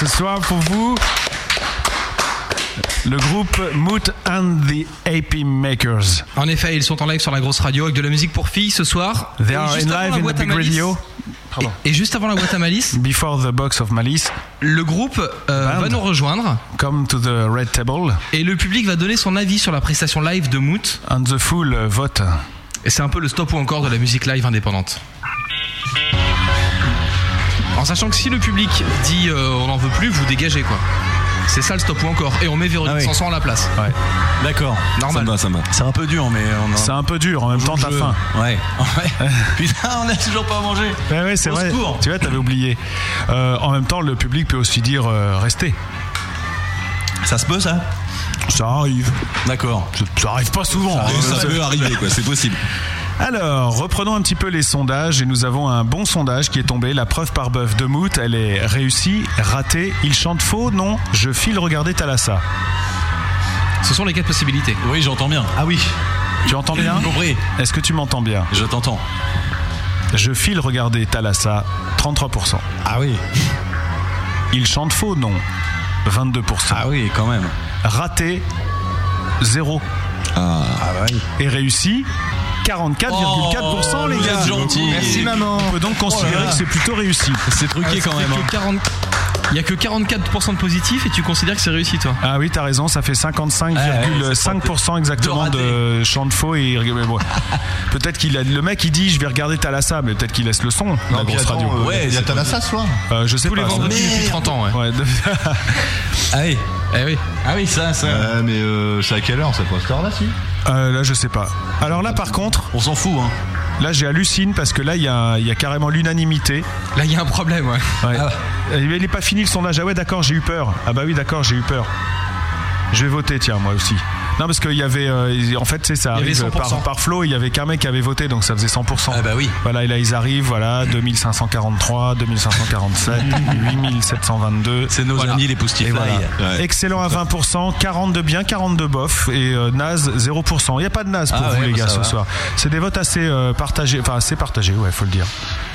Speaker 2: ce soir pour vous. Le groupe Moot and the Happy Makers.
Speaker 6: En effet, ils sont en live sur la grosse radio avec de la musique pour filles ce soir.
Speaker 2: They
Speaker 6: Et
Speaker 2: are
Speaker 6: juste
Speaker 2: in
Speaker 6: avant
Speaker 2: live
Speaker 6: la
Speaker 2: in the
Speaker 6: boîte à
Speaker 2: big
Speaker 6: malice-
Speaker 2: radio.
Speaker 6: Et, et juste avant la boîte à malice,
Speaker 2: Before the box of malice.
Speaker 6: Le groupe euh, va nous rejoindre.
Speaker 2: Come to the red table.
Speaker 6: Et le public va donner son avis sur la prestation live de Moot.
Speaker 2: And the Fool euh, vote.
Speaker 6: Et c'est un peu le stop ou encore de la musique live indépendante. En sachant que si le public dit euh, on n'en veut plus, vous dégagez quoi. C'est ça le stop ou encore. Et on met Véronique
Speaker 7: Ah oui.
Speaker 6: Sanson à la place.
Speaker 7: D'accord.
Speaker 6: Normal.
Speaker 7: Ça me va, ça me va. C'est un peu dur, mais on
Speaker 2: C'est un peu dur, en même temps, t'as faim.
Speaker 7: Ouais. Putain, on a toujours pas mangé.
Speaker 2: Ouais, Ben ouais, c'est
Speaker 7: Au
Speaker 2: vrai.
Speaker 7: secours.
Speaker 2: Tu vois, t'avais oublié. Euh, en même temps, le public peut aussi dire euh, restez.
Speaker 7: Ça se peut, ça
Speaker 2: Ça arrive.
Speaker 7: D'accord.
Speaker 2: Ça arrive pas souvent.
Speaker 9: Ça,
Speaker 2: hein.
Speaker 9: peut arriver, quoi. C'est possible.
Speaker 2: Alors, reprenons un petit peu les sondages et nous avons un bon sondage qui est tombé. La preuve par bœuf de Mout, elle est réussie, ratée. Il chante faux, non Je file regarder Talassa.
Speaker 6: Ce sont les quatre possibilités.
Speaker 7: Oui, j'entends bien. Ah oui.
Speaker 2: Tu entends bien
Speaker 7: Compris.
Speaker 2: Est-ce que tu m'entends bien
Speaker 7: Je t'entends.
Speaker 2: Je file regarder Talassa, 33%.
Speaker 7: Ah oui.
Speaker 2: Il chante faux, non 22%. Ah
Speaker 7: oui, quand même.
Speaker 2: Raté, 0.
Speaker 9: Ah,
Speaker 2: Et réussi 44,4%
Speaker 7: Oh,
Speaker 2: les
Speaker 7: vous
Speaker 2: gars.
Speaker 7: êtes gentils. Merci, maman.
Speaker 2: On peut donc considérer
Speaker 7: Oh là là.
Speaker 2: que c'est plutôt réussi.
Speaker 7: C'est
Speaker 6: Ah,
Speaker 7: truqué quand même. hein.
Speaker 6: Il y a que 44% de positifs et tu considères que c'est réussi toi. Ah,
Speaker 2: Ah oui, t'as raison, ça fait 55,5% exactement de chant de faux. Et... mais bon. peut-être qu'il a... le mec il dit je vais regarder Talassa, mais peut-être qu'il laisse le son. la
Speaker 8: puis
Speaker 2: grosse
Speaker 8: attends,
Speaker 2: radio.
Speaker 8: euh, Ouais, il y a c'est Thalassa possible. ce soir
Speaker 2: Euh, Je sais
Speaker 8: Tous
Speaker 2: pas.
Speaker 8: les
Speaker 2: ça.
Speaker 8: vendredis
Speaker 6: depuis 30 ans, ouais.
Speaker 2: de-
Speaker 7: Ah oui. Ah oui. Ah oui, ça, ça.
Speaker 8: Ouais, mais euh, c'est à quelle heure cette poster là si
Speaker 2: Euh, là, je sais pas. Alors là, par contre.
Speaker 7: On s'en fout, hein.
Speaker 2: Là, j'ai hallucine parce que là, il y a, il y a carrément l'unanimité.
Speaker 6: Là, il y a un problème, ouais. Ah.
Speaker 2: Ouais. Euh, Il n'est pas fini le sondage. Ah ouais, d'accord, j'ai eu peur. Ah bah oui, d'accord, j'ai eu peur. Je vais voter, tiens, moi aussi. Non, parce qu'il y avait. euh, en fait, tu sais, ça
Speaker 6: Il y avait
Speaker 2: arrive par,
Speaker 6: 100%.
Speaker 2: par flow. Il y avait qu'un mec qui avait voté, donc ça faisait 100%.
Speaker 7: Ah bah oui.
Speaker 2: Voilà, et là, ils arrivent, voilà, 2543, 2547, 8722.
Speaker 7: C'est nos amis les Poustify.
Speaker 2: Et voilà.
Speaker 7: Ouais.
Speaker 2: Excellent à 20%, 42 bien, 42 bof et euh, naze 0%. Il n'y a pas de naze pour
Speaker 7: Ah
Speaker 2: vous
Speaker 7: ouais,
Speaker 2: les
Speaker 7: bah
Speaker 2: gars
Speaker 7: ça
Speaker 2: ce
Speaker 7: va.
Speaker 2: soir. C'est des votes assez euh, partagés, enfin assez partagés, ouais, faut le dire.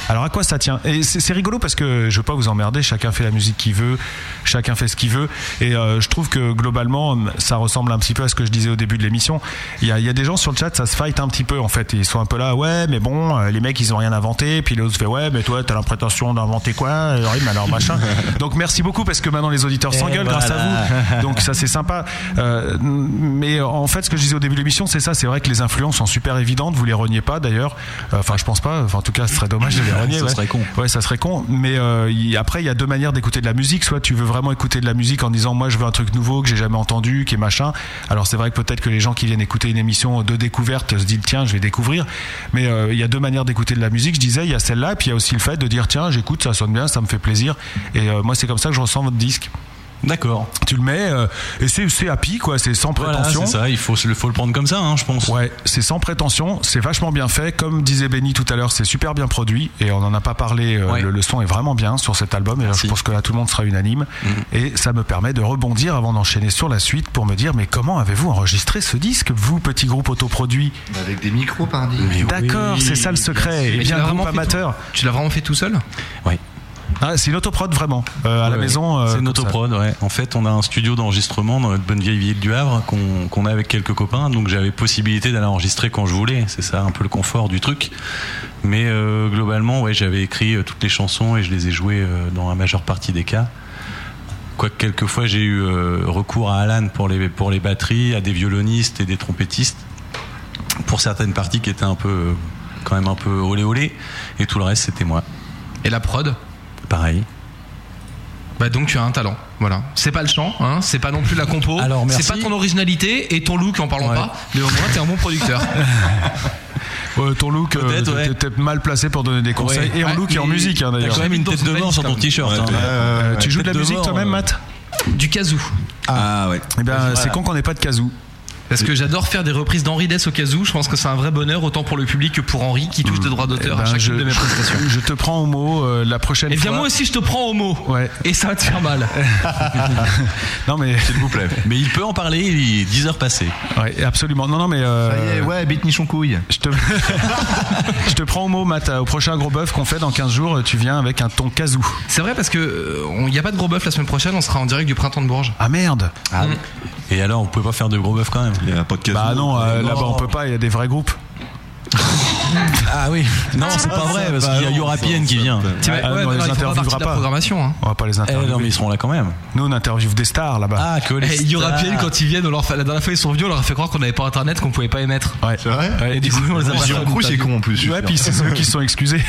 Speaker 2: Alors à quoi ça tient Et c'est c'est rigolo parce que je veux pas vous emmerder, chacun fait la musique qu'il veut, chacun fait ce qu'il veut et euh, je trouve que globalement ça ressemble un petit peu à ce que je disais au début de l'émission. Il y a, il y a des gens sur le chat, ça se fight un petit peu en fait, ils sont un peu là, ouais, mais bon, euh, les mecs ils ont rien inventé, puis l'autre fait ouais, mais toi t'as la prétention d'inventer quoi Euh, Rime alors machin. Donc merci beaucoup parce que maintenant les auditeurs s'engueulent grâce à
Speaker 7: Eh, voilà.
Speaker 2: vous. Donc ça c'est sympa. Euh, mais en fait, ce que je disais au début de l'émission, c'est ça. C'est vrai que les influences sont super évidentes. Vous les reniez pas d'ailleurs. Euh, Enfin, je pense pas. Enfin, en tout cas, ce serait dommage de les renier.
Speaker 7: Ah, Ça
Speaker 2: ouais.
Speaker 7: serait con.
Speaker 2: Ouais, ça serait con. Mais euh, y- après, il y a deux manières d'écouter de la musique. Soit tu veux vraiment écouter de la musique en disant moi je veux un truc nouveau que j'ai jamais entendu, qui est machin. Alors c'est vrai que peut-être que les gens qui viennent écouter une émission de découverte se disent tiens je vais découvrir. Mais euh, il y a deux manières d'écouter de la musique. Je disais il y a celle-là, puis il y a aussi le fait de dire tiens j'écoute, ça sonne bien, ça me fait plaisir. Et euh, moi c'est comme ça que je ressens votre disque.
Speaker 7: D'accord.
Speaker 2: Tu le mets euh, et c'est c'est happy quoi, c'est sans
Speaker 7: Voilà,
Speaker 2: prétention.
Speaker 7: c'est ça. Ah, Il faut, se- faut le prendre comme ça, hein, je pense.
Speaker 2: Ouais, c'est sans prétention, c'est vachement bien fait. Comme disait Benny tout à l'heure, c'est super bien produit et on n'en a pas parlé. euh,
Speaker 7: Ouais.
Speaker 2: le, le son est vraiment bien sur cet album et je pense que là tout le monde sera unanime.
Speaker 7: Mm.
Speaker 2: Et ça me permet de rebondir avant d'enchaîner sur la suite pour me dire mais comment avez-vous enregistré ce disque, vous petit groupe autoproduit
Speaker 8: Avec des micros pardi.
Speaker 2: D'accord, c'est ça le secret. Et
Speaker 6: Mais tu
Speaker 2: bien
Speaker 6: l'as
Speaker 2: groupe
Speaker 6: vraiment fait
Speaker 2: amateur.
Speaker 6: tout- Tu l'as vraiment fait tout seul
Speaker 7: Ouais.
Speaker 2: Ah, c'est une autoprod vraiment euh, à la
Speaker 7: Ouais,
Speaker 2: maison. euh,
Speaker 7: C'est
Speaker 2: comme
Speaker 7: une
Speaker 2: ça.
Speaker 7: autoprod, ouais. En fait, on a un studio d'enregistrement dans notre bonne vieille ville du Havre qu'on qu'on a avec quelques copains, donc j'avais possibilité d'aller enregistrer quand je voulais. C'est ça, un peu le confort du truc. Mais euh, globalement, ouais, j'avais écrit euh, toutes les chansons et je les ai jouées euh, dans la majeure partie des cas. Quoique quelquefois j'ai eu euh, recours à Alan pour les, pour les batteries, à des violonistes et des trompettistes pour certaines parties qui étaient un peu euh, quand même un peu olé olé et tout le reste c'était moi.
Speaker 6: Et la prod
Speaker 7: Pareil.
Speaker 6: Bah donc tu as un talent, voilà. C'est pas le chant, hein, c'est pas non plus la compo,
Speaker 7: Alors, merci.
Speaker 6: c'est pas ton originalité et ton look en parlant pas, mais au moins t'es un bon producteur.
Speaker 2: Ouais, ton look, euh,
Speaker 7: Peut-être,
Speaker 2: t'es
Speaker 7: ouais.
Speaker 2: peut-être mal placé pour donner des conseils
Speaker 7: Ouais.
Speaker 2: et en
Speaker 7: Ouais,
Speaker 2: look et en
Speaker 7: mais
Speaker 2: musique hein,
Speaker 7: t'as
Speaker 2: d'ailleurs.
Speaker 7: quand même une
Speaker 6: Dans
Speaker 7: tête de
Speaker 6: une
Speaker 7: mort sur
Speaker 6: valise,
Speaker 7: ton
Speaker 6: quand
Speaker 7: t-shirt.
Speaker 9: même.
Speaker 7: hein.
Speaker 9: Ouais,
Speaker 2: Euh, tu
Speaker 7: Ouais,
Speaker 2: joues de la
Speaker 7: tête de
Speaker 2: musique
Speaker 7: mort,
Speaker 2: toi-même,
Speaker 7: euh.
Speaker 2: Matt
Speaker 6: Du kazoo.
Speaker 9: Ah ouais.
Speaker 2: Eh bien, c'est con qu'on n'ait pas de kazoo.
Speaker 6: Parce que j'adore faire des reprises d'Henri Dess au casou. Je pense que c'est un vrai bonheur, autant pour le public que pour Henri, qui touche des droits d'auteur
Speaker 2: Eh ben,
Speaker 6: à chacune
Speaker 2: je,
Speaker 6: de mes prestations.
Speaker 2: je te prends au mot euh, la prochaine
Speaker 7: Eh
Speaker 6: Et bien
Speaker 2: fois.
Speaker 6: moi aussi je te prends au mot.
Speaker 2: Ouais.
Speaker 6: Et ça va te faire mal.
Speaker 2: non mais
Speaker 7: s'il vous plaît. Mais il peut en parler. Il est 10 heures passées.
Speaker 2: Ouais, absolument. Non, non, mais. euh,
Speaker 8: ouais, bête nichon couille.
Speaker 2: Je te, je te prends au mot, Matt. Au prochain gros bœuf qu'on fait dans 15 jours, tu viens avec un ton casou.
Speaker 6: C'est vrai parce que il n'y a pas de gros bœuf la semaine prochaine, on sera en direct du printemps de Bourges.
Speaker 2: Ah merde
Speaker 7: Mm. Et alors, on pouvait pas faire de gros bœuf quand même. Il y a pas de
Speaker 2: Bah non, euh, là-bas
Speaker 7: Oh.
Speaker 2: on peut pas, il y a des vrais groupes.
Speaker 7: Ah oui, non, c'est pas vrai, parce qu'il y a European qui vient. Eh,
Speaker 2: Tiens, ouais, Ah, ouais, on non, les ils font pas interviewera partie de la hein. pas.
Speaker 6: programmation. hein.
Speaker 2: On va pas les interviewer.
Speaker 7: non, mais ils seront là quand même.
Speaker 2: Nous on interviewe des stars là-bas.
Speaker 7: Ah, que
Speaker 2: Eh,
Speaker 6: Et Eh, il y aura Pierre quand ils viennent, on leur fait- la dernière fois ils sont venus, on leur a fait croire qu'on n'avait pas internet, qu'on pouvait pas émettre.
Speaker 2: Ouais.
Speaker 8: C'est vrai
Speaker 6: Et du coup, on les a pas fait
Speaker 8: Gros, c'est con en plus. je suis
Speaker 2: Ouais,
Speaker 8: sûr.
Speaker 2: puis c'est ceux qui se sont excusés.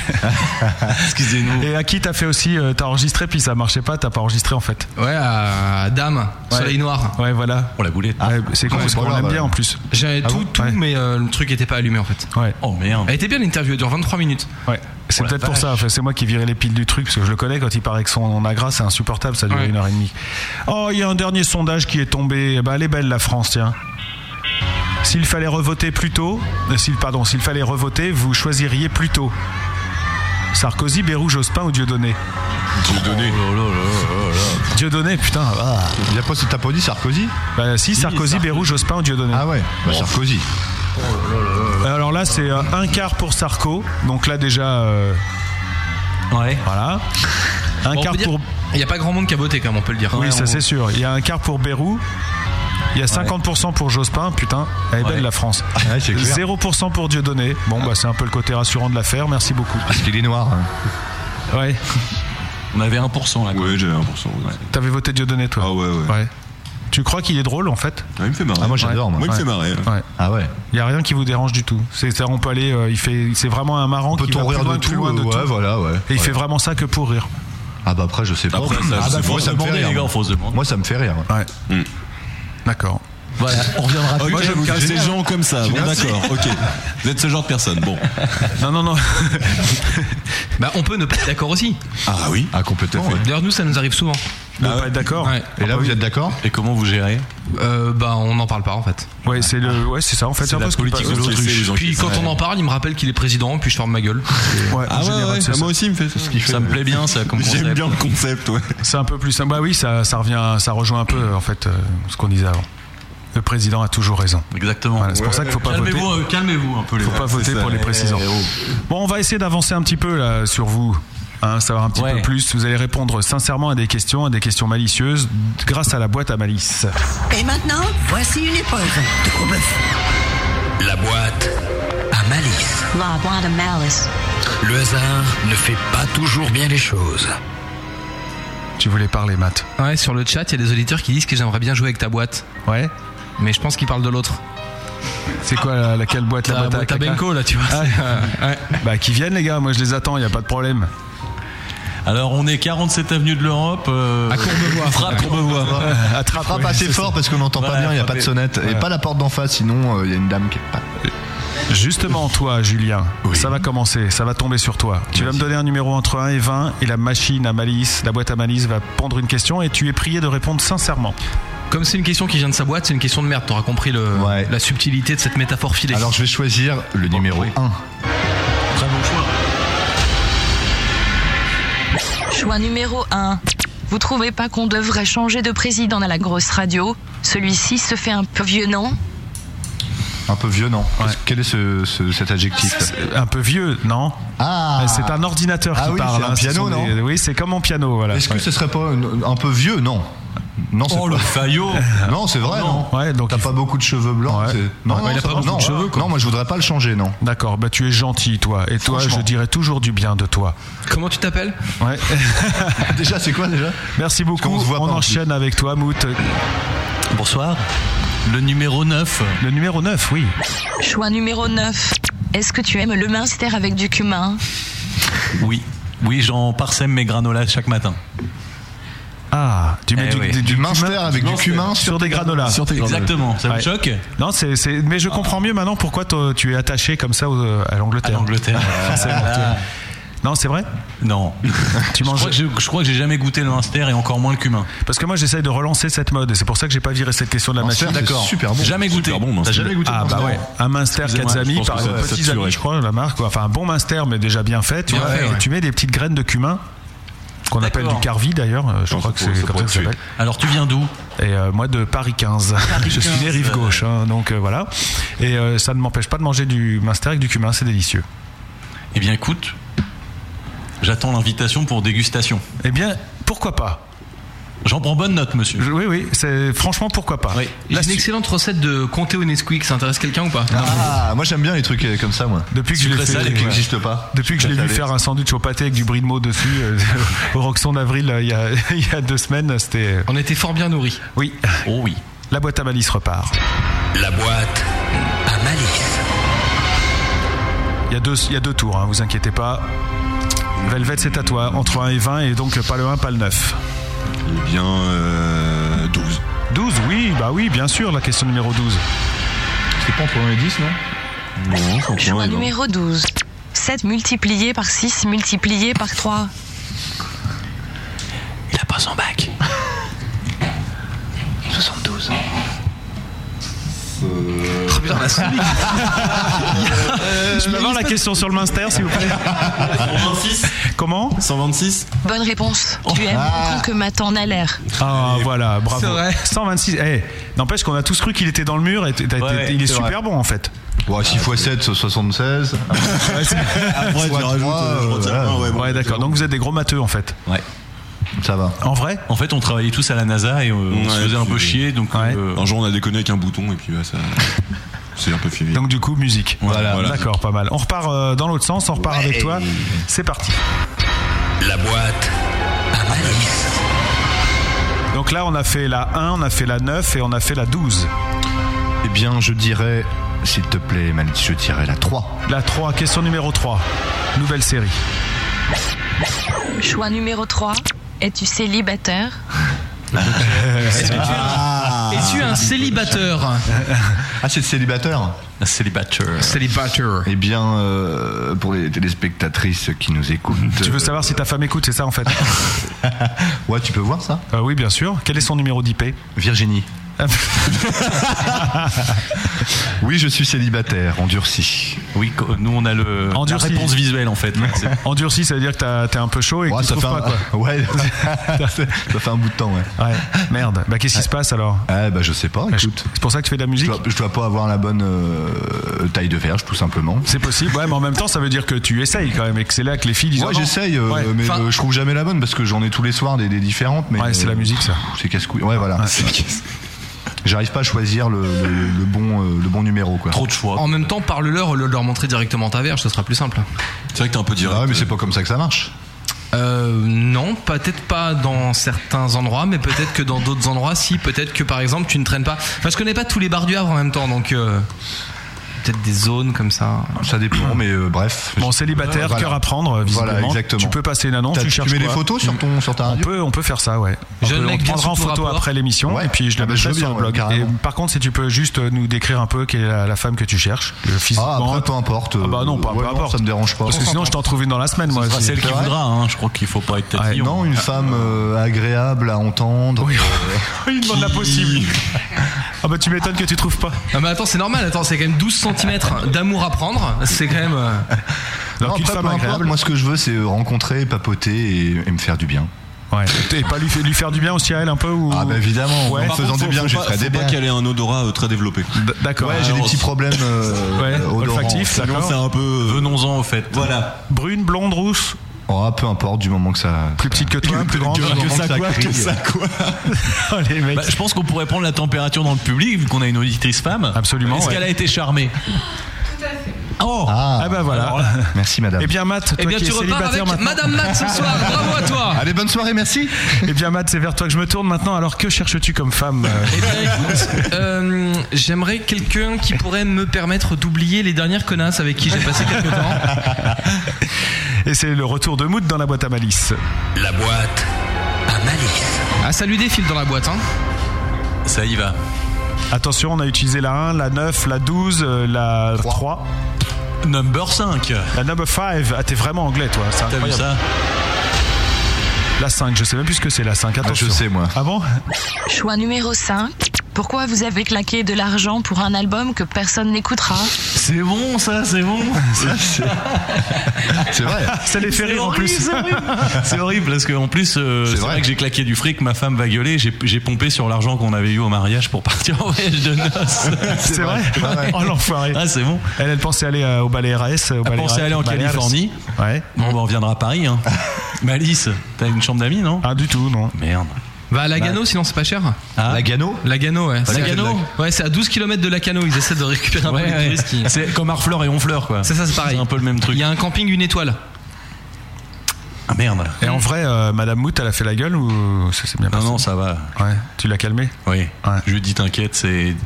Speaker 7: Excusez-nous.
Speaker 2: Et à qui t'as fait aussi, euh, t'as enregistré, puis ça marchait pas, t'as pas enregistré en fait.
Speaker 6: Ouais, à Dame,
Speaker 2: Ouais.
Speaker 6: Soleil Noir.
Speaker 2: Ouais, voilà.
Speaker 7: On l'a boulé.
Speaker 2: Ouais, c'est con,
Speaker 6: Ouais,
Speaker 2: parce
Speaker 6: pas
Speaker 2: qu'on
Speaker 6: grave,
Speaker 2: l'aime bien
Speaker 6: ouais.
Speaker 2: en plus.
Speaker 6: J'avais
Speaker 2: Ah
Speaker 6: tout,
Speaker 2: bon
Speaker 6: tout, mais euh, le truc était pas allumé en fait.
Speaker 2: Ouais.
Speaker 7: Oh merde.
Speaker 6: Elle était bien l'interview, elle dure 23 minutes.
Speaker 2: Ouais. C'est
Speaker 6: Oh la
Speaker 2: peut-être pour ça, enfin, c'est moi qui virais les piles du truc, parce que je le connais, quand il paraît que son agra, c'est insupportable, ça dure
Speaker 6: Ouais.
Speaker 2: une heure et demie. Oh, il y a un dernier sondage qui est tombé. Eh ben, elle est belle, la France, tiens. S'il fallait revoter plus tôt, euh, s'il, pardon, s'il fallait revoter, vous choisiriez plus tôt. Sarkozy, Bérou, Jospin ou Dieudonné
Speaker 9: Dieudonné.
Speaker 2: Dieudonné, putain. Ah.
Speaker 8: Il a pas t'as pas dit Sarkozy
Speaker 2: Bah, si, Sarkozy, Bérou, Jospin ou Dieudonné.
Speaker 8: Ah ouais, bah, Sarkozy.
Speaker 2: Alors là, c'est euh, un quart pour Sarko, donc là déjà. euh,
Speaker 6: Ouais.
Speaker 2: Voilà. Un
Speaker 6: Bon, on
Speaker 2: quart
Speaker 6: peut dire-
Speaker 2: pour.
Speaker 6: Il n'y a pas grand monde qui a voté, comme on peut le dire.
Speaker 2: Oui,
Speaker 6: Ouais,
Speaker 2: ça
Speaker 6: on-
Speaker 2: c'est sûr. Il y a un quart pour Bérou. Il y a 50% pour Jospin, putain, elle est belle
Speaker 8: Ouais.
Speaker 2: la France.
Speaker 8: Ouais, c'est clair.
Speaker 2: 0% pour Dieudonné. Bon, bah c'est un peu le côté rassurant de l'affaire, merci beaucoup.
Speaker 8: Parce qu'il est noir. hein.
Speaker 2: Ouais.
Speaker 7: On avait 1% là.
Speaker 9: Ouais, j'avais 1%. ouais.
Speaker 2: T'avais voté Dieudonné toi
Speaker 9: Ah ouais, ouais.
Speaker 2: Ouais. Tu crois qu'il est drôle en fait
Speaker 9: Ah, il me fait marrer.
Speaker 8: Ah, moi, j'adore, moi.
Speaker 9: Moi, il me
Speaker 2: Ouais.
Speaker 9: fait marrer.
Speaker 2: Ouais.
Speaker 8: Ah ouais.
Speaker 2: Il y a rien qui vous dérange du tout. C'est c'est-à-dire, on peut aller euh, il fait c'est vraiment un marrant qui va
Speaker 8: Peut-on
Speaker 2: plus
Speaker 8: rire
Speaker 2: loin,
Speaker 8: de
Speaker 2: plus
Speaker 8: tout
Speaker 2: loin de
Speaker 8: euh, Ouais,
Speaker 2: tout.
Speaker 8: voilà, ouais.
Speaker 2: Et il
Speaker 8: Ouais.
Speaker 2: fait vraiment ça que pour rire.
Speaker 8: Ah bah après, je sais pas.
Speaker 9: Après, ça,
Speaker 8: Ah, bah,
Speaker 9: c'est-
Speaker 8: moi,
Speaker 9: faut
Speaker 8: ça
Speaker 9: se
Speaker 8: me fait
Speaker 9: demander,
Speaker 8: rire.
Speaker 9: les gars, faut se demander.
Speaker 8: Moi, ça me fait rire.
Speaker 2: Ouais.
Speaker 9: Mm.
Speaker 2: D'accord.
Speaker 6: Voilà, on reviendra plus.
Speaker 9: Ok, vous êtes
Speaker 6: Casser.
Speaker 9: des gens comme ça. Bon, d'accord, ok. Vous êtes ce genre de personne. Bon.
Speaker 2: Non non non.
Speaker 6: Bah, on peut ne pas être d'accord aussi.
Speaker 9: Ah oui.
Speaker 8: Ah, complètement. ouais.
Speaker 6: Oh, D'ailleurs, nous, ça nous arrive souvent.
Speaker 2: Ne pas être Ah d'accord.
Speaker 6: Ouais.
Speaker 8: Et là, vous êtes d'accord
Speaker 7: Et comment vous gérez
Speaker 6: Euh, bah, on n'en parle pas en fait.
Speaker 2: Ouais, c'est le ouais, c'est ça en fait, c'est un
Speaker 7: la
Speaker 2: peu ce que-
Speaker 7: politique de l'autre.
Speaker 9: C'est les gens
Speaker 6: Puis
Speaker 9: qui-
Speaker 6: quand on en parle, il me rappelle qu'il est président, puis je ferme ma gueule.
Speaker 2: Ouais, en
Speaker 7: Ah ouais,
Speaker 2: général,
Speaker 7: ouais,
Speaker 2: c'est ça.
Speaker 7: moi aussi, il me fait ça. ça me plaît bien, ça, comme
Speaker 9: J'aime
Speaker 7: concept.
Speaker 9: bien le concept, ouais.
Speaker 2: C'est un peu plus simple. Bah oui, ça, ça revient, ça rejoint un peu en fait euh, ce qu'on disait avant. Le président a toujours raison.
Speaker 7: Exactement.
Speaker 2: Voilà, c'est pour ça qu'il faut pas voter.
Speaker 7: Calmez-vous, euh, calmez-vous un peu les
Speaker 2: Faut
Speaker 7: gars.
Speaker 2: pas voter
Speaker 9: c'est ça.
Speaker 2: pour les présidents.
Speaker 9: Eh,
Speaker 2: Bon, on va essayer d'avancer un petit peu là sur vous. Hein, savoir un petit
Speaker 7: Ouais.
Speaker 2: peu plus. Vous allez répondre sincèrement à des questions, à des questions malicieuses, grâce à la boîte à malice.
Speaker 3: Et maintenant, voici une épreuve de gros bœuf.
Speaker 1: La boîte à malice.
Speaker 13: La boîte à malice.
Speaker 1: Le hasard ne fait pas toujours bien les choses.
Speaker 2: Tu voulais parler, Matt
Speaker 6: Ouais, sur le chat, il y a des auditeurs qui disent que j'aimerais bien jouer avec ta boîte.
Speaker 2: Ouais.
Speaker 6: Mais je pense qu'ils parlent de l'autre.
Speaker 2: C'est quoi la- Euh, laquelle boîte
Speaker 6: Ta
Speaker 2: la boîte à
Speaker 6: boîte à
Speaker 2: caca
Speaker 6: Benko, là, tu vois.
Speaker 2: Ah,
Speaker 6: c'est, euh, ouais.
Speaker 2: Bah qui viennent les gars, moi je les attends, il y a pas de problème.
Speaker 7: Alors, on est 47 avenue de l'Europe. euh,
Speaker 6: À Courbevoie.
Speaker 7: Frappe Courbevoie.
Speaker 2: Attrape.
Speaker 8: Frappe assez fort parce qu'on n'entend pas
Speaker 7: Voilà,
Speaker 8: bien, il n'y a pas de
Speaker 7: frappez.
Speaker 8: sonnette. Et pas la porte d'en face, sinon euh, il y a une dame qui est pas.
Speaker 2: Justement, toi, Julien,
Speaker 9: Oui.
Speaker 2: ça va commencer, ça va tomber sur toi. Tu vas me donner un numéro entre 1 et 20 et la machine à malice, la boîte à malice va pondre une question et tu es prié de répondre sincèrement.
Speaker 6: Comme c'est une question qui vient de sa boîte, c'est une question de merde. T'auras compris le,
Speaker 8: Ouais.
Speaker 6: la subtilité de cette métaphore filée.
Speaker 8: Alors je vais choisir le numéro 1.
Speaker 7: Très bon choix.
Speaker 16: Choix numéro 1. Vous trouvez pas qu'on devrait changer de président à la grosse radio Celui-ci se fait un peu vieux, non
Speaker 8: Un peu vieux, non Parce- Quel est ce, ce- cet adjectif
Speaker 2: C'est Un peu vieux, non
Speaker 8: Ah
Speaker 2: C'est un ordinateur
Speaker 8: Ah
Speaker 2: qui
Speaker 8: oui,
Speaker 2: parle.
Speaker 8: c'est un
Speaker 2: hein, ce
Speaker 8: piano,
Speaker 2: sont
Speaker 8: non
Speaker 2: des- Oui, c'est comme en piano, voilà.
Speaker 8: Est-ce que
Speaker 2: Ouais.
Speaker 8: ce serait pas un, un peu vieux Non. Non, c'est
Speaker 7: Oh,
Speaker 8: pas-
Speaker 7: le faillot.
Speaker 8: Non, c'est vrai, non.
Speaker 2: Ouais, donc
Speaker 8: T'as
Speaker 2: il faut-
Speaker 8: pas beaucoup de cheveux blancs.
Speaker 2: Ouais.
Speaker 8: c'est- Non,
Speaker 6: Ouais, Ah, il a pas
Speaker 8: ça va,
Speaker 6: beaucoup
Speaker 8: non.
Speaker 6: de cheveux, quoi.
Speaker 8: Non, moi je voudrais pas le changer, non.
Speaker 2: D'accord, bah tu es gentil, toi. Et toi,
Speaker 8: Franchement.
Speaker 2: je dirais toujours du bien de toi.
Speaker 6: Comment tu t'appelles
Speaker 2: Ouais.
Speaker 8: déjà, c'est quoi déjà
Speaker 2: Merci beaucoup.
Speaker 8: qu'on se voit
Speaker 2: On
Speaker 8: pas en
Speaker 2: enchaîne avec toi, Mout.
Speaker 7: Bonsoir. Le numéro 9.
Speaker 2: Le numéro 9, oui.
Speaker 16: Choix numéro 9. Est-ce que tu aimes le minster avec du cumin
Speaker 7: Oui. Oui, j'en parsème mes granolas chaque matin.
Speaker 2: Ah, tu mets
Speaker 7: Eh
Speaker 2: du,
Speaker 7: oui.
Speaker 2: du-
Speaker 8: Du
Speaker 2: du
Speaker 8: minster
Speaker 2: cumin
Speaker 8: avec du cumin
Speaker 2: sur des granolas.
Speaker 7: Exactement. Ça
Speaker 2: Ouais.
Speaker 7: vous choque Ah.
Speaker 2: Non, c'est, c'est- mais je comprends mieux maintenant pourquoi toi, tu es attaché comme ça au- à
Speaker 7: À
Speaker 2: l'Angleterre.
Speaker 7: l'Angleterre.
Speaker 2: Forcément, tu vois. Non, c'est vrai
Speaker 7: Non.
Speaker 2: Tu
Speaker 7: je,
Speaker 2: manges-
Speaker 7: crois que j'ai- je crois que j'ai jamais goûté le Minster et encore moins le cumin.
Speaker 2: Parce que moi, j'essaye de relancer cette mode et c'est pour ça que j'ai pas viré cette question de la
Speaker 7: Minster,
Speaker 2: matière.
Speaker 7: c'est D'accord. super bon. Jamais goûté. Super bon, Minster. T'as jamais goûté
Speaker 2: Ah
Speaker 7: le
Speaker 2: bah
Speaker 7: Minster
Speaker 2: ouais. Un Minster
Speaker 7: Excusez-moi, je
Speaker 2: Katsami,
Speaker 7: pense
Speaker 2: par euh,
Speaker 7: que ça- ça
Speaker 2: petits
Speaker 7: tuerait.
Speaker 2: amis, je crois, la marque. quoi. Enfin, un bon Minster, mais déjà bien fait. Tu,
Speaker 7: Bien
Speaker 2: vois,
Speaker 7: fait,
Speaker 2: et
Speaker 7: ouais.
Speaker 2: tu mets des petites graines de cumin. Qu'on appelle du carvi d'ailleurs, Euh, je crois que c'est comme ça que ça s'appelle.
Speaker 7: Alors tu viens d'où
Speaker 2: Et euh, moi de Paris 15. je suis
Speaker 7: 15,
Speaker 2: des rives
Speaker 7: euh.
Speaker 2: gauche, hein, donc euh, voilà. Et euh, ça ne m'empêche pas de manger du Minster avec du cumin, c'est délicieux.
Speaker 7: Eh bien écoute, j'attends l'invitation pour dégustation.
Speaker 2: Eh bien, pourquoi pas
Speaker 7: J'en prends bonne note, monsieur.
Speaker 2: Oui, oui, c'est franchement pourquoi pas.
Speaker 6: J'ai une excellente recette de comté au Nesquik. Ça intéresse quelqu'un ou pas
Speaker 8: Ah, moi j'aime bien les trucs euh, comme ça, moi.
Speaker 2: Depuis que je l'ai fait,
Speaker 8: ça, les
Speaker 2: ouais.
Speaker 8: qui n'existent pas.
Speaker 2: Depuis que je l'ai
Speaker 8: Sucré
Speaker 2: vu
Speaker 8: salé.
Speaker 2: faire un sandwich au pâté avec du brie de Meaux dessus euh, au Roxon d'avril euh, il y, a, il y a deux semaines, c'était. euh,
Speaker 6: On était fort bien nourris.
Speaker 2: Oui.
Speaker 7: Oh oui.
Speaker 2: La boîte à malice repart.
Speaker 1: La boîte à malice.
Speaker 2: Il y a deux, il y a deux tours, hein, vous inquiétez pas. Velvet, c'est à toi, entre 1 et 20, et donc pas le 1, pas le 9.
Speaker 9: Eh bien, euh, 12.
Speaker 2: 12, oui, bah oui, bien sûr, la question numéro 12.
Speaker 8: C'est pas entre 1 et 10, non
Speaker 9: Non,
Speaker 16: Choix numéro 12. 7 multiplié par 6 multiplié par 3.
Speaker 7: Il a pas son bac.
Speaker 6: 72.
Speaker 9: Euh,
Speaker 6: Oh putain, la souris.
Speaker 2: Je peux avoir la question sur le Minster, s'il vous plaît
Speaker 9: 126
Speaker 2: Comment
Speaker 9: 126
Speaker 16: Bonne réponse. Tu aimes tant que ma t'en a l'air.
Speaker 2: Ah voilà, bravo.
Speaker 16: C'est vrai.
Speaker 2: 126. Eh, N'empêche qu'on a tous cru qu'il était dans le mur et t'as été-
Speaker 8: Ouais,
Speaker 2: il est
Speaker 8: c'est vrai.
Speaker 2: super bon en fait.
Speaker 8: Ouais,
Speaker 6: Ah,
Speaker 8: 6 x 7, 76.
Speaker 9: Après,
Speaker 8: tu rajoutes, euh, je retire un, ouais, bon,
Speaker 2: d'accord. Donc vous êtes des gros matheux en fait.
Speaker 7: Ouais.
Speaker 8: Ça va.
Speaker 2: En vrai
Speaker 7: En fait, on travaillait tous à la NASA et euh, on se
Speaker 9: Ouais,
Speaker 7: faisait un peu
Speaker 9: c'est-
Speaker 7: chier. Donc, euh,
Speaker 9: Un jour, on a déconné avec un bouton et puis ouais, ça. C'est un peu fini.
Speaker 2: Donc du coup, musique.
Speaker 9: Voilà, voilà.
Speaker 2: D'accord, pas mal. On repart euh, dans l'autre sens, on repart avec toi. C'est parti.
Speaker 1: La boîte à malice.
Speaker 2: Donc là, on a fait la 1, on a fait la 9 et on a fait la 12.
Speaker 8: Eh bien, je dirais, s'il te plaît, Malice, je dirais la 3.
Speaker 2: La 3, question numéro 3. Nouvelle série.
Speaker 16: Choix numéro 3. Es-tu célibataire
Speaker 6: Est-ce que tu es un- es-tu un célibataire
Speaker 8: Ah, c'est le célibataire
Speaker 7: Un célibataire.
Speaker 6: Célibataire.
Speaker 8: Eh bien, euh, pour les téléspectatrices qui nous écoutent. euh,
Speaker 2: Tu veux savoir si ta femme écoute, c'est ça en fait
Speaker 8: Ouais, tu peux voir ça
Speaker 2: Euh, Oui, bien sûr. Quel est son numéro Ah. d'IP
Speaker 8: Virginie. oui, je suis célibataire, endurci.
Speaker 7: oui, co- nous, on a le, la
Speaker 2: Endurci.
Speaker 7: réponse visuelle en fait. Ouais, c'est-
Speaker 2: Endurci, ça veut dire que t'as- t'es un peu chaud et que
Speaker 8: Ouais,
Speaker 2: tu
Speaker 8: Ah, ça, fait
Speaker 2: trouves
Speaker 8: un...
Speaker 2: pas quoi.
Speaker 8: ouais ça fait un bout de temps, ouais.
Speaker 2: Ouais, merde. Bah qu'est-ce qui se passe alors
Speaker 8: Ah, bah, je sais pas, écoute.
Speaker 2: C'est pour ça que tu fais de la musique
Speaker 8: Je dois, je dois pas avoir la bonne euh, taille de verge, tout simplement.
Speaker 2: C'est possible, ouais, mais en même temps, ça veut dire que tu essayes quand même et que c'est là que les filles disent.
Speaker 8: Ouais,
Speaker 2: oh non.
Speaker 8: j'essaye, euh,
Speaker 2: Ouais.
Speaker 8: mais
Speaker 2: Enfin,
Speaker 8: euh, je trouve jamais la bonne parce que j'en ai tous les soirs des, des différentes. Mais
Speaker 2: Ouais, c'est la musique, ça.
Speaker 8: pff, C'est casse-couille. Ouais, voilà. J'arrive pas à choisir le, le- le bon, euh, le bon numéro, quoi.
Speaker 7: Trop de choix.
Speaker 6: En même temps, parle-leur, au lieu de leur montrer directement ta verge, ce sera plus simple.
Speaker 7: C'est vrai que t'es un peu direct.
Speaker 8: Ah ouais, mais c'est pas comme ça que ça marche.
Speaker 6: Euh, non, peut-être pas dans certains endroits, mais peut-être que dans d'autres endroits, si. Peut-être que par exemple, tu ne traînes pas. Enfin, je connais pas tous les bars du Havre en même temps, donc euh, peut-être des zones comme ça.
Speaker 8: Ça dépend, mais euh, bref.
Speaker 2: Bon, célibataire,
Speaker 8: Voilà.
Speaker 2: cœur à prendre, euh, visiblement.
Speaker 8: Voilà, exactement.
Speaker 2: Tu peux passer une annonce,
Speaker 8: T'as-
Speaker 2: Ah tu
Speaker 8: tu
Speaker 2: cherches.
Speaker 8: mets des
Speaker 2: quoi
Speaker 8: photos sur ton sur ta
Speaker 2: on
Speaker 8: radio
Speaker 2: peut, on peut faire ça, ouais. On,
Speaker 6: Jeune
Speaker 2: peut- on
Speaker 6: mec,
Speaker 2: te
Speaker 6: bien
Speaker 2: prendra en
Speaker 6: sous tout
Speaker 2: photo
Speaker 6: rapport.
Speaker 2: après l'émission
Speaker 8: Ouais.
Speaker 2: et puis je
Speaker 8: Ah
Speaker 2: la
Speaker 8: bah, je
Speaker 2: mettrai
Speaker 8: veux
Speaker 2: sur
Speaker 8: bien,
Speaker 2: le blog.
Speaker 8: ouais, carrément.
Speaker 2: Et par contre, si tu peux juste euh, nous décrire un peu quelle est la, la femme que tu cherches, le
Speaker 8: Ah,
Speaker 2: physiquement.
Speaker 8: après, peu importe.
Speaker 2: Ah bah non, pas,
Speaker 8: euh, ouais,
Speaker 2: peu importe.
Speaker 8: Ça me dérange pas.
Speaker 2: Parce que sinon, je t'en trouve une dans la semaine, moi.
Speaker 7: Enfin,
Speaker 2: aussi.
Speaker 7: celle qui
Speaker 8: C'est vrai
Speaker 7: voudra, hein. je crois qu'il faut pas être tatillon.
Speaker 8: Non, une femme euh, agréable à entendre. Euh,
Speaker 2: Il demande la possible. Ah bah tu m'étonnes que tu trouves pas.
Speaker 6: Non, mais Ah bah, attends, c'est normal, attends, c'est quand même 12 cm d'amour à prendre. C'est quand même. euh,
Speaker 2: Donc
Speaker 8: Non,
Speaker 2: une
Speaker 8: après,
Speaker 2: femme
Speaker 8: peu importe,
Speaker 2: agréable.
Speaker 8: Moi, ce que je veux, c'est euh, rencontrer, papoter et, et me faire du bien.
Speaker 2: Ouais. Et pas lui, fa- lui faire du bien aussi à elle un peu ou.
Speaker 8: Ah, bah évidemment.
Speaker 2: Ouais.
Speaker 8: En me
Speaker 2: Par
Speaker 8: faisant
Speaker 9: Faut-
Speaker 8: du bien,
Speaker 9: faut
Speaker 8: je
Speaker 9: pas-
Speaker 8: ferai
Speaker 9: faut
Speaker 8: des
Speaker 9: pas
Speaker 8: biens.
Speaker 9: qu'elle ait un odorat euh, très développé.
Speaker 2: D- D'accord.
Speaker 8: Ouais, j'ai des petits problèmes euh,
Speaker 2: Ouais,
Speaker 8: odorants.
Speaker 2: olfactifs,
Speaker 8: Sinon,
Speaker 2: d'accord.
Speaker 8: c'est un
Speaker 2: euh,
Speaker 8: peu.
Speaker 7: Venons-en au fait.
Speaker 9: Voilà.
Speaker 2: Brune, blonde, rousse,
Speaker 8: Oh, peu importe, du moment que ça.
Speaker 2: plus petite que toi, plus grande.
Speaker 8: que- que ça quoi, que ça
Speaker 9: quoi.
Speaker 2: Oh, les mecs.
Speaker 7: Bah, je pense qu'on pourrait prendre la température dans le public vu qu'on a une auditrice femme.
Speaker 2: Absolument,
Speaker 7: Est-ce
Speaker 2: ouais.
Speaker 7: qu'elle a été charmée Oh
Speaker 8: Ah,
Speaker 2: Ah bah voilà.
Speaker 8: Merci, madame.
Speaker 2: Eh bien Matt, toi
Speaker 6: Eh bien,
Speaker 2: qui
Speaker 6: tu
Speaker 2: es
Speaker 6: repars
Speaker 2: célibataire
Speaker 6: avec
Speaker 2: maintenant.
Speaker 6: Madame Max ce soir. Bravo à toi.
Speaker 8: Allez, bonne soirée, merci.
Speaker 2: Eh bien Matt, c'est vers toi que je me tourne maintenant. Alors que cherches-tu comme femme euh,
Speaker 6: Eh bien, écoute, euh, j'aimerais quelqu'un qui pourrait me permettre d'oublier les dernières connasses avec qui j'ai passé quelques temps.
Speaker 2: Et c'est le retour de Mood dans la boîte à malice.
Speaker 1: La boîte à malice.
Speaker 6: Ah, ça lui défile dans la boîte, hein.
Speaker 7: Ça y va.
Speaker 2: Attention, on a utilisé la 1, la 9, la 12, euh, la 3.
Speaker 7: Number 5.
Speaker 2: La number 5. Ah, t'es vraiment anglais, toi. C'est
Speaker 7: T'as vu
Speaker 2: incroyable.
Speaker 7: ça
Speaker 2: La 5, je sais même plus ce que c'est la 5. Attention.
Speaker 8: je sais, moi.
Speaker 2: Ah bon
Speaker 16: Choix numéro 5. Pourquoi vous avez claqué de l'argent pour un album que personne n'écoutera
Speaker 7: C'est bon, ça, c'est bon.
Speaker 8: C'est vrai.
Speaker 2: Ça les fait rire en plus.
Speaker 7: C'est horrible parce qu'en plus, euh, c'est vrai. que j'ai claqué du fric, ma femme va gueuler, j'ai j'ai pompé sur l'argent qu'on avait eu au mariage pour partir en voyage de noces.
Speaker 2: C'est vrai Oh l'enfoiré.
Speaker 7: Ah, c'est bon.
Speaker 2: Elle, elle pensait aller euh, au ballet RAS. Au
Speaker 7: Elle
Speaker 2: ballet
Speaker 7: pensait
Speaker 2: RAS,
Speaker 7: aller en
Speaker 2: ballet RAS.
Speaker 7: Californie.
Speaker 2: Ouais.
Speaker 7: Bon, bah, on reviendra à Paris. Hein. Malice, t'as une chambre d'amis, non
Speaker 2: Ah, du tout, non.
Speaker 7: Merde.
Speaker 6: Bah à Lagano, sinon c'est pas cher.
Speaker 2: Ah.
Speaker 8: Lagano
Speaker 6: Lagano, ouais.
Speaker 7: Pas
Speaker 6: Lagano Ouais, c'est à 12 km de Lacano. Ils essaient de récupérer un peu
Speaker 7: Ouais,
Speaker 6: les
Speaker 7: ouais.
Speaker 6: touristes qui-
Speaker 7: C'est comme Harfleur et Honfleur, quoi.
Speaker 6: C'est ça, c'est pareil.
Speaker 7: un peu le même truc.
Speaker 6: Il y a un camping, une étoile.
Speaker 7: Ah merde.
Speaker 2: Et en vrai, euh, Madame Mout, elle a fait la gueule ou ça s'est bien
Speaker 7: Non,
Speaker 2: passé
Speaker 7: non, ça va.
Speaker 2: Ouais. Tu l'as calmée
Speaker 7: Euh, Oui. Je lui dis, t'inquiète, c'est.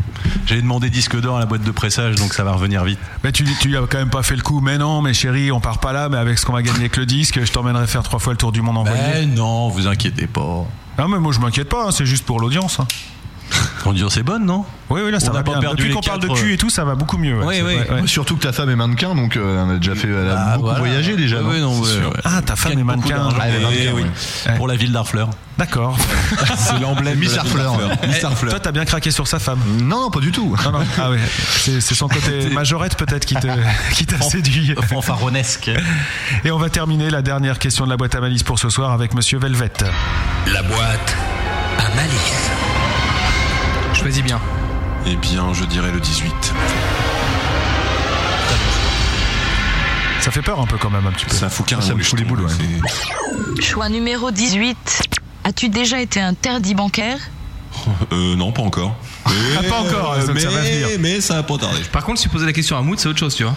Speaker 7: J'avais demandé disque d'or à la boîte de pressage, donc ça va revenir vite.
Speaker 2: Mais tu, tu lui as quand même pas fait le coup. Mais non, mais chérie, on part pas là, mais avec ce qu'on va gagner avec le disque, je t'emmènerai faire trois fois le tour du monde en voilier.
Speaker 7: Eh non, vous inquiétez pas.
Speaker 2: Non, mais moi je m'inquiète pas, hein, c'est juste pour l'audience. hein.
Speaker 7: L'audience c'est bonne, non
Speaker 2: Oui, oui, là ça
Speaker 7: On
Speaker 2: va
Speaker 7: n'a pas
Speaker 2: bien.
Speaker 7: perdu
Speaker 2: Depuis
Speaker 7: les
Speaker 2: qu'on parle de
Speaker 7: quatre,
Speaker 2: cul
Speaker 7: euh,
Speaker 2: et tout, ça va beaucoup mieux. ouais,
Speaker 7: Ouais,
Speaker 2: c'est
Speaker 7: ouais.
Speaker 2: vrai, ouais.
Speaker 8: Surtout que ta femme est mannequin, donc euh, elle a déjà fait, elle a
Speaker 7: Ah,
Speaker 8: beaucoup
Speaker 7: voilà.
Speaker 8: voyagé déjà.
Speaker 7: Ouais, ouais, non, ouais, ouais.
Speaker 2: Ah, ta femme est
Speaker 7: Gagne beaucoup
Speaker 2: mannequin.
Speaker 7: d'argent.
Speaker 8: Ah, elle est
Speaker 7: Eh
Speaker 8: mannequin,
Speaker 7: oui.
Speaker 8: ouais.
Speaker 7: Pour la ville d'Arfleur.
Speaker 2: D'accord. Eh,
Speaker 7: C'est l'emblème.
Speaker 8: Miss
Speaker 7: de la ville
Speaker 8: Harfleur.
Speaker 7: d'Harfleur. Miss Harfleur.
Speaker 2: Toi, t'as bien craqué sur sa femme.
Speaker 8: Non, non, pas du tout.
Speaker 2: Non, non. Ah ouais. C'est c'est son côté majorette peut-être qui te- qui t'a séduit.
Speaker 7: Fanfaronnesque.
Speaker 2: Et on va terminer la dernière question de la boîte à malice pour ce soir avec Monsieur Velvet.
Speaker 1: La boîte à malice.
Speaker 6: Choisis bien.
Speaker 9: Eh bien, je dirais le 18.
Speaker 2: Ça fait peur un peu quand même un petit peu.
Speaker 9: Ça fout carrément
Speaker 8: Ça me
Speaker 9: les
Speaker 8: fout les
Speaker 9: jetons,
Speaker 8: boules, ouais.
Speaker 9: c'est-
Speaker 16: Choix numéro 18. As-tu déjà été interdit bancaire
Speaker 9: Euh, non, pas encore. Mais,
Speaker 2: Ah, pas encore, ça, ça
Speaker 9: mais,
Speaker 2: va venir.
Speaker 9: mais ça va pas tarder.
Speaker 6: Par contre, si tu posais la question à Mood, c'est autre chose, tu vois.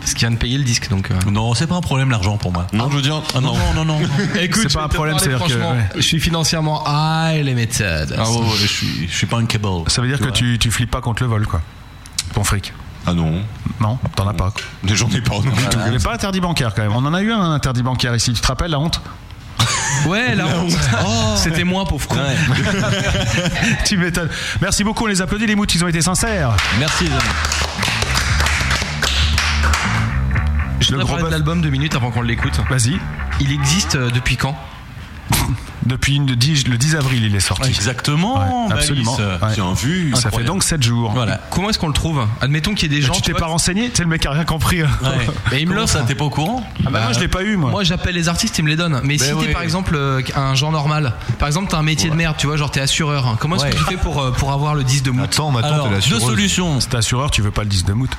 Speaker 6: Parce qu'il vient de payer le disque, donc. euh.
Speaker 7: Non, c'est pas un problème l'argent pour moi.
Speaker 9: Non, je veux dire. Ah, non, non, non. non.
Speaker 6: Écoute,
Speaker 2: C'est
Speaker 6: je
Speaker 2: pas
Speaker 6: vais
Speaker 2: un
Speaker 6: te
Speaker 2: problème,
Speaker 6: parler
Speaker 2: c'est-à-dire que,
Speaker 6: franchement,
Speaker 2: ouais.
Speaker 6: Je suis financièrement high les méthodes.
Speaker 7: Ah ouais, ouais, je suis, je suis pas un cable.
Speaker 2: Ça veut dire que
Speaker 7: vois.
Speaker 2: tu, tu flippes pas contre le vol quoi. Ton fric.
Speaker 9: Ah non.
Speaker 2: Non, t'en as pas. quoi.
Speaker 9: J'en ai pas non plus.
Speaker 2: Ah, Il n'est pas interdit bancaire quand même. On en a eu un, un interdit bancaire ici. Tu te rappelles la honte
Speaker 6: Ouais, la honte. C'était moi, pauvre con.
Speaker 2: Tu m'étonnes. Merci beaucoup. On les applaudit les moutes. Ils ont été sincères.
Speaker 7: Merci, les amis.
Speaker 6: Je
Speaker 2: Le gros
Speaker 6: voudrais parler de
Speaker 2: bœuf.
Speaker 6: l'album deux minutes avant qu'on l'écoute.
Speaker 2: Vas-y.
Speaker 6: Il existe euh, depuis quand
Speaker 2: Depuis une- le 10, le 10 avril, il est sorti.
Speaker 7: Exactement.
Speaker 2: Ouais, absolument.
Speaker 7: Malice.
Speaker 2: Ouais.
Speaker 9: Tiens, vu.
Speaker 2: Ça fait
Speaker 9: incroyable.
Speaker 2: donc 7 jours.
Speaker 7: Voilà.
Speaker 6: Comment est-ce qu'on le trouve Ah, Admettons qu'il y ait des
Speaker 2: Mais
Speaker 6: gens.
Speaker 2: Bah, tu t'es
Speaker 6: vois,
Speaker 2: pas renseigné T'es le mec qui a rien compris.
Speaker 7: Ouais.
Speaker 6: Mais il me
Speaker 7: Comment
Speaker 6: l'offre.
Speaker 7: ça, t'es pas au courant
Speaker 2: Ah bah moi je l'ai pas eu moi.
Speaker 6: Moi j'appelle les artistes, ils me les donnent. Mais si t'es
Speaker 7: ouais.
Speaker 6: par exemple euh, un genre normal, par exemple t'as un métier de merde, tu vois, genre t'es assureur, hein, comment est-ce
Speaker 7: Ouais.
Speaker 6: que tu fais pour, euh, pour avoir le 10 de mout
Speaker 8: Attends, ma tante,
Speaker 7: Alors,
Speaker 8: elle a
Speaker 7: deux solutions.
Speaker 2: Cet assureur, tu veux pas le 10 de mout.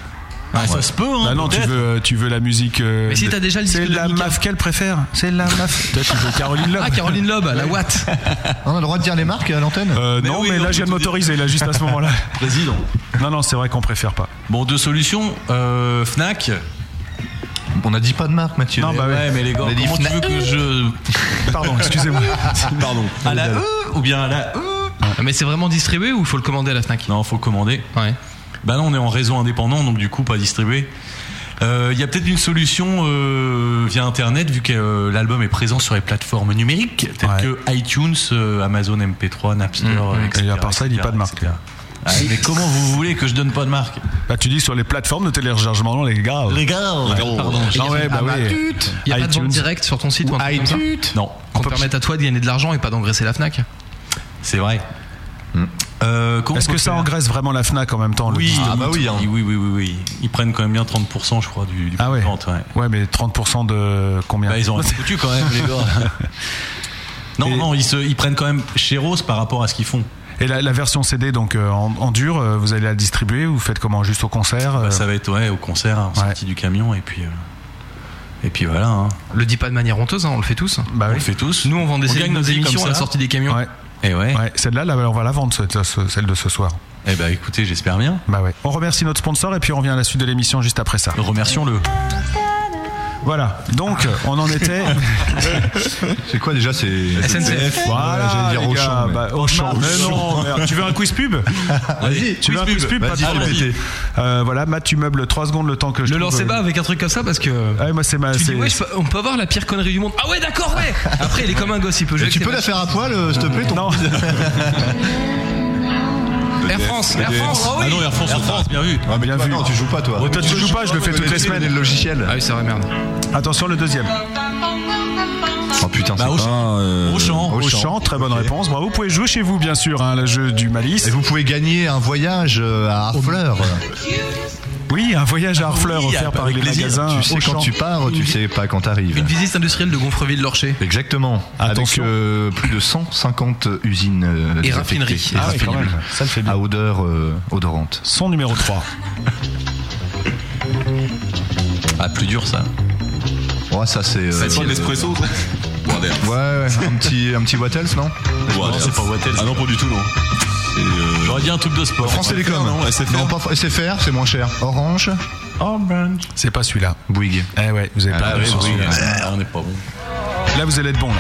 Speaker 7: Ah, Ça se peut, hein
Speaker 2: Bah non, tu
Speaker 7: peut-être.
Speaker 2: veux, tu veux la musique. euh,
Speaker 6: Mais si
Speaker 2: de-
Speaker 6: t'as déjà le
Speaker 2: C'est
Speaker 6: disque de
Speaker 2: la
Speaker 6: Mika.
Speaker 2: MAF qu'elle préfère. C'est la MAF. Toi, tu veux Caroline Love.
Speaker 6: Ah, Caroline Loeb, la Watt
Speaker 8: On a le droit de dire les marques à l'antenne
Speaker 2: Euh,
Speaker 7: Mais
Speaker 2: non,
Speaker 7: oui,
Speaker 2: mais
Speaker 7: non,
Speaker 2: là,
Speaker 7: mais
Speaker 2: je viens de
Speaker 7: tout dit.
Speaker 2: m'autoriser, là, juste à ce moment-là.
Speaker 7: Président.
Speaker 2: Non, non, c'est vrai qu'on préfère pas.
Speaker 7: Bon, deux solutions. Euh, Fnac.
Speaker 8: On a dit pas de marque, Mathieu.
Speaker 2: Non, bah ouais.
Speaker 7: mais les gars,
Speaker 8: On a dit
Speaker 7: comment tu
Speaker 8: Fnac.
Speaker 7: veux que je.
Speaker 2: Pardon, excusez-moi.
Speaker 7: Pardon. À la E ou bien à la E
Speaker 6: Mais c'est vraiment distribué ou faut le commander à la Fnac
Speaker 7: Non, faut commander.
Speaker 6: Ouais.
Speaker 7: Bah non, on est en réseau indépendant, donc du coup pas distribué. Euh, Il y a peut-être une solution euh, via Internet, vu que euh, l'album est présent sur les plateformes numériques, peut-être
Speaker 2: Ouais.
Speaker 7: que iTunes, euh, Amazon MP3, Napster,
Speaker 6: Mhm.
Speaker 7: etc.
Speaker 2: Et à part ça, il dit
Speaker 7: etc.,
Speaker 2: pas de marque.
Speaker 7: etc. Ah, mais comment vous voulez que je donne pas de marque
Speaker 2: Bah, tu dis sur les plateformes de téléchargement, non, les gars.
Speaker 7: Les gars, pardon.
Speaker 2: Ah Oh. ouais, bah oui.
Speaker 6: Il y a pas de
Speaker 2: iTunes.
Speaker 6: vente directe sur ton site ou un truc comme ça
Speaker 7: Non,
Speaker 6: Qu'on te permette à toi de gagner de l'argent et pas d'engraisser la Fnac
Speaker 7: c'est vrai. Euh, comment
Speaker 2: Est-ce
Speaker 7: on
Speaker 2: que
Speaker 7: peut
Speaker 2: ça
Speaker 7: faire
Speaker 2: engraisse vraiment la Fnac en même temps Oh, le
Speaker 7: Oui,
Speaker 2: 10 de
Speaker 7: ah
Speaker 2: mout
Speaker 7: bah oui,
Speaker 8: hein.
Speaker 7: oui, oui, oui, oui. Ils prennent quand même bien 30%, je crois, du, du
Speaker 2: Ah
Speaker 7: prix
Speaker 2: ouais.
Speaker 7: de vente, ouais.
Speaker 2: Ouais, mais 30% de combien
Speaker 7: Bah, ils ont rien foutu quand même, les gars. Non,
Speaker 2: Et-
Speaker 7: non, ils, se, ils prennent quand même chez Rose par rapport à ce qu'ils font.
Speaker 2: Et la, la version CD, donc euh, en, en dur, euh, vous allez la distribuer Vous faites comment Juste au concert euh,
Speaker 7: Bah, ça va être ouais, au concert, hein, en sortie du camion, et puis, euh, et puis voilà. hein.
Speaker 6: Le dis pas de manière honteuse, hein, on le fait tous.
Speaker 2: Bah
Speaker 7: On
Speaker 2: oui.
Speaker 7: le fait tous.
Speaker 6: Nous on vend des
Speaker 7: On gagne
Speaker 6: nos
Speaker 7: nos vies
Speaker 6: émissions
Speaker 7: comme
Speaker 6: à la
Speaker 7: ça.
Speaker 6: sortie des camions.
Speaker 2: Ouais.
Speaker 7: Et Eh ouais.
Speaker 2: Ouais, celle-là, là, on va la vendre, cette- ce- celle de ce soir.
Speaker 7: Eh bah écoutez, j'espère bien.
Speaker 2: Bah ouais. On remercie notre sponsor et puis on revient à la suite de l'émission juste après ça.
Speaker 7: Remercions-le.
Speaker 2: Voilà. Donc, on en était.
Speaker 8: C'est quoi déjà C'est
Speaker 6: SNCF.
Speaker 8: Ouais,
Speaker 2: voilà.
Speaker 8: j'allais dire
Speaker 2: les gars,
Speaker 8: Auchan, mais-
Speaker 2: bah, Auchan. Mais non, merde. Tu veux un quiz pub
Speaker 7: Vas-y,
Speaker 2: Tu veux un quiz pub Pas de
Speaker 8: Vas-y,
Speaker 2: problème.
Speaker 8: répétez.
Speaker 2: Euh, Voilà, Matt, tu meubles 3 secondes le temps que je.
Speaker 6: Le
Speaker 2: trouve,
Speaker 6: lancez
Speaker 2: euh,
Speaker 6: pas avec un truc comme ça parce que.
Speaker 2: Ah, ouais, moi, c'est ma.
Speaker 6: Tu dis
Speaker 2: c'est-
Speaker 6: ouais, je peux- on peut avoir la pire connerie du monde. Ah ouais, d'accord, ouais. Après, il est comme un gosse, il peut jouer.
Speaker 8: Tu
Speaker 6: avec
Speaker 8: peux
Speaker 6: ses
Speaker 8: la faire à poil, euh, s'il te plaît ton-
Speaker 2: Non.
Speaker 6: Air France, Air France. Ah oui.
Speaker 8: non, Air France, Air France, bien vu.
Speaker 2: Ah, mais bien vu.
Speaker 8: Non, tu joues pas, toi.
Speaker 2: toi, tu joues pas, je le fais toutes les semaines.
Speaker 8: le logiciel.
Speaker 6: Ah oui, c'est vrai, merde.
Speaker 2: Attention, le deuxième.
Speaker 8: Oh putain,
Speaker 2: Bah,
Speaker 8: c'est
Speaker 2: Auchan.
Speaker 8: pas, euh,
Speaker 2: Auchan,
Speaker 8: Auchan.
Speaker 2: Auchan, très bonne réponse. Bravo, vous pouvez jouer chez vous, bien sûr, hein, le jeu du malice.
Speaker 8: Et vous pouvez gagner un voyage euh, à Harfleur. Ah
Speaker 2: Oui, un voyage à Harfleur
Speaker 8: Oui,
Speaker 2: offert
Speaker 8: avec
Speaker 2: par les
Speaker 8: plaisir.
Speaker 2: magasins.
Speaker 8: Tu sais
Speaker 2: Auchan.
Speaker 8: quand tu pars, tu sais pas quand t'arrives.
Speaker 6: Une visite industrielle de Gonfreville-Lorcher.
Speaker 8: Exactement.
Speaker 6: Attention.
Speaker 8: Avec euh, plus de 150 usines euh,
Speaker 6: Et
Speaker 8: désaffectées.
Speaker 6: raffineries. Ah ouais,
Speaker 8: Raffineries.
Speaker 6: quand même.
Speaker 8: À odeur euh, odorante.
Speaker 2: Son numéro 3.
Speaker 7: Ah, plus dur ça.
Speaker 8: Ouais, ça c'est. euh,
Speaker 9: Ça tient de l'espresso, ça Water.
Speaker 8: Ouais, ouais, un petit, un petit Wattels, non
Speaker 9: Water.
Speaker 8: Non, c'est pas
Speaker 9: Water. Ah non, pas du tout, non. Et, euh,
Speaker 7: J'aurais dit un truc de sport.
Speaker 8: France Télécom.
Speaker 9: Non, SFR.
Speaker 8: Non, pas SFR, c'est moins cher. Orange.
Speaker 2: Orange. C'est pas celui-là.
Speaker 8: Bouygues.
Speaker 2: Eh ouais, vous avez
Speaker 8: Ah
Speaker 2: pas
Speaker 8: oui,
Speaker 2: de chance,
Speaker 8: oui,
Speaker 2: celui-là.
Speaker 8: oui.
Speaker 7: Ah, on n'est pas bon.
Speaker 2: Là, vous allez être bon. Là.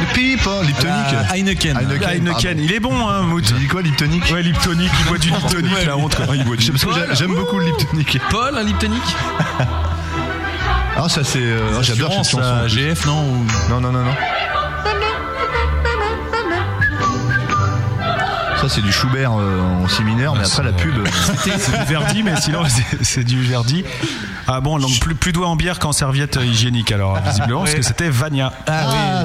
Speaker 8: Le Pipe, hein, Liptonic.
Speaker 7: Heineken.
Speaker 2: Ah, Heineken,
Speaker 8: pardon.
Speaker 2: il est bon, hein, Mout.
Speaker 8: J'ai dit quoi, Liptonic
Speaker 2: Ouais, Liptonic, il boit du Liptonic, la honte. quoi.
Speaker 8: Parce que j'a- J'aime beaucoup le Liptonic.
Speaker 6: Paul, un Liptonic
Speaker 8: Ah, ça c'est. euh,
Speaker 7: Les
Speaker 8: J'adore cette
Speaker 7: assurances,
Speaker 8: chanson.
Speaker 7: là, GF, non ou-
Speaker 8: Non, non, non, non. Ça, c'est du Schubert euh, en si mineur,
Speaker 2: Ah,
Speaker 8: mais après la pub. euh,
Speaker 2: C'est du Verdi, mais sinon, c'est- c'est du Verdi. Ah bon, donc plus, plus doigt en bière qu'en serviette hygiénique, alors, visiblement, parce que c'était Vania.
Speaker 8: Ah,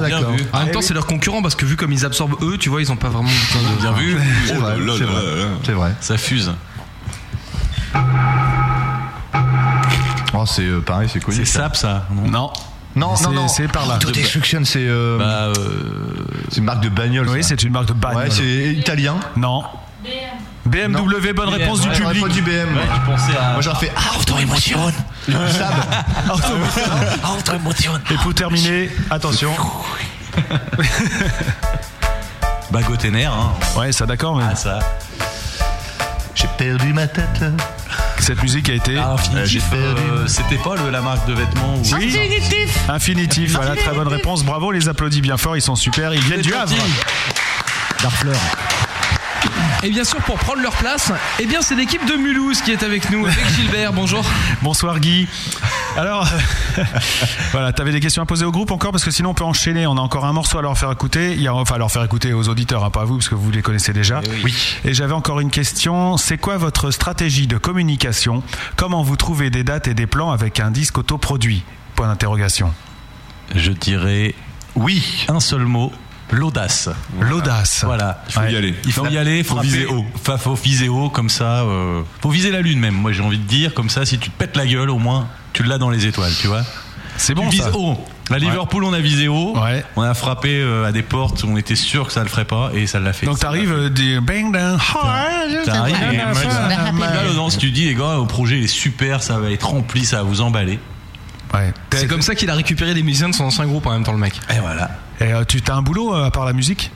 Speaker 6: Bien
Speaker 8: d'accord.
Speaker 6: vu. En même temps, c'est leur concurrent parce que vu comme ils absorbent eux, tu vois, ils ont pas vraiment besoin de.
Speaker 7: Bien vu.
Speaker 8: C'est
Speaker 7: Oh
Speaker 8: vrai,
Speaker 7: là là
Speaker 8: c'est
Speaker 7: là
Speaker 8: vrai.
Speaker 7: là là.
Speaker 8: C'est vrai.
Speaker 7: Ça fuse.
Speaker 8: Oh, c'est euh, pareil, c'est connu.
Speaker 7: C'est
Speaker 8: ça.
Speaker 7: sap ça. non
Speaker 2: Non.
Speaker 8: Non,
Speaker 2: C'est-
Speaker 8: non, non.
Speaker 2: c'est par là.
Speaker 8: Auto Destruction, c'est euh,
Speaker 7: Bah, euh,
Speaker 8: c'est une marque de bagnole.
Speaker 2: Oui,
Speaker 8: ça.
Speaker 2: c'est une marque de bagnole.
Speaker 8: Ouais, c'est italien.
Speaker 2: Non. BMW, bonne
Speaker 7: BM,
Speaker 2: réponse
Speaker 7: ouais,
Speaker 2: du
Speaker 8: J'aurais
Speaker 2: public.
Speaker 8: pas du BM.
Speaker 7: ouais, je pensais à.
Speaker 8: Moi, j'aurais fait ah, auto-émotion. Sab.
Speaker 2: Ah,
Speaker 8: Ah,
Speaker 2: Et pour terminer, attention.
Speaker 7: Bagotener, hein.
Speaker 2: Ouais, ça d'accord, mais
Speaker 7: Ah, ça.
Speaker 8: J'ai perdu ma tête.
Speaker 2: cette musique a été
Speaker 7: Ah, Infinity,
Speaker 8: Euh, j'ai fait
Speaker 7: euh, C'était pas le- la marque de vêtements ou.
Speaker 2: Oui. infinitif. Voilà, très bonne réponse. Bravo, on les applaudit bien fort, ils sont super, ils viennent du Havre.
Speaker 6: D'Arfleur. Et bien sûr, pour prendre leur place, eh bien, c'est l'équipe de Mulhouse qui est avec nous, avec Gilbert. Bonjour.
Speaker 2: Bonsoir Guy. Alors, voilà, t'avais des questions à poser au groupe encore parce que sinon on peut enchaîner. On a encore un morceau à leur faire écouter. Il y a, enfin, à leur faire écouter aux auditeurs, hein, pas à vous parce que vous les connaissez déjà.
Speaker 7: Eh Oui.
Speaker 2: Et j'avais encore une question. C'est quoi votre stratégie de communication Comment vous trouvez des dates et des plans avec un disque autoproduit Point d'interrogation.
Speaker 7: Je dirais
Speaker 8: Oui.
Speaker 7: un seul mot l'audace.
Speaker 2: L'audace.
Speaker 7: Voilà.
Speaker 9: Il faut y
Speaker 2: Ouais.
Speaker 9: aller.
Speaker 7: Il faut Ah, y aller,
Speaker 9: Faut
Speaker 7: frapper.
Speaker 9: viser haut.
Speaker 7: Fa- faut viser haut, comme ça. euh, Faut viser la lune même. Moi, j'ai envie de dire, comme ça, si tu te pètes la gueule, au moins, tu l'as dans les étoiles, tu vois.
Speaker 2: C'est bon
Speaker 7: tu vises
Speaker 2: ça.
Speaker 7: haut. La Liverpool, on a visé haut.
Speaker 2: Ouais.
Speaker 7: On a frappé euh, à des portes. où On était sûr que ça le ferait pas, et ça l'a fait.
Speaker 2: Donc
Speaker 7: Ça l'a
Speaker 2: t'arrives euh, des bang down.
Speaker 7: T'arrives et
Speaker 2: Ah,
Speaker 7: Max-
Speaker 2: ah,
Speaker 7: Max- Là, dedans, si tu dis, les gars, le projet il est super, ça va être rempli, ça va vous emballer.
Speaker 2: Ouais.
Speaker 6: C'est comme ça qu'il a récupéré les musiciens de son ancien groupe en même temps, le mec.
Speaker 7: Et voilà,
Speaker 2: Et euh, tu as un boulot euh, à part la musique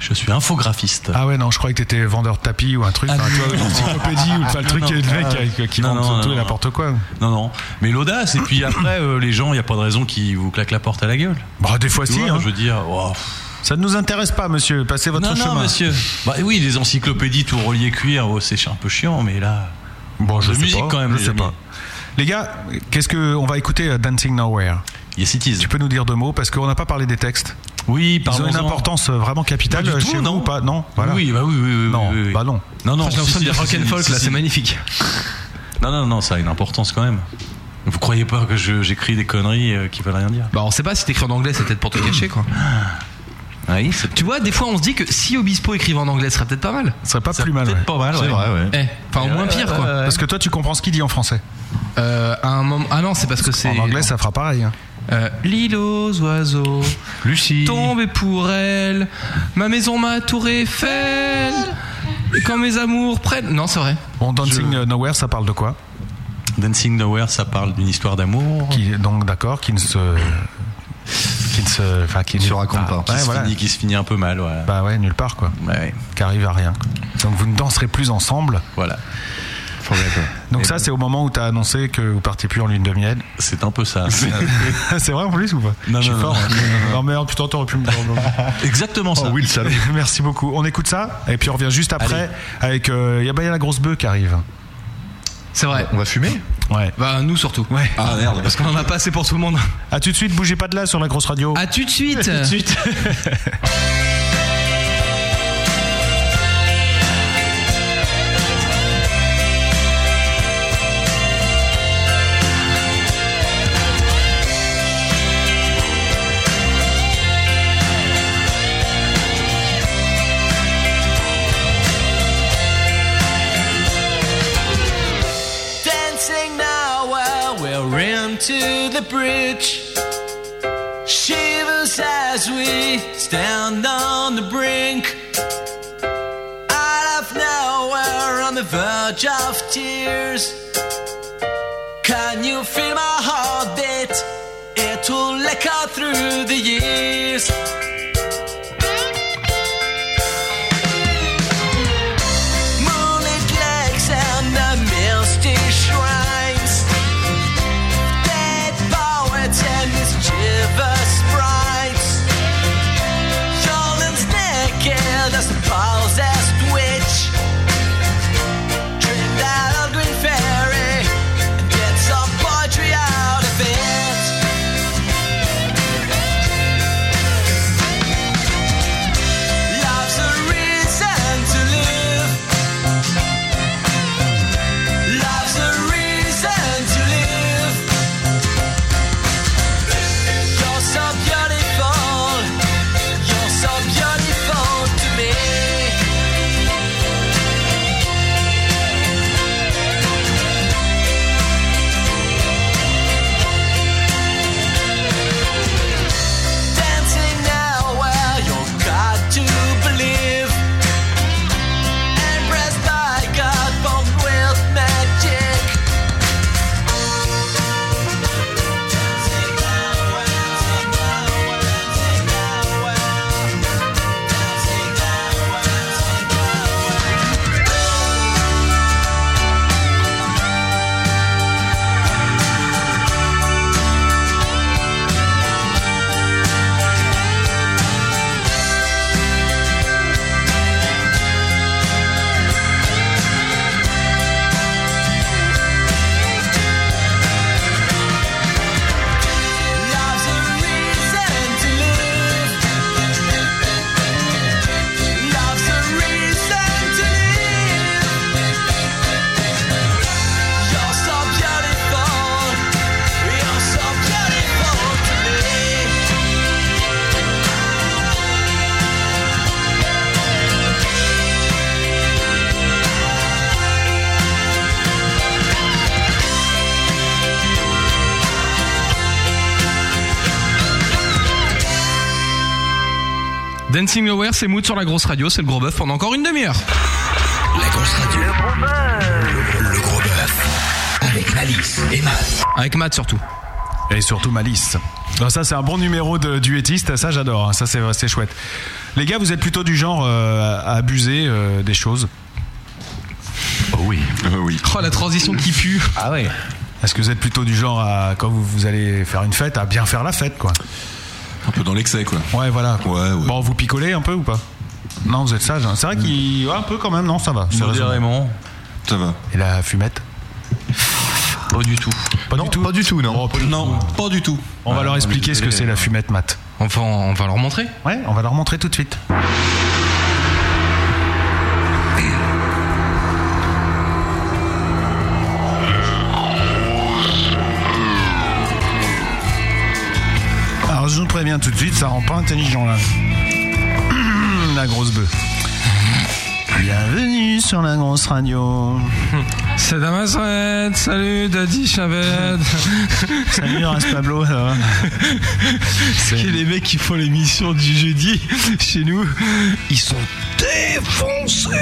Speaker 7: je suis infographiste.
Speaker 2: Ah ouais, non, je croyais que t'étais vendeur de tapis ou un truc.
Speaker 7: Ah
Speaker 2: enfin,
Speaker 7: non,
Speaker 2: toi,
Speaker 7: non,
Speaker 2: une encyclopédie ou enfin, le truc
Speaker 7: Non,
Speaker 2: qui est le mec euh, qui
Speaker 7: non,
Speaker 2: vend
Speaker 7: non,
Speaker 2: tout et
Speaker 7: non,
Speaker 2: n'importe quoi.
Speaker 7: Non, non. Mais l'audace, et puis après, euh, les gens, il n'y a pas de raison qu'ils vous claquent la porte à la gueule.
Speaker 2: Bah, des fois,
Speaker 7: Tu
Speaker 2: si.
Speaker 7: vois,
Speaker 2: hein.
Speaker 7: Je veux dire, oh, pff.
Speaker 2: Ça ne nous intéresse pas, monsieur. Passez votre
Speaker 7: non,
Speaker 2: chemin.
Speaker 7: non, monsieur. Bah oui, les encyclopédies tout relié cuir, oh, c'est un peu chiant, mais là.
Speaker 2: Bon, je
Speaker 7: de
Speaker 2: sais
Speaker 7: musique
Speaker 2: pas,
Speaker 7: quand même,
Speaker 2: je
Speaker 7: les
Speaker 2: sais
Speaker 7: amis.
Speaker 2: pas. Les gars, qu'est-ce que on va écouter euh, Dancing Nowhere
Speaker 7: Yes, it is.
Speaker 2: Tu peux nous dire deux mots parce qu'on n'a pas parlé des textes.
Speaker 7: Oui,
Speaker 2: Ils
Speaker 7: pardon.
Speaker 2: ont une importance euh, vraiment capitale
Speaker 7: Pas du tout,
Speaker 2: chez vous
Speaker 7: non
Speaker 2: ou pas Non. Voilà.
Speaker 7: Oui, bah oui, oui, oui.
Speaker 2: Non,
Speaker 7: oui, oui.
Speaker 2: bah non.
Speaker 7: Non, non,
Speaker 6: J'ai
Speaker 7: si,
Speaker 6: l'impression
Speaker 7: si,
Speaker 6: de dire
Speaker 7: si,
Speaker 6: rock and
Speaker 7: si,
Speaker 6: folk,
Speaker 7: si,
Speaker 6: là,
Speaker 7: si.
Speaker 6: c'est magnifique.
Speaker 7: Non, non, non, ça a une importance quand même. Vous croyez pas que je- j'écris des conneries euh, qui veulent rien dire
Speaker 6: Bah, on sait pas si t'écris en anglais, c'est peut-être pour te cacher, quoi.
Speaker 8: Ah
Speaker 7: Oui, c'est
Speaker 6: Tu vois, des fois, on se dit que si Obispo écrivait en anglais, ce serait peut-être pas mal.
Speaker 2: Ce serait pas plus mal. ouais.
Speaker 7: pas mal,
Speaker 8: C'est
Speaker 7: ouais.
Speaker 8: vrai, ouais.
Speaker 6: Eh, enfin, au moins pire, quoi.
Speaker 2: Parce que toi, tu comprends ce qu'il dit en français.
Speaker 6: Euh, à un moment... Ah non, c'est parce que c'est.
Speaker 2: En anglais, ça fera pareil. hein.
Speaker 6: Euh, L'île aux oiseaux
Speaker 8: Lucie.
Speaker 6: tombe pour elle. Ma maison, ma tour Eiffel. Et quand mes amours prennent. Non, c'est vrai.
Speaker 2: Bon, Dancing euh, Nowhere, ça parle de quoi
Speaker 7: Dancing Nowhere, ça parle d'une histoire d'amour qui,
Speaker 2: qui donc d'accord qui ne se qui ne se enfin qui
Speaker 8: Se
Speaker 2: ne-
Speaker 8: raconte
Speaker 2: bah,
Speaker 8: pas.
Speaker 2: ouais,
Speaker 7: se
Speaker 2: voilà.
Speaker 7: finit, qui se finit un peu mal, voilà.
Speaker 2: bah ouais nulle part quoi
Speaker 7: Ouais,
Speaker 2: qui arrive à rien donc vous ne danserez plus ensemble
Speaker 7: voilà.
Speaker 2: donc
Speaker 7: ben.
Speaker 2: ça c'est au moment où tu as annoncé que vous partiez plus en lune de miel
Speaker 7: C'est un peu ça.
Speaker 2: c'est vrai en plus ou pas
Speaker 7: Ah. Non,
Speaker 2: je suis
Speaker 7: non,
Speaker 2: fort
Speaker 7: non.
Speaker 2: hein. non merde putain t'aurais pu me
Speaker 7: Exactement
Speaker 8: Oh
Speaker 7: ça.
Speaker 8: oui, le salaud.
Speaker 2: merci beaucoup on écoute ça et puis on revient juste après avec euh, y a bah, y a la grosse bœuf qui arrive
Speaker 6: C'est vrai.
Speaker 8: On va fumer
Speaker 2: ouais
Speaker 6: Bah, nous surtout.
Speaker 2: ouais
Speaker 7: Ah merde.
Speaker 6: Parce qu'on en a pas assez pour tout le monde.
Speaker 2: à tout de suite bougez pas de là sur la grosse radio
Speaker 6: À tout de suite.
Speaker 2: tout de suite
Speaker 5: to the bridge. Shivers as we stand on the brink. Out of nowhere, on the verge of tears. Can you feel my heart beat? It will echo through the years. Moonlit lakes and the misty shrines. Dead poets and mischievous sprites. Shoulders naked as the possessed witch. Drink that old green fairy and get some poetry out of it. Love's a reason to live. Love's a reason to live. You're so beautiful. You're so beautiful to me. Dancing now where you've got to believe. Embraced by God, born with magic. Love's a reason to live. Love's a reason to live. You're so beautiful. You're so beautiful to
Speaker 6: Dancing Nowhere, c'est Mood sur la grosse radio, c'est le gros bœuf pendant encore une demi-heure.
Speaker 1: La grosse radio. Le gros bœuf. Le, gros bœuf. Avec Malice et Matt.
Speaker 6: Avec Matt surtout.
Speaker 2: Et surtout Malice. Alors ça c'est un bon numéro de duettiste, ça j'adore, hein. ça c'est c'est chouette. Les gars, vous êtes plutôt du genre euh, à abuser euh, des choses
Speaker 9: Oh oui. oui.
Speaker 6: Oh la transition qui pue.
Speaker 2: Ah ouais. Est-ce que vous êtes plutôt du genre à quand vous, vous allez faire une fête à bien faire la fête quoi
Speaker 9: Un peu dans l'excès, quoi.
Speaker 2: Ouais, voilà. Bon, vous picolez un peu ou pas Non, vous êtes sage. hein. C'est vrai qu'il ouais, un peu quand même, non, ça va. c'est
Speaker 7: Modérément.
Speaker 9: Ça va.
Speaker 2: Et la fumette
Speaker 7: Pas du tout.
Speaker 2: Pas du tout. Pas du tout, non.
Speaker 7: non, pas du tout.
Speaker 2: On va leur expliquer ce que c'est la fumette, Matt.
Speaker 6: Enfin, on va leur montrer.
Speaker 2: Ouais, on va leur montrer tout de suite. Alors je vous préviens tout de suite, ça rend pas intelligent là. la grosse bœuf. Bienvenue sur la grosse radio.
Speaker 6: C'est Damasred, salut Daddy Chaved.
Speaker 2: Salut
Speaker 6: hein,
Speaker 2: Ras Pablo, ça va
Speaker 6: C'est que les mecs qui font l'émission du jeudi chez nous, ils sont défoncés.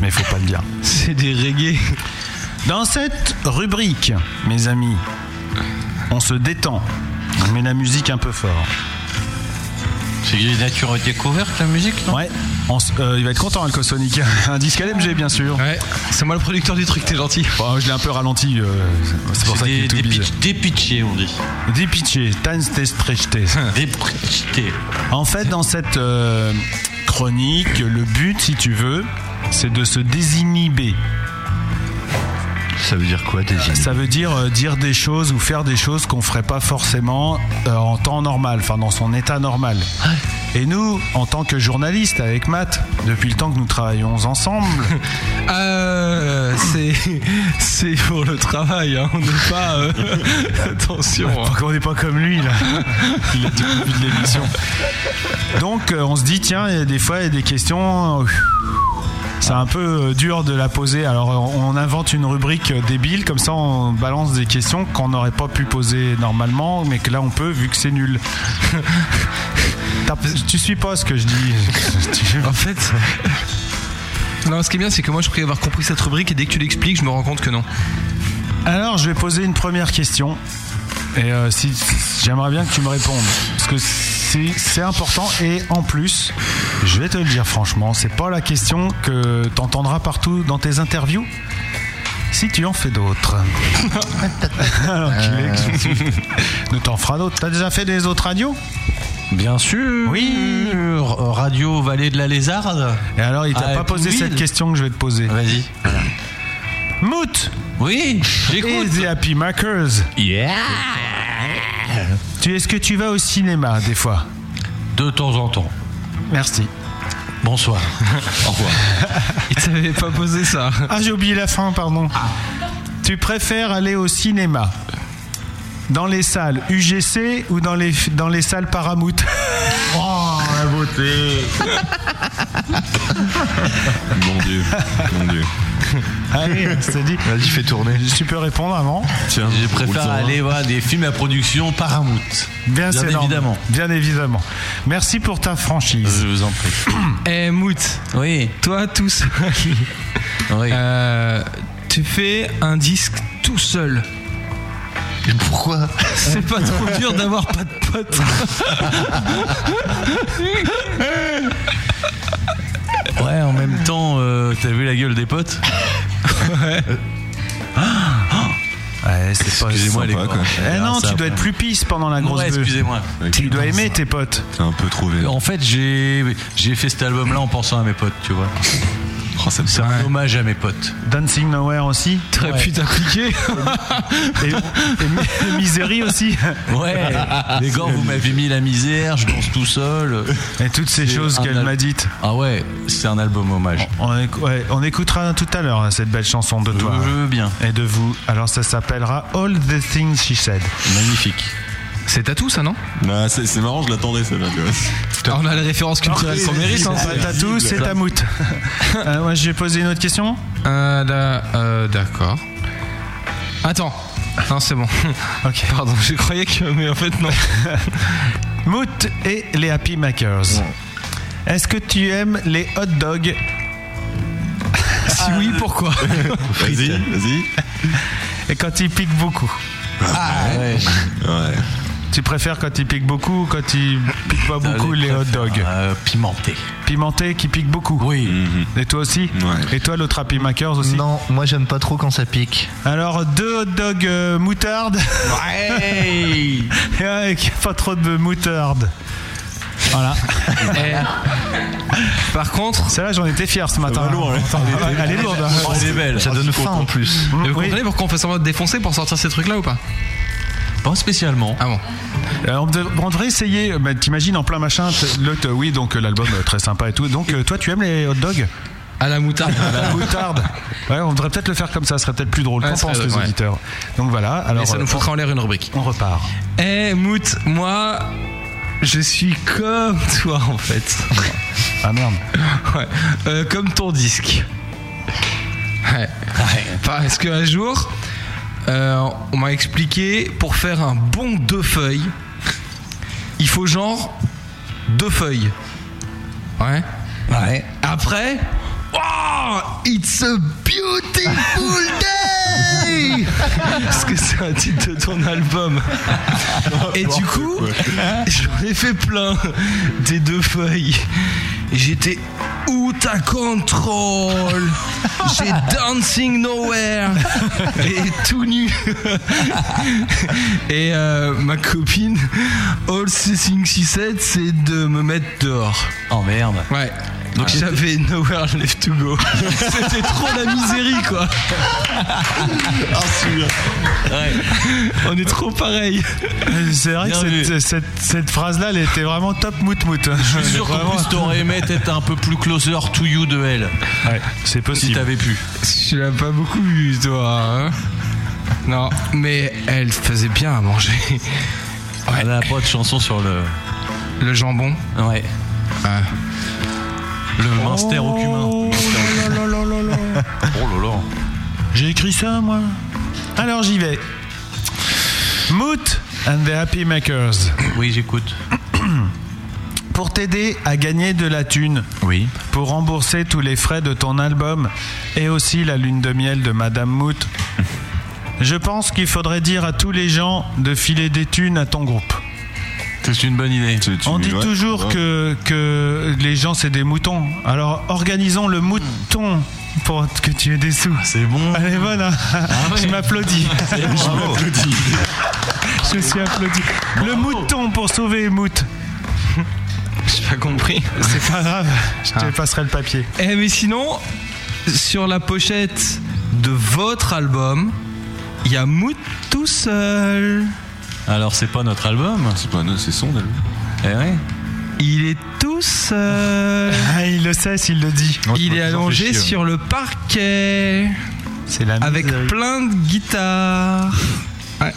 Speaker 2: Mais faut pas le dire.
Speaker 6: C'est des reggae.
Speaker 2: Dans cette rubrique, mes amis, on se détend. On met la musique un peu fort.
Speaker 7: C'est une nature découverte la musique, non
Speaker 2: Ouais. On s- euh, il va être content, Alco Sonic. Un disque LMG, bien sûr. Oh,
Speaker 6: Ouais. C'est moi le producteur du truc, t'es gentil.
Speaker 2: je l'ai un peu ralenti. euh, c'est- c'est pour ça qu'il
Speaker 7: Des, des,
Speaker 2: tout bise.
Speaker 7: pitch- des pitchés, on dit.
Speaker 2: Des pitchés,
Speaker 7: Des pitchés.
Speaker 2: En fait, dans cette euh, chronique, le but, si tu veux, c'est de se désinhiber.
Speaker 8: Ça veut dire quoi, Daisy
Speaker 2: Ça veut dire euh, dire des choses ou faire des choses qu'on ferait pas forcément euh, en temps normal, enfin dans son état normal. Et nous, en tant que journalistes avec Matt, depuis le temps que nous travaillons ensemble,
Speaker 6: Euh, c'est c'est pour le travail, hein, on n'est pas euh, attention. hein.
Speaker 2: on n'est pas comme lui là. Il a tout vu de l'émission. Donc euh, on se dit tiens, il y a des fois il y a des questions. euh, C'est un peu euh, dur de la poser. Alors on on invente une rubrique euh, débile, comme ça on balance des questions qu'on n'aurait pas pu poser normalement, mais que là on peut vu que c'est nul. T'as- tu suis pas ce que je dis.
Speaker 6: En fait. Non, ce qui est bien, c'est que moi je croyais avoir compris cette rubrique et dès que tu l'expliques, je me rends compte que non.
Speaker 2: Alors, je vais poser une première question. Et euh, si, j'aimerais bien que tu me répondes. Parce que c'est c'est important. Et en plus, je vais te le dire franchement, c'est pas la question que t'entendras partout dans tes interviews. Si tu en fais d'autres. Alors, qu'il
Speaker 7: Euh.
Speaker 2: est que je suis- ne t'en feras d'autres. T'as déjà fait des autres radios
Speaker 7: Bien sûr. Oui. Radio Vallée de la Lézarde.
Speaker 2: Et alors, il t'a
Speaker 7: Ah,
Speaker 2: pas posé
Speaker 7: oui.
Speaker 2: cette question que je vais te poser.
Speaker 7: Vas-y.
Speaker 2: Moot
Speaker 7: Oui,
Speaker 2: j'écoute. Et The Happy Makers.
Speaker 7: Yeah
Speaker 2: Tu, est-ce que tu vas au cinéma des fois
Speaker 7: De temps en temps.
Speaker 2: Merci.
Speaker 7: Bonsoir. Au revoir.
Speaker 6: Il t'avait pas posé ça.
Speaker 2: Ah, j'ai oublié la fin, pardon.
Speaker 7: Ah.
Speaker 2: Tu préfères aller au cinéma dans les salles UGC ou dans les, dans les salles Paramout Oh, la beauté
Speaker 9: Mon dieu, mon dieu.
Speaker 2: Allez, ah c'est dit.
Speaker 8: Vas-y, fais tourner.
Speaker 2: Tu peux répondre avant
Speaker 9: Tiens,
Speaker 7: je préfère
Speaker 2: savoir.
Speaker 7: aller voir des films à production Paramount.
Speaker 2: Bien,
Speaker 7: Bien
Speaker 2: c'est normal.
Speaker 7: évidemment.
Speaker 2: Bien évidemment. Merci pour ta franchise.
Speaker 7: Je vous en prie.
Speaker 6: Eh Mout,
Speaker 7: oui.
Speaker 6: toi tout seul, Euh, tu fais un disque tout seul.
Speaker 8: Pourquoi
Speaker 6: C'est pas trop dur d'avoir pas de potes.
Speaker 7: Ouais, en même temps, euh, t'as vu la gueule des potes Ouais.
Speaker 2: Ah, c'est
Speaker 7: Excusez-moi les gars.
Speaker 2: Eh non, tu dois être plus pisse pendant la grosse
Speaker 7: Ah, Ouais,
Speaker 2: bœuf.
Speaker 7: excusez-moi.
Speaker 2: Tu dois aimer tes potes.
Speaker 9: C'est un peu trop vénère.
Speaker 7: En fait, j'ai j'ai fait cet album-là en pensant à mes potes, tu vois.
Speaker 2: Oh,
Speaker 7: C'est un hommage à mes potes.
Speaker 2: Dancing Nowhere aussi.
Speaker 7: T'aurais pu
Speaker 6: t'appliquer.
Speaker 2: et, et Mi- et Misery aussi.
Speaker 7: Ouais, les gars, vous m'avez mis la misère, je danse tout seul.
Speaker 2: Et toutes ces choses qu'elle m'a dites.
Speaker 7: Ah ouais, c'est un album hommage.
Speaker 2: On, éc- ouais, on écoutera tout à l'heure hein, cette belle chanson de toi.
Speaker 7: je veux bien.
Speaker 2: Et de vous. Alors ça s'appellera All the Things She Said.
Speaker 7: Magnifique.
Speaker 6: C'est tatou ça, non Ah,
Speaker 9: Bah, c'est c'est marrant, je l'attendais celle-là, tu vois.
Speaker 6: On a les références culturelles qu'on mérite. hein.
Speaker 2: Ah, Pas tatou, c'est ta moute. Euh, moi, j'ai posé une autre question.
Speaker 6: Euh, là, euh, d'accord. Attends. Non, c'est bon.
Speaker 2: Ok.
Speaker 6: Pardon, je croyais que. Mais en fait, non.
Speaker 2: Moot et les Happy Makers. Est-ce que tu aimes les hot dogs Si oui, pourquoi
Speaker 9: Vas-y, vas-y.
Speaker 2: Et quand ils piquent beaucoup
Speaker 7: Ah ouais.
Speaker 9: Ouais.
Speaker 2: Tu préfères quand ils piquent beaucoup ou quand ils piquent pas beaucoup les hot dogs
Speaker 6: euh,
Speaker 7: Pimenté.
Speaker 2: Pimenté qui pique beaucoup
Speaker 7: Oui.
Speaker 9: Mm-hmm.
Speaker 2: Et toi aussi Et toi l'autre Happy Makers aussi
Speaker 8: Non, moi j'aime pas trop quand ça pique.
Speaker 2: Alors deux hot dogs euh, moutarde
Speaker 7: Ouais
Speaker 2: Et avec pas trop de moutarde. Voilà.
Speaker 6: Par contre.
Speaker 2: Celle-là j'en étais fier ce matin. Elle est- hein. Elle est lourde. hein.
Speaker 6: Ah,
Speaker 8: plus.
Speaker 6: Mais vous
Speaker 2: Oui.
Speaker 6: comprenez pourquoi on fait semblant de défoncer pour sortir ces trucs-là ou pas
Speaker 7: Pas spécialement.
Speaker 6: Ah bon
Speaker 2: Euh, on, dev- on devrait essayer, euh, bah, t'imagines en plein machin, t- le, t- oui, donc euh, l'album euh, très sympa et tout. Donc euh, toi, tu aimes les hot dogs
Speaker 6: À la moutarde.
Speaker 2: La moutarde Ouais, on devrait peut-être le faire comme ça, ce serait peut-être plus drôle.
Speaker 6: Ouais,
Speaker 2: Qu'en
Speaker 6: ça
Speaker 2: pensent
Speaker 6: serait
Speaker 2: les
Speaker 6: drôle, ouais.
Speaker 2: auditeurs Donc voilà, alors.
Speaker 6: Mais ça
Speaker 2: euh,
Speaker 6: nous foutra en l'air une rubrique.
Speaker 2: On repart.
Speaker 6: Eh Mout, moi, je suis comme toi en fait.
Speaker 2: Ah merde.
Speaker 6: Ouais. Euh, comme ton disque. Ouais. Parce qu'un jour, euh, on m'a expliqué pour faire un bon deux feuilles, il faut genre deux feuilles. Ouais.
Speaker 7: Ouais.
Speaker 6: Après, oh, it's a beautiful day. Parce que c'est un titre de ton album. Et du coup, j'en ai fait plein des deux feuilles. Et J'étais out of control. J'ai dancing nowhere et tout nu. Et euh, ma copine, all the things she said, c'est de me mettre dehors.
Speaker 7: Oh merde. Ah,
Speaker 6: Ouais. Donc j'avais nowhere left to go. C'était trop la misérie quoi. On est trop pareil.
Speaker 2: C'est vrai
Speaker 7: Bien
Speaker 2: que
Speaker 7: vu.
Speaker 2: cette, cette- cette phrase-là, elle était vraiment top mout mout.
Speaker 7: Je suis sûr qu'en plus t'aurais aimé être un peu plus closer to you de elle.
Speaker 2: Ouais, c'est
Speaker 7: Si
Speaker 2: possible.
Speaker 7: t'avais pu.
Speaker 6: Tu l'as pas beaucoup vu toi. hein non, mais elle faisait bien à manger.
Speaker 7: Elle a pas de chanson sur le.
Speaker 6: Le jambon.
Speaker 7: Ouais.
Speaker 6: Ah.
Speaker 7: Le minster au cumin.
Speaker 2: Oh là là
Speaker 7: Oh là là.
Speaker 2: J'ai écrit ça, moi. Alors j'y vais. Moot and the Happy Makers.
Speaker 7: Oui, j'écoute.
Speaker 2: Pour t'aider à gagner de la thune.
Speaker 7: Oui.
Speaker 2: Pour rembourser tous les frais de ton album et aussi la lune de miel de Madame Moot. Je pense qu'il faudrait dire à tous les gens de filer des thunes à ton groupe.
Speaker 7: C'est une bonne
Speaker 9: Eh,
Speaker 7: idée.
Speaker 2: On dit toujours que, que les gens, c'est des moutons. Alors, organisons le mouton pour que tu aies des sous.
Speaker 7: C'est bon. Ah
Speaker 2: Elle est bonne, hein Je m'applaudis.
Speaker 7: C'est bon,
Speaker 2: Je
Speaker 7: bravo.
Speaker 2: m'applaudis. Je suis applaudi. Le mouton pour sauver Mout.
Speaker 6: J'ai pas compris. Ah.
Speaker 2: C'est pas grave, je te passerai le papier.
Speaker 6: Eh mais sinon, sur la pochette de votre album, il y a Mout tout seul.
Speaker 7: Alors, c'est pas notre album C'est pas notre, c'est son album. Eh ouais.
Speaker 6: Il est tout seul.
Speaker 2: Ah, il le sait s'il le dit. tu m'as
Speaker 6: il est
Speaker 2: toujours fait
Speaker 6: allongé
Speaker 2: chier, ouais.
Speaker 6: sur le parquet.
Speaker 2: C'est la
Speaker 6: Avec
Speaker 2: miserie.
Speaker 6: plein de guitares. Ouais.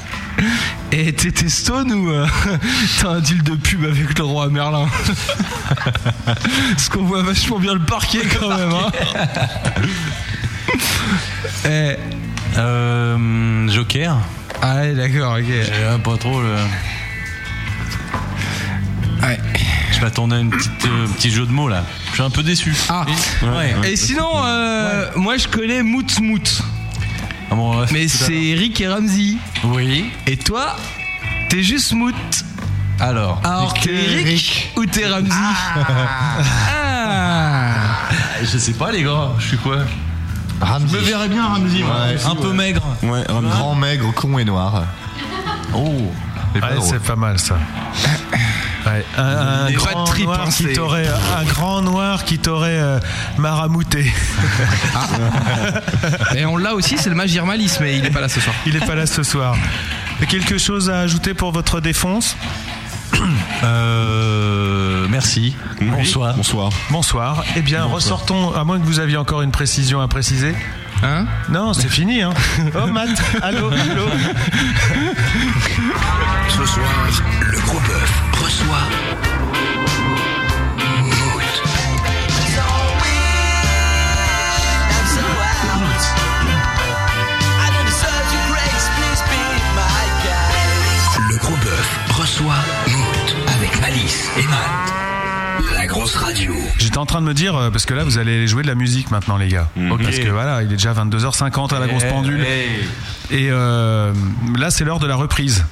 Speaker 6: Et t'étais stone ou euh, t'as un deal de pub avec le roi Merlin Parce qu'on voit vachement bien le parquet quand même. hein.
Speaker 7: Eh, Euh, Joker.
Speaker 6: Ah ouais, d'accord, ok.
Speaker 7: J'ai pas trop le.
Speaker 6: Ouais.
Speaker 7: Je m'attendais à euh, un petit, petit jeu de mots là. Je suis un peu déçu.
Speaker 6: Ah.
Speaker 7: Ouais.
Speaker 6: Et sinon, euh, moi je connais Mout Mout. Mais
Speaker 7: Ah, tout à
Speaker 6: c'est
Speaker 7: l'heure.
Speaker 6: Eric et Ramsey.
Speaker 7: Oui.
Speaker 6: Et toi, t'es juste Mout.
Speaker 7: Alors.
Speaker 6: Alors t'es Eric ou t'es Ramsey Ah.
Speaker 7: Je sais pas les gars, je suis quoi Je me verrais bien Ramsey. moi.
Speaker 8: Ouais,
Speaker 7: un peu
Speaker 8: ouais.
Speaker 7: maigre.
Speaker 8: Ouais, grand maigre, con et noir.
Speaker 7: Oh.
Speaker 2: Ouais, c'est pas mal ça. Ouais, un, un
Speaker 8: Mais pas
Speaker 2: grand
Speaker 8: de trip,
Speaker 2: noir
Speaker 8: hein,
Speaker 2: qui
Speaker 8: c'est-
Speaker 2: t'aurait un grand noir qui t'aurait euh,
Speaker 7: Ah.
Speaker 2: maramouté.
Speaker 6: Et on l'a aussi, c'est le Magir Malice, mais il est pas là ce soir.
Speaker 2: Il est pas là ce soir. Quelque chose à ajouter pour votre défonce
Speaker 7: Euh, merci. Bonsoir.
Speaker 9: Bonsoir.
Speaker 2: Bonsoir. Eh bien, ressortons, à moins que vous aviez encore une précision à préciser.
Speaker 6: Hein
Speaker 2: Non, c'est fini. Hein. Oh, Matt, allô, allô.
Speaker 1: Ce soir, le gros bœuf reçoit Le gros bœuf reçoit Mout avec Malice et Matt. La grosse radio.
Speaker 2: J'étais en train de me dire, euh, parce que là, vous allez jouer de la musique maintenant, les gars.
Speaker 7: Mm.
Speaker 1: Mhm.
Speaker 2: Parce
Speaker 1: Ok.
Speaker 2: que voilà, il est déjà 22h50 à la grosse
Speaker 1: Eh,
Speaker 2: pendule.
Speaker 7: eh.
Speaker 2: Et euh, là, c'est l'heure de la reprise.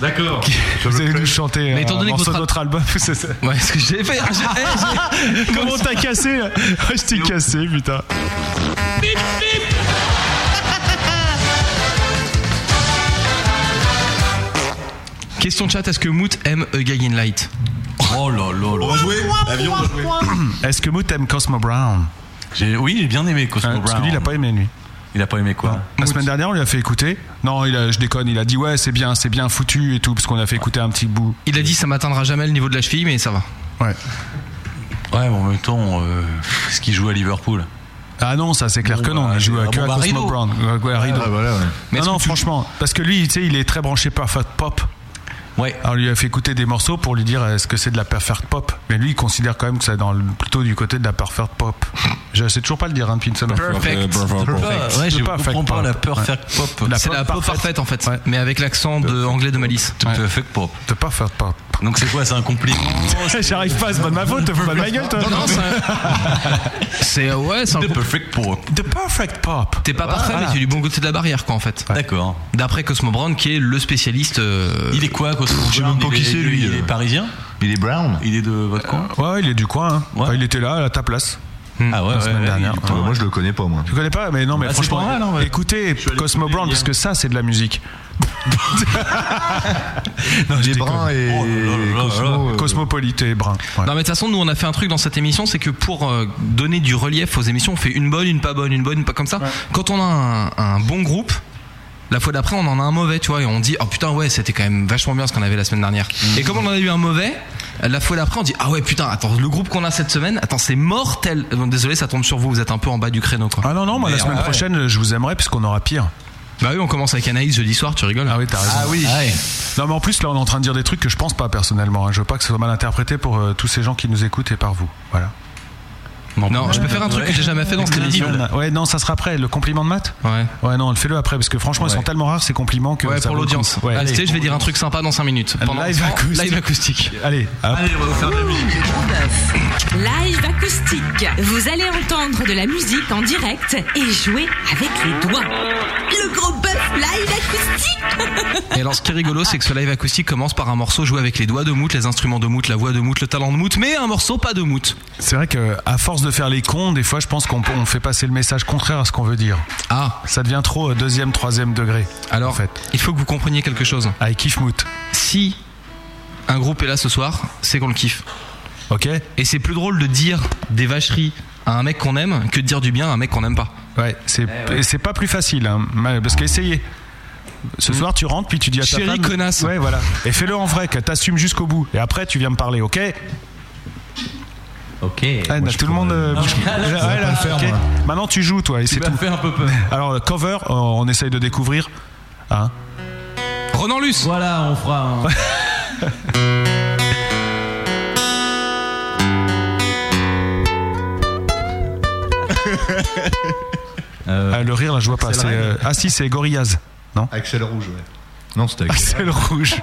Speaker 7: D'accord.
Speaker 2: Vous allez nous chanter
Speaker 6: Mais étant
Speaker 2: un
Speaker 6: donné que
Speaker 2: morceau de
Speaker 6: votre-
Speaker 2: votre album. c'est ça.
Speaker 6: Ouais, ce que j'ai fait. Ah, j'ai- eh, j'ai-
Speaker 2: Comment t'as cassé là Ah, Je t'ai cassé, putain.
Speaker 6: Question de chat, est-ce que Mout aime A Guy in Light
Speaker 7: Oh là là là.
Speaker 9: Avion,
Speaker 2: Est-ce que Mout aime Cosmo Brown
Speaker 7: J'ai- Oui, j'ai bien aimé Cosmo
Speaker 2: Hein,
Speaker 7: Brown.
Speaker 2: Parce que lui, il a pas aimé, lui.
Speaker 7: Il a pas aimé quoi
Speaker 2: La semaine dernière, on lui a fait écouter. Non, il a- je déconne, il a dit ouais, c'est bien, c'est bien foutu et tout, parce qu'on a fait écouter un petit bout.
Speaker 6: Il a dit ça m'atteindra jamais le niveau de la cheville, mais ça va.
Speaker 2: Ouais.
Speaker 7: Ouais, mais en même temps, euh, ce qu'il joue à Liverpool.
Speaker 2: Ah non, ça c'est clair que non, il joue à
Speaker 7: ah
Speaker 2: que
Speaker 7: bon,
Speaker 2: à
Speaker 7: bah,
Speaker 2: Cosmo
Speaker 7: rideau.
Speaker 2: Brown. Ouais, ouais, rideau.
Speaker 7: Ah, voilà, ouais. Mais
Speaker 2: Non,
Speaker 7: est-ce
Speaker 2: non,
Speaker 7: que tu-
Speaker 2: franchement, parce que lui, tu sais, il est très branché perfect pop.
Speaker 7: Ouais.
Speaker 2: Alors, on lui a fait écouter des morceaux pour lui dire est-ce que c'est de la perfect pop. Mais lui, il considère quand même que c'est dans le- plutôt du côté de la perfect pop. Je sais toujours pas le dire hein, depuis une semaine.
Speaker 6: Perfect. Perfect.
Speaker 7: Ouais, je
Speaker 2: Le
Speaker 7: comprends pas la perfect
Speaker 2: Ouais.
Speaker 7: pop.
Speaker 6: C'est la pop parfaite en fait, mais avec l'accent de anglais de Malice.
Speaker 7: Perfect pop.
Speaker 2: De perfect pop.
Speaker 7: Donc c'est quoi C'est un compliment
Speaker 2: J'arrive pas à se battre ma faute, te fous pas de ma gueule, toi.
Speaker 6: Non, non, c'est C'est ouais, c'est un The
Speaker 7: perfect pop.
Speaker 2: The perfect pop.
Speaker 6: T'es pas parfait,
Speaker 7: Voilà.
Speaker 6: mais t'es du bon côté de la barrière, quoi, en fait.
Speaker 7: D'accord.
Speaker 6: D'après Cosmo Brown, qui est le spécialiste. euh,
Speaker 7: Il est quoi, Cosmo
Speaker 6: Je sais
Speaker 7: Brown
Speaker 6: même pas
Speaker 7: Il
Speaker 6: qui
Speaker 7: est-
Speaker 6: c'est, lui. euh.
Speaker 7: Il est parisien
Speaker 8: Il est brown
Speaker 7: Il est de votre coin
Speaker 2: Ouais, il est du coin. hein. Enfin, il était là à ta place.
Speaker 7: Ah ouais,
Speaker 2: la semaine
Speaker 7: ouais, ouais,
Speaker 2: dernière.
Speaker 7: il est du coin,
Speaker 2: Ouais.
Speaker 8: Euh, Moi, je le connais pas, moi.
Speaker 2: Tu connais pas, mais non, mais
Speaker 7: Bah, c'est
Speaker 2: franchement,
Speaker 7: pas mal, hein, ouais.
Speaker 2: écoutez Cosmo Brown, parce que ça, c'est de la musique. non,
Speaker 8: Il est brun et
Speaker 7: Oh
Speaker 8: Cosmo, euh,
Speaker 2: Cosmopolite et brun. ouais.
Speaker 6: Non mais de toute façon nous on a fait un truc dans cette émission c'est que pour euh, donner du relief aux émissions on fait une bonne, une pas bonne, une bonne, une pas comme ça. Quand on a un, un bon groupe, la fois d'après on en a un mauvais tu vois et on dit oh putain ouais c'était quand même vachement bien ce qu'on avait la semaine dernière.
Speaker 2: Mhm.
Speaker 6: Et comme on en a eu un mauvais, la fois d'après on dit ah ouais putain attends le groupe qu'on a cette semaine attends c'est mortel. Euh, Bon, désolé ça tombe sur vous vous êtes un peu en bas du créneau quoi.
Speaker 2: Ah non non moi la
Speaker 6: Merde.
Speaker 2: semaine
Speaker 6: Ah ouais.
Speaker 2: prochaine, je vous aimerais puisqu'on aura pire.
Speaker 6: Bah oui on commence avec Anaïs jeudi soir tu rigoles.
Speaker 2: Ah oui t'as raison. Non mais en plus là on est en train de dire des trucs que je pense pas personnellement. hein. Je veux pas que ce soit mal interprété pour euh, tous ces gens qui nous écoutent et par vous. Voilà.
Speaker 17: Non,
Speaker 6: je peux faire un truc que j'ai jamais fait dans cette émission.
Speaker 2: Ouais, non, ça sera après. Le compliment de maths
Speaker 6: Ouais.
Speaker 2: Ouais, non, fais-le après, parce que franchement, ils sont tellement rares ces compliments que.
Speaker 6: Ouais,
Speaker 2: ça
Speaker 6: pour
Speaker 2: vaut le coup.
Speaker 6: l'audience.
Speaker 2: Ouais.
Speaker 6: Ah,
Speaker 2: Allez.
Speaker 6: tu sais, je vais dire un truc sympa dans 5 minutes. Pendant
Speaker 2: Live
Speaker 6: ce temps,
Speaker 2: acoustique.
Speaker 6: Live acoustique.
Speaker 2: Allez, hop.
Speaker 16: Live acoustique. Vous allez entendre de la musique en direct et jouer avec les doigts. Le gros bœuf live acoustique.
Speaker 6: Et alors, ce qui est rigolo, c'est que ce live acoustique commence par un morceau joué avec les doigts de mout, les instruments de mout, la voix de mout, le talent de mout, mais un morceau pas de mout.
Speaker 2: C'est vrai que à force de faire les cons, des fois, je pense qu'on on fait passer le message contraire à ce qu'on veut dire.
Speaker 6: Ah.
Speaker 2: Ça devient trop euh, deuxième, troisième degré. Ah,
Speaker 6: Alors, il faut que vous compreniez quelque chose.
Speaker 2: I kiffe mout.
Speaker 6: Si un groupe est là ce soir, c'est qu'on le kiffe.
Speaker 2: Ok.
Speaker 6: Et c'est plus drôle de dire des vacheries à un mec qu'on aime que de dire du bien à un mec qu'on n'aime pas.
Speaker 2: Ouais, c'est
Speaker 18: Eh
Speaker 2: et c'est pas plus facile, hein, ma- parce qu'essayez. Ce soir, tu rentres, puis tu dis à ta
Speaker 6: Hmm. Chérie
Speaker 2: femme-
Speaker 6: connasse.
Speaker 2: Ouais, voilà. Et fais-le en vrai, que t'assumes jusqu'au bout. Et après, tu viens me parler, ok
Speaker 18: Ok.
Speaker 2: Ah,
Speaker 18: Moi,
Speaker 2: tout le monde. euh, bouge-
Speaker 18: Ah, là,
Speaker 2: Ouais,
Speaker 18: je vais
Speaker 2: là,
Speaker 18: pas le faire,
Speaker 2: ok.
Speaker 18: moi.
Speaker 2: Maintenant, tu joues, toi, et c'est tout.
Speaker 18: fait un peu peur.
Speaker 2: Alors, le cover, euh, on essaye de découvrir. Hein
Speaker 6: Ronan Luce
Speaker 18: Voilà, on fera un.
Speaker 2: Ah, le rire, là, je vois pas.
Speaker 8: Axel
Speaker 2: c'est, euh,
Speaker 8: Red.
Speaker 2: Ah, si, c'est Gorillaz, non Ah,
Speaker 8: Axel Rouge, ouais. Non, c'était
Speaker 2: Axel Rouge.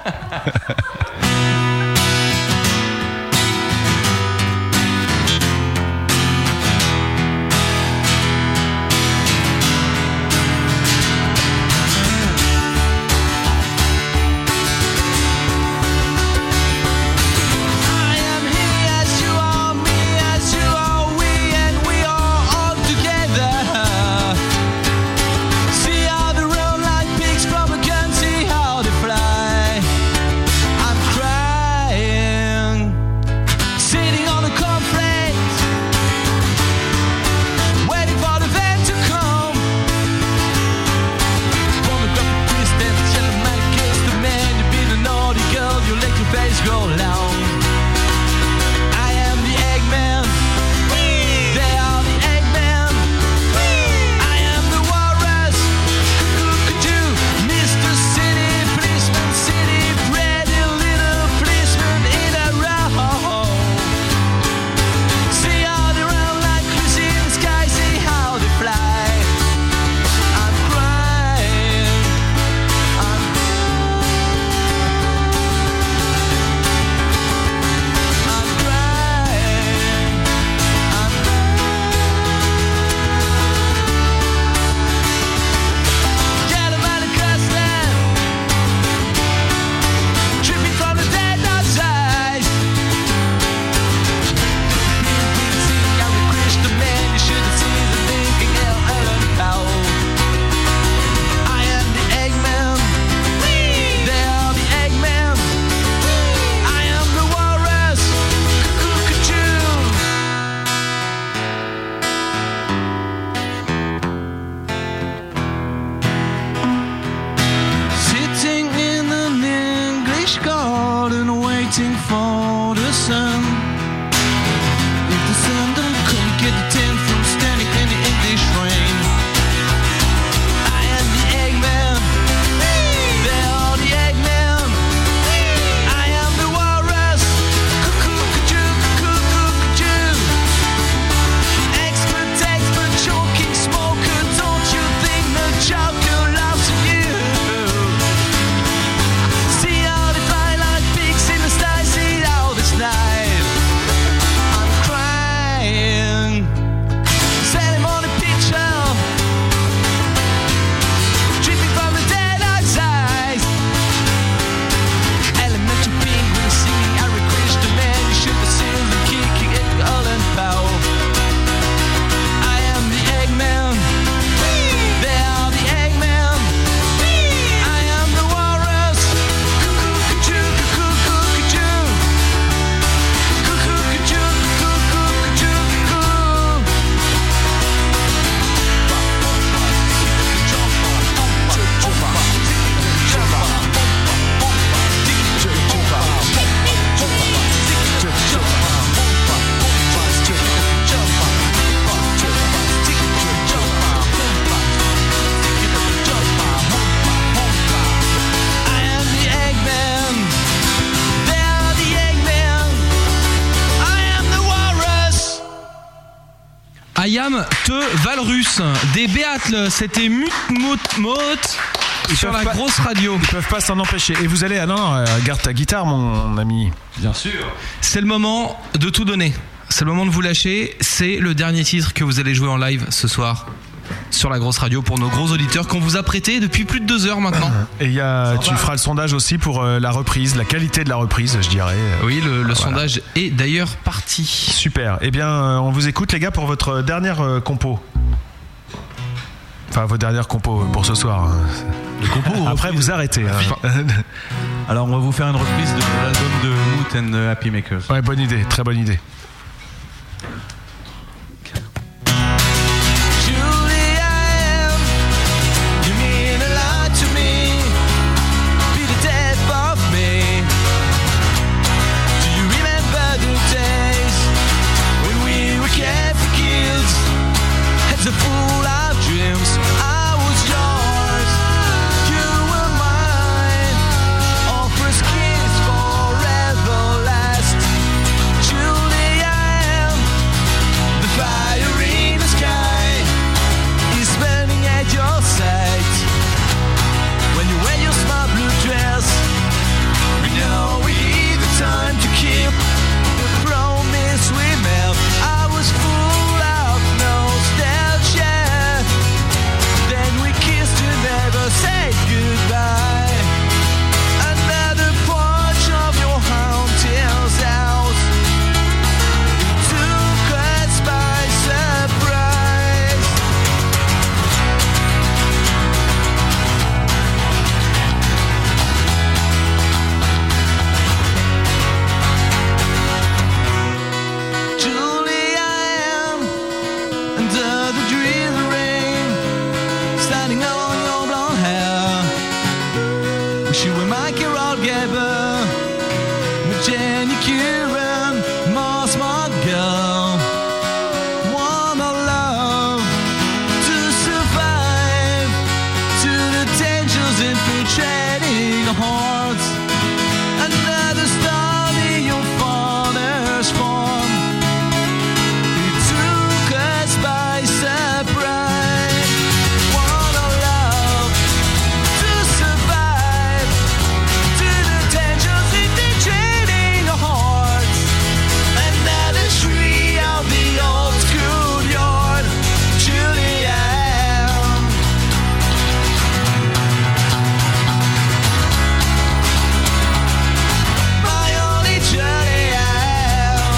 Speaker 5: I am he as you are, me as you are, we and we are all together. See how they run like pigs from a gun, see how they fly. I'm crying.
Speaker 6: Ayam te Valrus. Des Beatles, c'était Mut Mout Mout sur
Speaker 2: peuvent
Speaker 6: la
Speaker 2: pas-
Speaker 6: grosse radio.
Speaker 2: Ils peuvent pas s'en empêcher. Et vous allez. Ah non, non, euh, garde ta guitare, mon ami.
Speaker 6: Bien sûr. C'est le moment de tout donner. C'est le moment de vous lâcher. C'est le dernier titre que vous allez jouer en live ce soir sur la grosse radio pour nos gros auditeurs qu'on vous a prêté depuis plus de deux heures maintenant.
Speaker 2: Et il y a, tu feras le sondage aussi pour euh, la reprise, la qualité de la reprise, je dirais.
Speaker 6: Oui, le, sondage est d'ailleurs parti.
Speaker 2: Super. Eh bien, euh, on vous écoute, les gars, pour votre dernière euh, compo. Enfin, vos dernières compos pour ce soir. hein.
Speaker 7: Le compo
Speaker 2: Après, vous arrêtez. hein.
Speaker 7: Alors, on va vous faire une reprise de l'album de Moot and the Happy Makers.
Speaker 2: Ouais, bonne idée, très bonne idée.
Speaker 5: Julie, I am. You mean a lot to me. Be the death of me. Do you remember the days when we were carefree kids? Heads are full of dreams. I was yours. You were mine. Our first kiss forever last. Julie, I am. The fire in the sky is burning at your side. When you wear your smart blue dress, we know we need the time to keep the promise we made. I was full of nostalgia. Then we kissed and never said goodbye. Another porch of your hometown's house. Took us by surprise. Julie, I am under the drizzling rain, standing on your blonde hair. Wish you were my Carol Gabber, with Jenny Curran, more smart girl. One of love to survive to the dangers infiltrating our hearts. Another star in your father's form. It took us by surprise. One of love to survive to the dangers infiltrating our hearts. Another tree of the old school yard. Julia. My only journey out.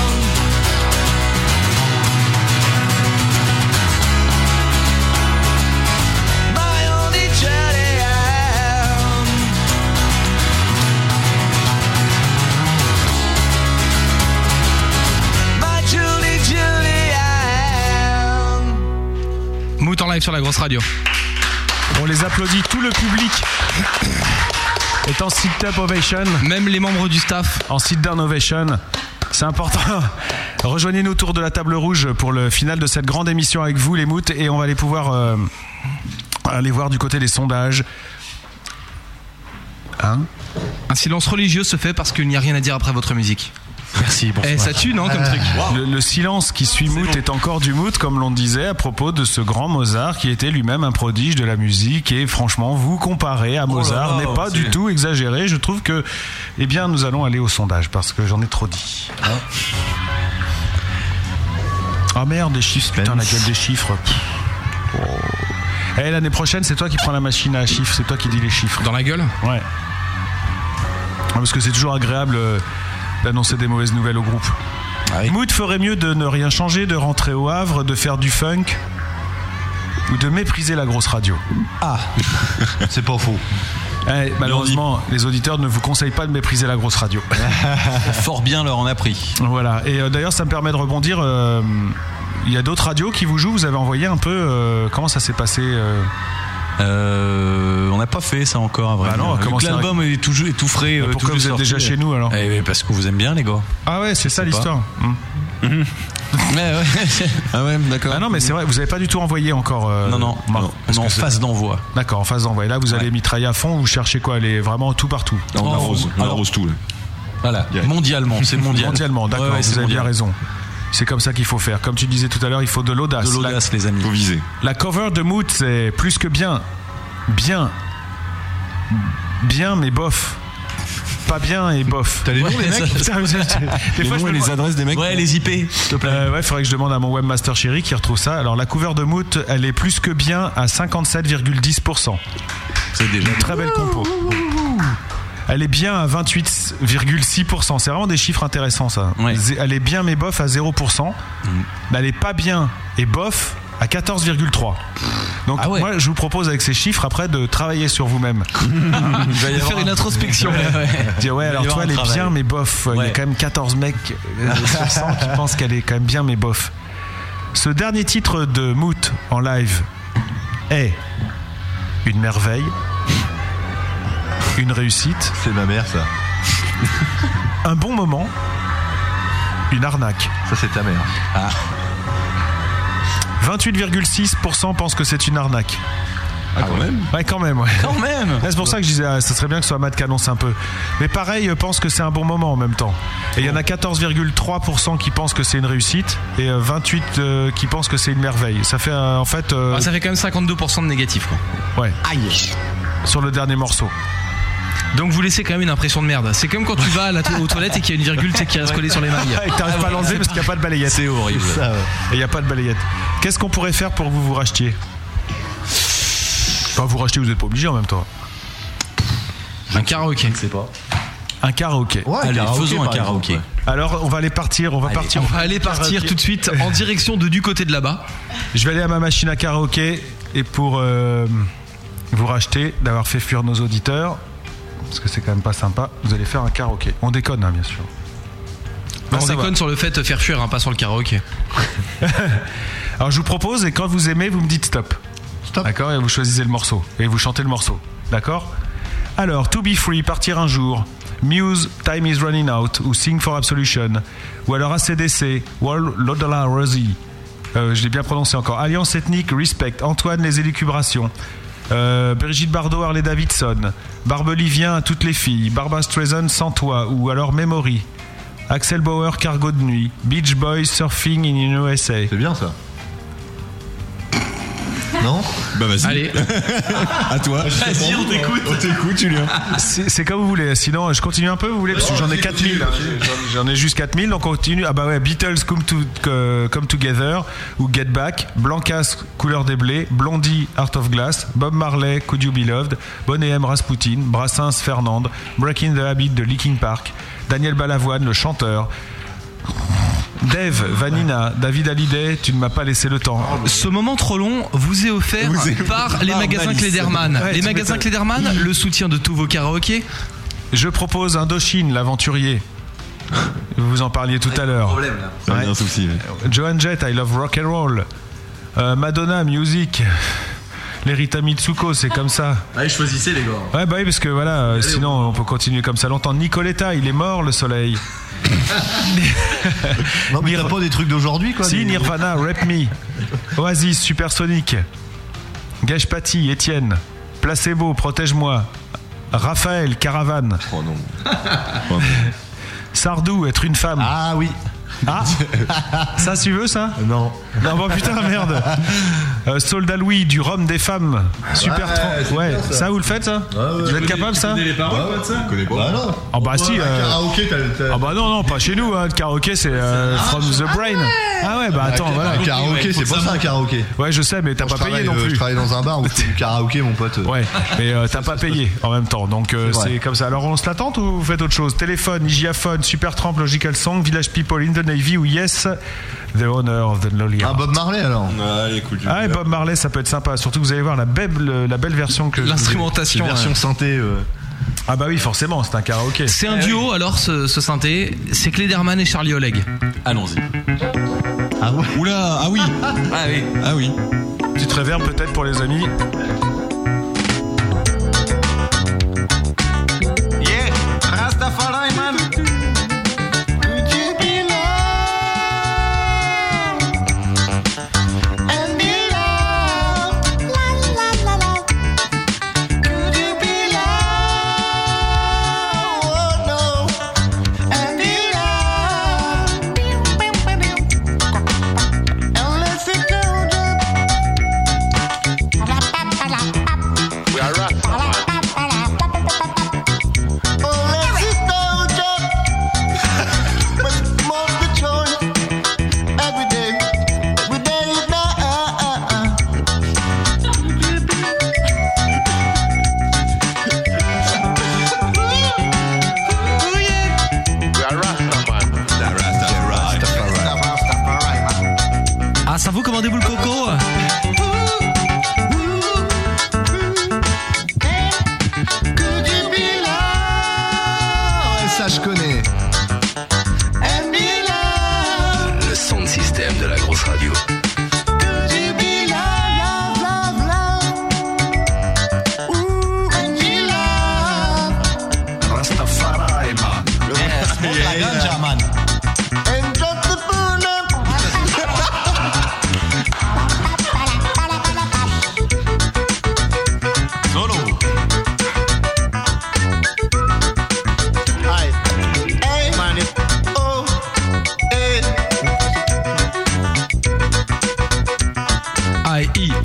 Speaker 5: My only journey out. My Julie, Julie out.
Speaker 6: Mout en live sur la grosse radio.
Speaker 2: On les applaudit, tout le public est en sit-up ovation.
Speaker 6: Même les membres du staff.
Speaker 2: En sit-down ovation. C'est important. Rejoignez-nous autour de la table rouge pour le final de cette grande émission avec vous, les moutes, et on va aller pouvoir euh, aller voir du côté des sondages. Hein
Speaker 6: Un silence religieux se fait parce qu'il n'y a rien à dire après votre musique.
Speaker 7: Merci,
Speaker 6: bonsoir. Eh, ça tue,
Speaker 2: Euh,
Speaker 6: non, comme truc
Speaker 2: Ah. le, le silence qui suit Mout est encore du Mout, comme l'on disait à propos de ce grand Mozart qui était lui-même un prodige de la musique. Et franchement, vous comparer à Mozart
Speaker 7: là,
Speaker 2: n'est pas
Speaker 7: c'est-
Speaker 2: du tout exagéré. Je trouve que, eh bien, nous allons aller au sondage parce que j'en ai trop dit. Ah merde, des chiffres, putain, la gueule des chiffres. Pff. Oh. Eh, l'année prochaine, c'est toi qui prends la machine à chiffres, c'est toi qui dis les chiffres.
Speaker 6: Dans la gueule
Speaker 2: Ouais. Ah, Parce que c'est toujours agréable euh, d'annoncer des mauvaises nouvelles au groupe.
Speaker 7: Ah
Speaker 2: Mood ferait mieux de ne rien changer, de rentrer au Havre, de faire du funk ou de mépriser la grosse radio.
Speaker 7: Ah
Speaker 2: C'est pas faux. malheureusement, les auditeurs ne vous conseillent pas de mépriser la grosse radio.
Speaker 7: Fort bien leur en a pris.
Speaker 2: Voilà. Et euh, d'ailleurs, ça me permet de rebondir. euh, Il y a d'autres radios qui vous jouent. Vous avez envoyé un peu. euh, comment ça s'est passé euh,
Speaker 7: Euh, on n'a pas fait ça encore, à vrai
Speaker 2: Bah non,
Speaker 7: dire.
Speaker 2: comment
Speaker 7: Vu que
Speaker 2: ça-
Speaker 7: L'album est tout, ju- est tout frais.
Speaker 2: Bah
Speaker 7: euh,
Speaker 2: pourquoi
Speaker 7: tout juste
Speaker 2: vous êtes déjà
Speaker 7: sorti.
Speaker 2: chez nous, alors
Speaker 7: Eh, mais Parce que vous aimez bien les gars.
Speaker 2: Ah ouais, c'est ça
Speaker 7: sais pas.
Speaker 2: l'histoire. Mhm.
Speaker 7: ah ouais, d'accord.
Speaker 2: Ah non, mais c'est vrai, vous n'avez pas du tout envoyé encore. euh,
Speaker 7: Non, non,
Speaker 2: Marc,
Speaker 7: non,
Speaker 2: parce
Speaker 7: on est
Speaker 2: que
Speaker 7: en
Speaker 2: c'est-
Speaker 7: phase d'envoi.
Speaker 2: D'accord, en phase d'envoi. Et là, vous allez mitrailler à fond, vous cherchez quoi Les vraiment tout partout.
Speaker 19: Non, on
Speaker 7: Oh,
Speaker 19: arrose, on
Speaker 7: alors-
Speaker 19: arrose tout. là.
Speaker 7: Voilà, mondialement, c'est mondial.
Speaker 2: Mondialement, d'accord,
Speaker 7: Ouais, ouais,
Speaker 2: vous
Speaker 7: c'est
Speaker 2: avez bien
Speaker 7: mondial.
Speaker 2: raison. Ah, C'est comme ça qu'il faut faire. Comme tu disais tout à l'heure, il faut de l'audace.
Speaker 7: De l'audace, les amis. Faut viser.
Speaker 2: La cover de Moot, c'est plus que bien. Bien. Bien, mais bof. Pas bien et bof.
Speaker 7: T'as les noms, les mecs
Speaker 2: Putain, je- je- des
Speaker 7: Les
Speaker 2: fois, je
Speaker 7: noms
Speaker 2: me
Speaker 7: et les
Speaker 2: demande-
Speaker 7: adresses des mecs Ouais, les IP, s'il te plaît.
Speaker 2: Euh, ouais, faudrait que je demande à mon webmaster chéri qui retrouve ça. Alors, la cover de Moot, elle est plus que bien à 57,10%.
Speaker 7: C'est déjà
Speaker 2: une très belle compo. Elle est bien à 28,6%. C'est vraiment des chiffres intéressants, ça. Zé- Elle est bien, mais bof, à 0%.
Speaker 6: Mm.
Speaker 2: Mais elle est pas bien et bof à 14,3. Donc
Speaker 6: Ah
Speaker 2: moi, je vous propose avec ces chiffres après de travailler sur vous-même.
Speaker 6: Il va y De avoir faire un- une introspection.
Speaker 2: Ouais, ouais. Dire, ouais,
Speaker 6: Il va y
Speaker 2: alors
Speaker 6: avoir
Speaker 2: toi,
Speaker 6: un
Speaker 2: elle est
Speaker 6: travail.
Speaker 2: bien, mais bof. Il y a
Speaker 6: Ouais.
Speaker 2: quand même 14 mecs euh, sur 100 qui pensent qu'elle est quand même bien, mais bof. Ce dernier titre de Moot en live est une merveille, une réussite.
Speaker 8: C'est ma mère, ça.
Speaker 2: Un bon moment, une arnaque. Ah.
Speaker 8: Ça, c'est ta mère.
Speaker 2: 28,6% pensent que c'est une arnaque.
Speaker 9: Ah, quand même
Speaker 2: Ouais, quand même, ouais.
Speaker 9: Quand même
Speaker 2: Ouais, C'est pour ça que je disais, ah, ça serait bien que ce soit Matt qui annonce un peu. Mais pareil, euh, pense que c'est un bon moment en même temps. Et il y en a 14,3% qui pensent que c'est une réussite et euh, 28 euh, qui pensent que c'est une merveille. Ça fait euh, en fait. euh,
Speaker 6: Ah, ça fait quand même 52% de négatif, quoi.
Speaker 2: Ouais.
Speaker 6: Aïe.
Speaker 2: Sur le dernier morceau.
Speaker 6: Donc vous laissez quand même une impression de merde. C'est comme quand tu vas à la to- aux toilettes et qu'il y a une virgule tu sais, qui reste collée sur les mailles.
Speaker 2: Et t'arrives pas à l'enlever parce qu'il n'y a pas de balayette. C'est
Speaker 7: horrible.
Speaker 2: Et il n'y a pas de balayette. Qu'est-ce qu'on pourrait faire pour que vous vous rachetiez Pas vous racheter, vous n'êtes pas obligé en même temps.
Speaker 6: Un karaoké.
Speaker 7: Je sais pas.
Speaker 2: Un karaoké.
Speaker 7: Ouais, un Allez, karaoké, faisons un par karaoké. exemple,
Speaker 2: Alors, on va aller partir, on va partir.
Speaker 6: on va aller partir tout de suite en direction de du côté de là-bas.
Speaker 2: Je vais aller à ma machine à karaoké et pour euh, vous racheter d'avoir fait fuir nos auditeurs, parce que c'est quand même pas sympa, vous allez faire un karaoké. On déconne, hein, bien sûr. Bon,
Speaker 6: on
Speaker 2: Bah, ça va.
Speaker 6: déconne sur le fait de faire fuir, hein, pas sur le karaoké.
Speaker 2: Alors je vous propose, et quand vous aimez, vous me dites stop. Stop. D'accord Et vous choisissez le morceau. Et vous chantez le morceau. D'accord Alors, To Be Free, Partir un jour, Muse, Time is Running Out, ou Sing for Absolution, ou alors ACDC, Wall Lodala Rosie. Euh, je l'ai bien prononcé encore. Alliance Ethnique, Respect, Antoine, Les Élucubrations. Euh, Brigitte Bardot, Harley Davidson, Barbe Livien à toutes les filles, Barbara Streisand sans toi, ou alors Memory, Axel Bauer, Cargo de nuit, Beach Boys, Surfing in USA. C'est
Speaker 8: bien ça. Non
Speaker 9: Bah vas-y.
Speaker 8: Allez.
Speaker 9: à toi.
Speaker 8: Vas-y, on t'écoute.
Speaker 9: On t'écoute, Julien.
Speaker 2: C'est c'est comme vous voulez. Sinon, je continue un peu, vous voulez Parce que j'en ai 4000. hein. J'en j'en ai juste 4000, donc on continue. Ah bah ouais, Beatles, Come, To- que- Come Together ou Get Back, Blancas, Couleur des Blés, Blondie, Art of Glass, Bob Marley, Could You Be Loved, Bonnet M, Rasputin, Brassens, Fernande, Breaking the Habit de Leaking Park, Daniel Balavoine, le chanteur. Dave, Vanina, David Hallyday, tu ne m'as pas laissé le temps.
Speaker 6: Ce moment trop long vous est offert
Speaker 2: Vous est-
Speaker 6: par les
Speaker 2: par
Speaker 6: magasins
Speaker 2: Malice.
Speaker 6: Cléderman.
Speaker 2: Ouais,
Speaker 6: les
Speaker 2: tu
Speaker 6: magasins
Speaker 2: m'étonnes.
Speaker 6: Cléderman, le soutien de tous vos karaokés.
Speaker 2: Je propose Indochine, l'aventurier. Vous en parliez tout à l'heure.
Speaker 9: problème, là. Ça devient un souci, ouais.
Speaker 2: Joan Jett, I love rock and roll. Euh, Madonna, music. Les Rita Mitsuko, c'est comme ça.
Speaker 7: Allez, choisissez, les gars.
Speaker 2: Ouais, bah oui, parce que voilà, euh, sinon on peut continuer comme ça longtemps. Nicoletta, il est mort, le soleil.
Speaker 8: Non, mais t'as pas des trucs d'aujourd'hui, quoi.
Speaker 2: Si,
Speaker 8: des-
Speaker 2: Nirvana, Rap Me. Oasis, Supersonic. Gage Patty, Étienne. Placebo, Protège-moi. Raphaël, Caravane.
Speaker 9: Oh non.
Speaker 2: Sardou, être une femme. Ah oui. Ah Ça, tu veux ça Non. Non, bon, putain, merde. Euh, Soldat Louis, du rhum des femmes. Super
Speaker 9: Ouais,
Speaker 2: tran-
Speaker 9: c'est
Speaker 2: Ouais,
Speaker 9: bien, ça.
Speaker 2: ça. vous le faites ça Vous êtes capable ça
Speaker 9: de ça connais pas.
Speaker 2: Bah non. Ah bah si. euh, Ah bah non, non, pas chez nous. Hein. Le karaoké, c'est euh, From the Brain. Ah ouais, bah attends,
Speaker 8: Un
Speaker 2: voilà.
Speaker 8: karaoké, c'est pas ça un karaoké.
Speaker 2: Ouais, je sais, mais t'as
Speaker 8: Moi,
Speaker 2: pas
Speaker 8: je
Speaker 2: payé
Speaker 8: travaille,
Speaker 2: non
Speaker 8: euh,
Speaker 2: plus.
Speaker 8: Je travaille dans un bar où c'est du karaoké, mon pote.
Speaker 2: Ouais, mais euh, t'as pas payé en même temps, donc euh,
Speaker 8: C'est vrai.
Speaker 2: c'est comme ça. Alors on se l'attend ou vous faites autre chose Téléphone, Igiaphone, Super Tramp, Logical Song, Village People, In the Navy ou Yes, The Honor of the Lonely Heart.
Speaker 8: Ah, Bob Marley alors
Speaker 9: Allez, écoute.
Speaker 2: Ah, et Bob Marley, ça peut être sympa. Surtout que vous allez voir la belle, la belle version que. je vous ai-
Speaker 6: L'instrumentation, Une version hein.
Speaker 8: synthé. euh. Eh
Speaker 2: Ah, bah oui, forcément, c'est un karaoké.
Speaker 6: C'est
Speaker 7: Eh
Speaker 6: un duo alors ce, ce synthé, c'est Cléderman et Charlie Oleg.
Speaker 7: Allons-y.
Speaker 8: Ah ouais
Speaker 7: Oula, ah oui
Speaker 6: Ah oui.
Speaker 7: Ah oui.
Speaker 2: Petite réverb peut-être pour les amis.
Speaker 10: Yeah, Rastafari man. Could you be loved and be loved? La la la la. Could you be loved? Oh no, and be loved.
Speaker 6: Ah,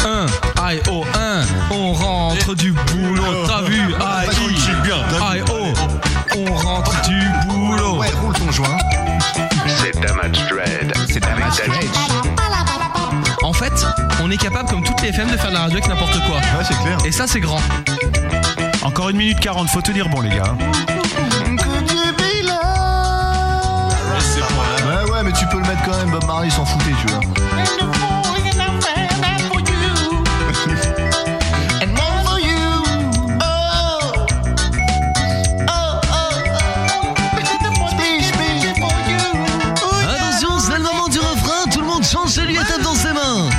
Speaker 13: Oh.
Speaker 6: I1, I-O-1, on rentre du boulot, t'as vu, I-I, I-O, on rentre du boulot. Ouais, roule ton joint.
Speaker 20: C'est Damage Dread. C'est Damage
Speaker 6: En fait, on est capable, comme toutes les FM, de faire de la radio avec n'importe quoi. Ouais, c'est clair. Et ça, c'est grand.
Speaker 2: Encore une minute 40, faut tenir bon les gars. hein.
Speaker 8: Ouais, ouais, mais tu peux le mettre quand même. Bob Marley il s'en foutait, tu vois.
Speaker 10: Attention, c'est le moment du refrain, tout le monde chante chez lui et tape dans ses mains.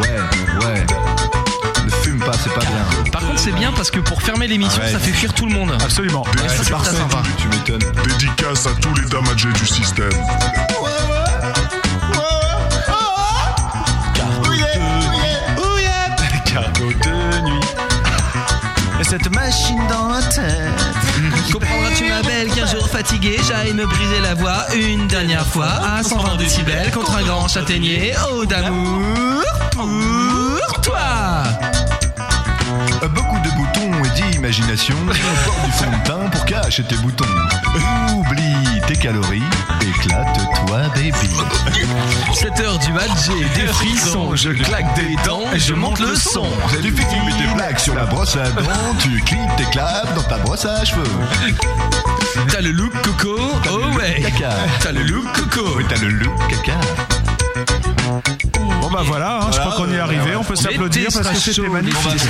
Speaker 8: Ouais, ouais. Ne fume pas, c'est pas bien.
Speaker 6: Par contre, c'est bien parce que pour fermer l'émission,
Speaker 8: Arrête.
Speaker 6: ça fait fuir tout le monde.
Speaker 2: Absolument.
Speaker 6: Et ça, c'est pas sympa.
Speaker 12: Tu m'étonnes. Dédicace à tous les damagés du système.
Speaker 2: Cargo de nuit.
Speaker 10: Cette machine dans la tête.
Speaker 6: Comprendras-tu ma belle qu'un jour fatigué, j'aille me briser la voix une dernière fois à 120 décibels contre un grand châtaignier. Oh d'amour pour toi.
Speaker 8: Euh, Beaucoup de boutons et d'imagination. Encore du fond de teint pour cacher tes boutons. Oublie tes calories. Éclate-toi, baby.
Speaker 6: 7h du mat, j'ai des frissons, je claque des dents et je monte le son.
Speaker 8: C'est du piqué, mais des blagues sur la brosse à dents. Tu clips tes claves dans ta brosse à cheveux.
Speaker 6: T'as le look coco, oh ouais. T'as le look coco.
Speaker 8: Oui, t'as le look caca.
Speaker 2: Bon bah voilà, hein, je crois qu'on y est arrivé, on peut s'applaudir parce que c'était magnifique.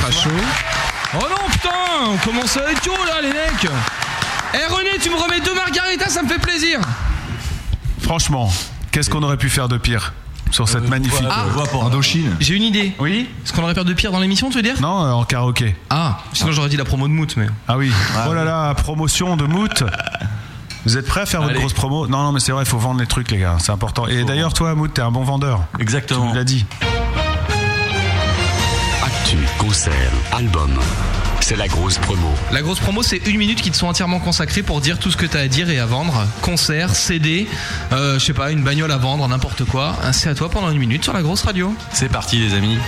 Speaker 6: Oh non putain, on commence à être chaud là les mecs. Eh René, tu me remets deux margaritas, ça me fait plaisir.
Speaker 2: Franchement, qu'est-ce qu'on aurait pu faire de pire sur cette magnifique euh,
Speaker 6: Ah.
Speaker 2: Indochine
Speaker 6: J'ai une idée. Oui Ce qu'on aurait faire de pire dans l'émission, tu veux dire
Speaker 2: Non, euh, en karaoké.
Speaker 6: Ah, sinon j'aurais dit la promo de Mout, mais.
Speaker 2: Ah oui. oh là là, promotion de Mout. Vous êtes prêts à faire votre grosse promo Non, non, mais c'est vrai, il faut vendre les trucs, les gars. C'est important. Et d'ailleurs, toi, Mout, t'es un bon vendeur. Exactement. Tu nous l'as dit.
Speaker 20: Actu, concert, album. C'est la grosse promo.
Speaker 6: La grosse promo, c'est une minute qui te sont entièrement consacrées pour dire tout ce que t'as à dire et à vendre. Concert, CD, euh, je sais pas, une bagnole à vendre, n'importe quoi. C'est à toi pendant une minute sur la grosse radio.
Speaker 7: C'est parti les amis.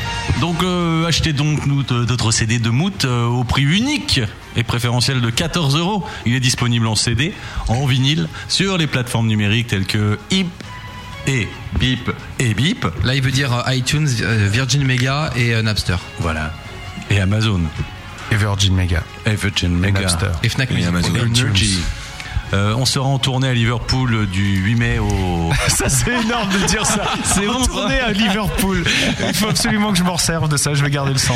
Speaker 7: Donc euh, achetez donc nous de- d'autres CD de Mout euh, au prix unique et préférentiel de 14 euros. Il est disponible en CD, en vinyle, sur les plateformes numériques telles que Hip et Bip et Bip.
Speaker 6: Là, il veut dire euh, iTunes, euh, Virgin Mega et euh, Napster.
Speaker 7: Voilà. Et Amazon.
Speaker 2: Et Virgin Mega.
Speaker 7: Et Virgin Mega.
Speaker 2: Napster.
Speaker 6: Et Fnac Music.
Speaker 7: Amazon.
Speaker 6: Et iTunes.
Speaker 7: Energy. Euh, on sera en tournée à Liverpool euh, du 8 mai au.
Speaker 2: Ça, c'est énorme de dire ça.
Speaker 7: C'est bon,
Speaker 2: En
Speaker 7: ça.
Speaker 2: tournée à Liverpool. Il faut absolument que je m'en serve de ça. Je vais garder le sang.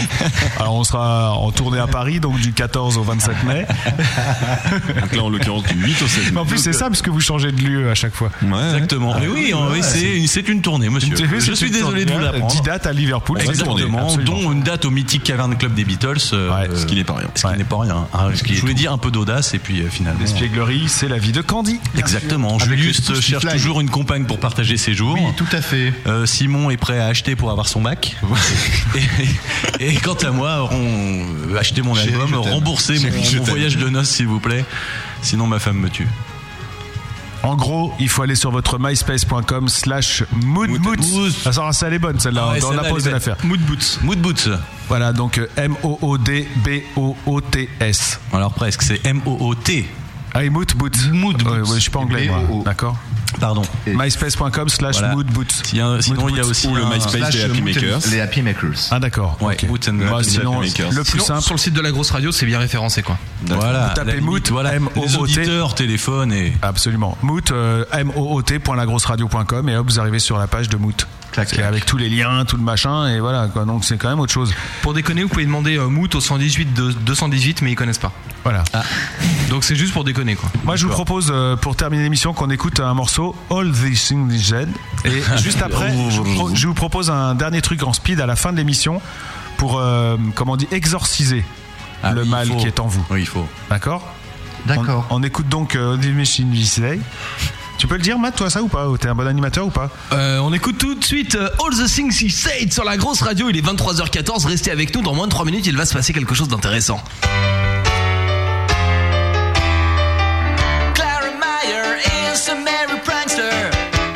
Speaker 2: Alors, on sera en tournée à Paris, donc du 14 au 27 mai.
Speaker 9: Donc là, en l'occurrence, du 8 au 16 mai.
Speaker 2: Mais en plus, c'est ça, parce que vous changez de lieu à chaque fois.
Speaker 7: Exactement. Ah, Mais oui, en- oui, c'est une- c'est une tournée, monsieur.
Speaker 2: Une tournée,
Speaker 7: Je
Speaker 2: c'est
Speaker 7: suis
Speaker 2: une
Speaker 7: désolé de
Speaker 2: tournée.
Speaker 7: vous l'apprendre.
Speaker 2: 10 dates à Liverpool.
Speaker 7: Exactement,
Speaker 2: Absolument.
Speaker 7: dont une date au mythique Cavern Club des Beatles. ce qui n'est pas rien. Ce qui n'est pas rien. hein. je voulais dire un peu d'audace et puis euh, finalement.
Speaker 2: L'espièglerie, c'est la vie de Candy.
Speaker 7: Exactement.
Speaker 2: Avec le
Speaker 7: Julius euh,
Speaker 2: Toasty
Speaker 7: cherche
Speaker 2: Fly.
Speaker 7: toujours une compagne pour partager ses jours. Oui,
Speaker 8: tout à fait.
Speaker 7: Simon est prêt à acheter pour avoir son bac. et, et quant à moi, on, euh, acheter mon
Speaker 8: Chérie,
Speaker 7: album,
Speaker 8: je t'aime.
Speaker 7: rembourser mon,
Speaker 8: Chérie, je
Speaker 7: mon
Speaker 8: t'aime.
Speaker 7: voyage de noces, s'il vous plaît. Sinon, ma femme me tue.
Speaker 2: En gros, il faut aller sur votre myspace.com slash moodboots. Ah, ça, ça, elle est bonne celle-là.
Speaker 7: Ouais,
Speaker 2: dans la
Speaker 7: celle-là,
Speaker 2: pause
Speaker 7: elle
Speaker 2: de
Speaker 7: est
Speaker 2: l'affaire.
Speaker 7: Moodboots. Moodboots.
Speaker 2: Voilà, donc euh, M-O-O-D-B-O-O-T-S.
Speaker 7: Alors presque, c'est M-O-O-T.
Speaker 2: Ah, et Mood Boots.
Speaker 7: Mood
Speaker 2: Ouais, ouais, je suis pas anglais, moi. D'accord
Speaker 7: Pardon.
Speaker 2: MySpace.com slash
Speaker 7: Voilà.
Speaker 2: moodboots.
Speaker 7: Il y a- sinon, il y a
Speaker 2: Moodboots.
Speaker 7: aussi un-
Speaker 8: Les Happy Makers.
Speaker 2: Ah, d'accord.
Speaker 7: Ouais, Mood and
Speaker 2: Bah,
Speaker 7: Happy
Speaker 2: sinon,
Speaker 7: Makers.
Speaker 2: le plus
Speaker 7: Sinon,
Speaker 2: simple.
Speaker 6: Sur le site de la grosse radio, c'est bien référencé quoi.
Speaker 7: Voilà,
Speaker 2: Vous tapez
Speaker 7: la limite,
Speaker 2: Moot,
Speaker 7: voilà, les
Speaker 2: M-O-O-T.
Speaker 7: auditeurs, téléphone et.
Speaker 2: Absolument. Moot, euh, M-O-O-T.lagrosseradio.com et hop, vous arrivez sur la page de Moot. C'est Avec tous les liens, tout le machin, et voilà, quoi. donc c'est quand même autre chose.
Speaker 6: Pour déconner, vous pouvez demander euh, Mout au 118 de- 218, mais ils connaissent pas. Ah.
Speaker 2: Voilà.
Speaker 6: Donc c'est juste pour déconner quoi.
Speaker 2: Moi, je vous propose, euh, pour terminer l'émission, qu'on écoute un morceau, All These Things Is Dead. Et juste après, je, vous pro- je vous propose un dernier truc en speed à la fin de l'émission
Speaker 6: Ah,
Speaker 2: pour, euh, comment on dit, exorciser le mal qui est en vous.
Speaker 7: Oui, il faut.
Speaker 2: D'accord D'accord. On, on écoute donc euh, The Machine Today. Tu peux le dire, Matt, toi, ça ou pas T'es un bon animateur ou pas
Speaker 6: Euh, on écoute tout de suite euh, All the Things He Said sur la grosse radio. Il est 23h14. Restez avec nous. Dans moins de 3 minutes, il va se passer quelque chose d'intéressant.
Speaker 5: Clara Meyer is a merry prankster.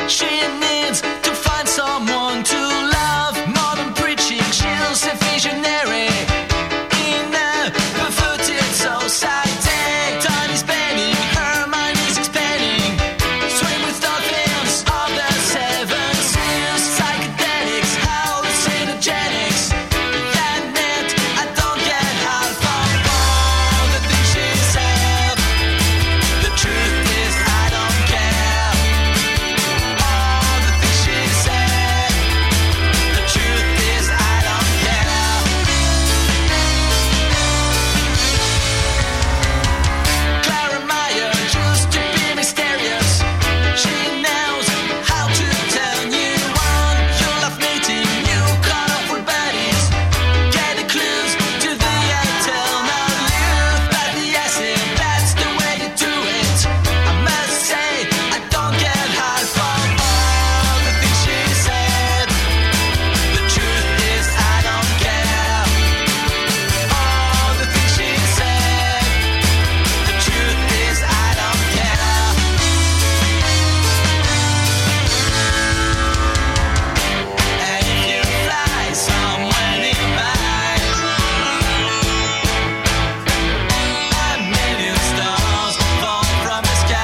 Speaker 5: She needs to find someone to love. Modern preaching, she's a visionary. In a perverted society, time is bending, her mind is expanding. Swim with dolphins of the seven seas, psychedelics, hallucinogenics. That net, I don't get half of all the things she said. The truth is I don't care. All the things she said. The truth is I don't care. Clara Meyer used to be mysterious. She knows how to tell you one. You love meeting new colorful bodies. Get the clues to the eternal youth. But yes, if that's the way to do it, I must say I don't get high from all the things she said. The truth is I don't care. All the things she said. The truth is I don't care. And if you fly somewhere nearby, a million stars fall from the sky.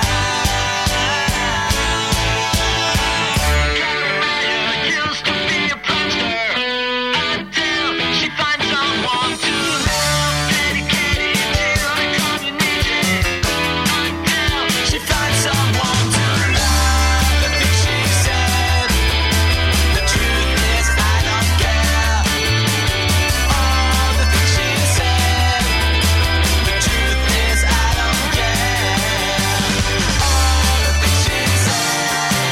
Speaker 5: used to be a prankster until she finds someone to love, dedicated to the community. She finds someone to love. The things she said. The truth is I don't care. All the things she said. The truth is I don't care. All the things she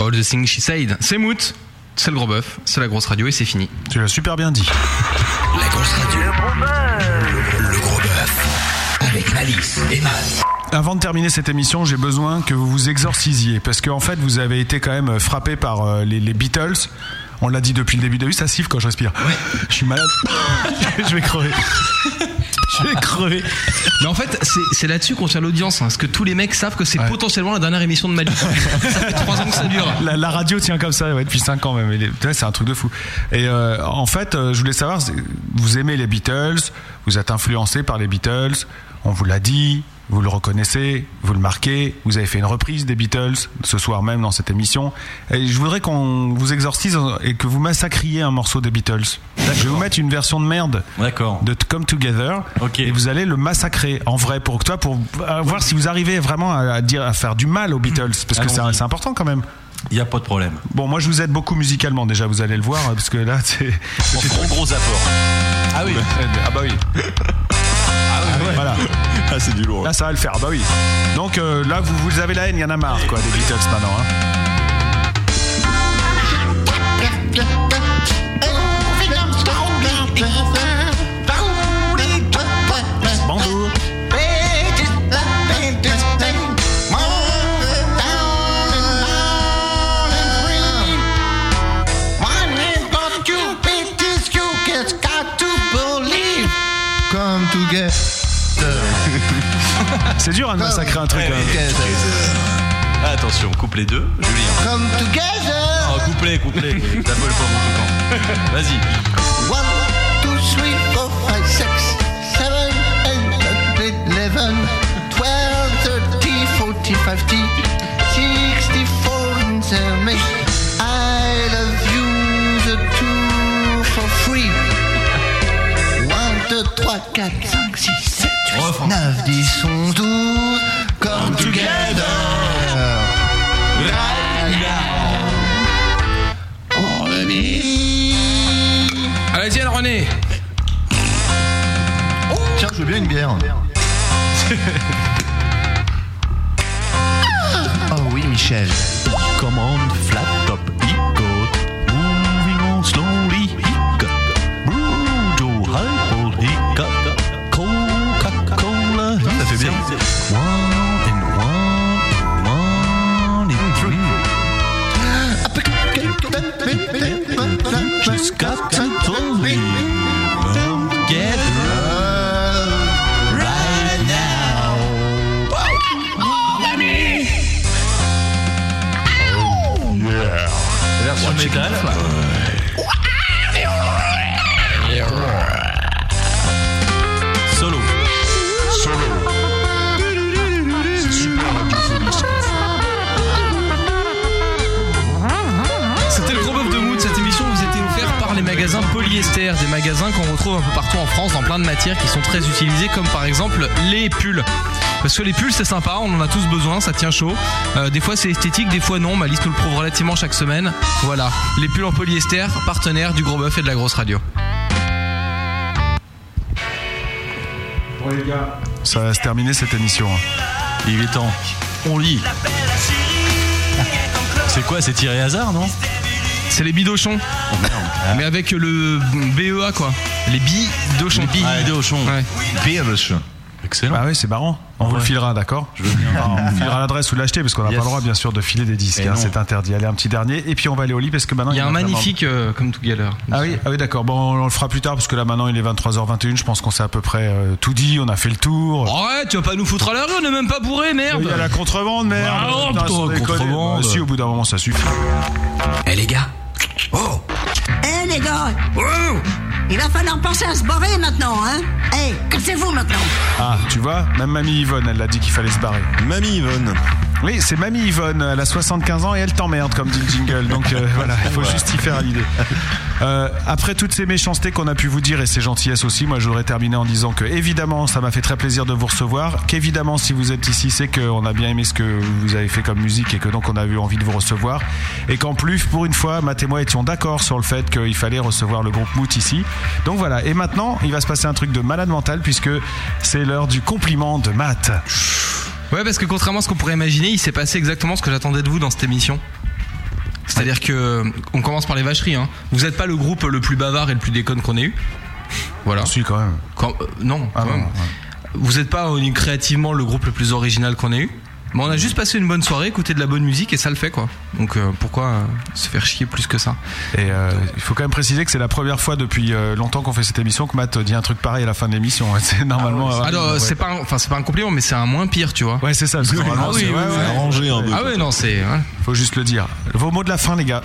Speaker 6: All the Things She Said. C'est Moot. C'est le gros bœuf. C'est la grosse radio et c'est fini.
Speaker 2: Tu l'as super bien dit.
Speaker 1: La grosse radio. Le, le gros bœuf. Avec Malice et Matt.
Speaker 2: Avant de terminer cette émission, j'ai besoin que vous vous exorcisiez parce qu'en fait, vous avez été quand même frappé par euh, les, les Beatles. On l'a dit depuis le début de la ça siffle quand je respire. Je suis malade. je vais crever.
Speaker 6: Je vais crever. Mais en fait, c'est- c'est là-dessus qu'on tient l'audience. hein, parce que tous les mecs savent que c'est potentiellement la dernière émission de Malice. ça fait 3 ans que ça dure.
Speaker 2: La, la radio tient comme ça ouais, depuis 5 ans même. Et les- putain, C'est un truc de fou. Et euh, en fait, euh, je voulais savoir, c'est- vous aimez les Beatles, vous êtes influencé par les Beatles, on vous l'a dit, vous le reconnaissez, vous le marquez, vous avez fait une reprise des Beatles ce soir même dans cette émission. Et je voudrais qu'on vous exorcise et que vous massacriez un morceau des Beatles. Je vais vous mettre une version de merde de T- Come Together et vous allez le massacrer en vrai pour que toi, pour euh, voir si vous arrivez vraiment à, à dire, à faire du mal aux Beatles parce que c'est un- c'est important quand même.
Speaker 7: Il n'y a pas de problème.
Speaker 2: Bon, moi je vous aide beaucoup musicalement déjà, vous allez le voir, parce que là, c'est.
Speaker 7: C'est trop gros apport.
Speaker 2: Ah oui Ah bah oui Voilà.
Speaker 9: Ah, c'est du lourd.
Speaker 2: Là, ça va le faire, Ah bah oui. Donc euh, là, vous, vous avez la haine, il y en a marre, quoi, des Beatles maintenant. hein.
Speaker 5: Bonjour.
Speaker 8: Come together.
Speaker 2: C'est dur hein, de massacrer un truc.
Speaker 7: Ouais,
Speaker 2: hein.
Speaker 7: Ah, Attention, coupe les deux. Julien.
Speaker 8: Come together.
Speaker 7: Oh, couplé, couplé. T'as pas le fort en tout cas. Vas-y.
Speaker 8: One, two, three, four, five, six, seven, eight, eleven, twelve, thirteen, fourteen, fifteen, sixty-four, and seventy. I love you, the two for free. One, two, trois, quatre,
Speaker 21: 11, 12, come together. Right now. On le dit.
Speaker 6: Allez-y, René.
Speaker 21: Oh Tiens, je veux bien une bière. oh oui, Michel.
Speaker 8: Commande flat top hicot, moving on slowly hiccup, brew to hypo hiccup, Coca-Cola hiccup. Ça fait bien. One and one and one and three. Just got to slowly get right now.
Speaker 12: Yeah.
Speaker 6: Version métal.
Speaker 12: Solo. Solo. C'est super radiophonique.
Speaker 6: C'était le gros bœuf de Mood. Cette émission vous était offerte par les magasins polyester, des magasins qu'on retrouve un peu partout en France dans plein de matières qui sont très utilisées, comme par exemple les pulls. Parce que les pulls c'est sympa, on en a tous besoin, ça tient chaud. Euh, des fois c'est esthétique, des fois non. Malice nous le prouve relativement chaque semaine. Voilà, les pulls en polyester, partenaire du gros bœuf et de la grosse radio.
Speaker 2: Bon, les gars, ça va se terminer cette émission. hein.
Speaker 7: Il est temps. On lit. C'est quoi C'est tiré hasard, non
Speaker 6: C'est les bidochons. Ah, Mais avec le BEA quoi. Les bidochons. Bah Les
Speaker 7: bidochons. Excellent.
Speaker 2: Ah oui, c'est marrant. On vous le filera, d'accord Je veux bien. on vous filera l'adresse où l'acheter parce qu'on n'a pas le droit, bien sûr, de filer des disques.
Speaker 6: Et
Speaker 2: hein,
Speaker 6: non.
Speaker 2: c'est interdit. Allez, un petit dernier. Et puis on va aller au lit parce que maintenant.
Speaker 6: Il y a un
Speaker 2: en vraiment-
Speaker 6: magnifique euh, comme tout galère.
Speaker 2: Ah oui, ah oui d'accord. Bon, on le fera plus tard parce que là maintenant il est 23h21. Je pense qu'on s'est à peu près euh, tout dit. On a fait le tour.
Speaker 6: Ouais, tu vas pas nous foutre à la rue, on est même pas bourré, merde.
Speaker 2: Il y a la contrebande, merde.
Speaker 6: Ah non,
Speaker 2: Putain,
Speaker 6: putain,
Speaker 2: sans déconner.
Speaker 6: contrebande.
Speaker 2: Bah, si, au bout d'un moment, ça suffit.
Speaker 1: Eh les gars,
Speaker 3: Eh les gars Il va falloir penser à se barrer maintenant, hein Eh, cassez-vous maintenant
Speaker 2: Ah, tu vois, même Mamie Yvonne, elle l'a dit qu'il fallait se barrer. Mamie Yvonne. Oui, c'est Mamie Yvonne. Elle a 75 ans et elle t'emmerde, comme dit le jingle. Donc euh, voilà, il faut
Speaker 8: Ouais.
Speaker 2: juste y faire à l'idée. Euh, après toutes ces méchancetés qu'on a pu vous dire et ces gentillesses aussi, moi je voudrais terminer en disant que évidemment, ça m'a fait très plaisir de vous recevoir. Qu'évidemment, si vous êtes ici, c'est qu'on a bien aimé ce que vous avez fait comme musique et que donc on a eu envie de vous recevoir. Et qu'en plus, pour une fois, Matt et moi étions d'accord sur le fait qu'il fallait recevoir le groupe Moot ici. Donc voilà. Et maintenant, il va se passer un truc de malade mental puisque c'est l'heure du compliment de Matt.
Speaker 6: Ouais, parce que contrairement à ce qu'on pourrait imaginer, il s'est passé exactement ce que j'attendais de vous dans cette émission. C'est-à-dire que on commence par les vacheries. Hein. Vous n'êtes pas le groupe le plus bavard et le plus déconne qu'on ait eu. Voilà. Ah
Speaker 2: Si quand même.
Speaker 6: non.
Speaker 2: Ah
Speaker 6: quand même. Vous n'êtes pas euh, créativement le groupe le plus original qu'on ait eu. Mais on a juste passé une bonne soirée, écouté de la bonne musique et ça le fait quoi. Donc euh, pourquoi euh, se faire chier plus que ça
Speaker 2: Et euh, il faut quand même préciser que c'est la première fois depuis euh, longtemps qu'on fait cette émission que Matt dit un truc pareil à la fin de l'émission. C'est normalement.
Speaker 6: Ah non,
Speaker 2: ouais.
Speaker 6: c'est pas, un- enfin c'est pas un compliment, mais c'est un moins pire, tu vois.
Speaker 2: Ouais, c'est ça. Parce que normalement,
Speaker 6: ah oui,
Speaker 2: c'est-
Speaker 6: oui,
Speaker 2: ouais,
Speaker 6: oui.
Speaker 2: ouais.
Speaker 6: Ah ouais, non, c'est.
Speaker 2: Faut juste le dire. Vos mots de la fin, les gars.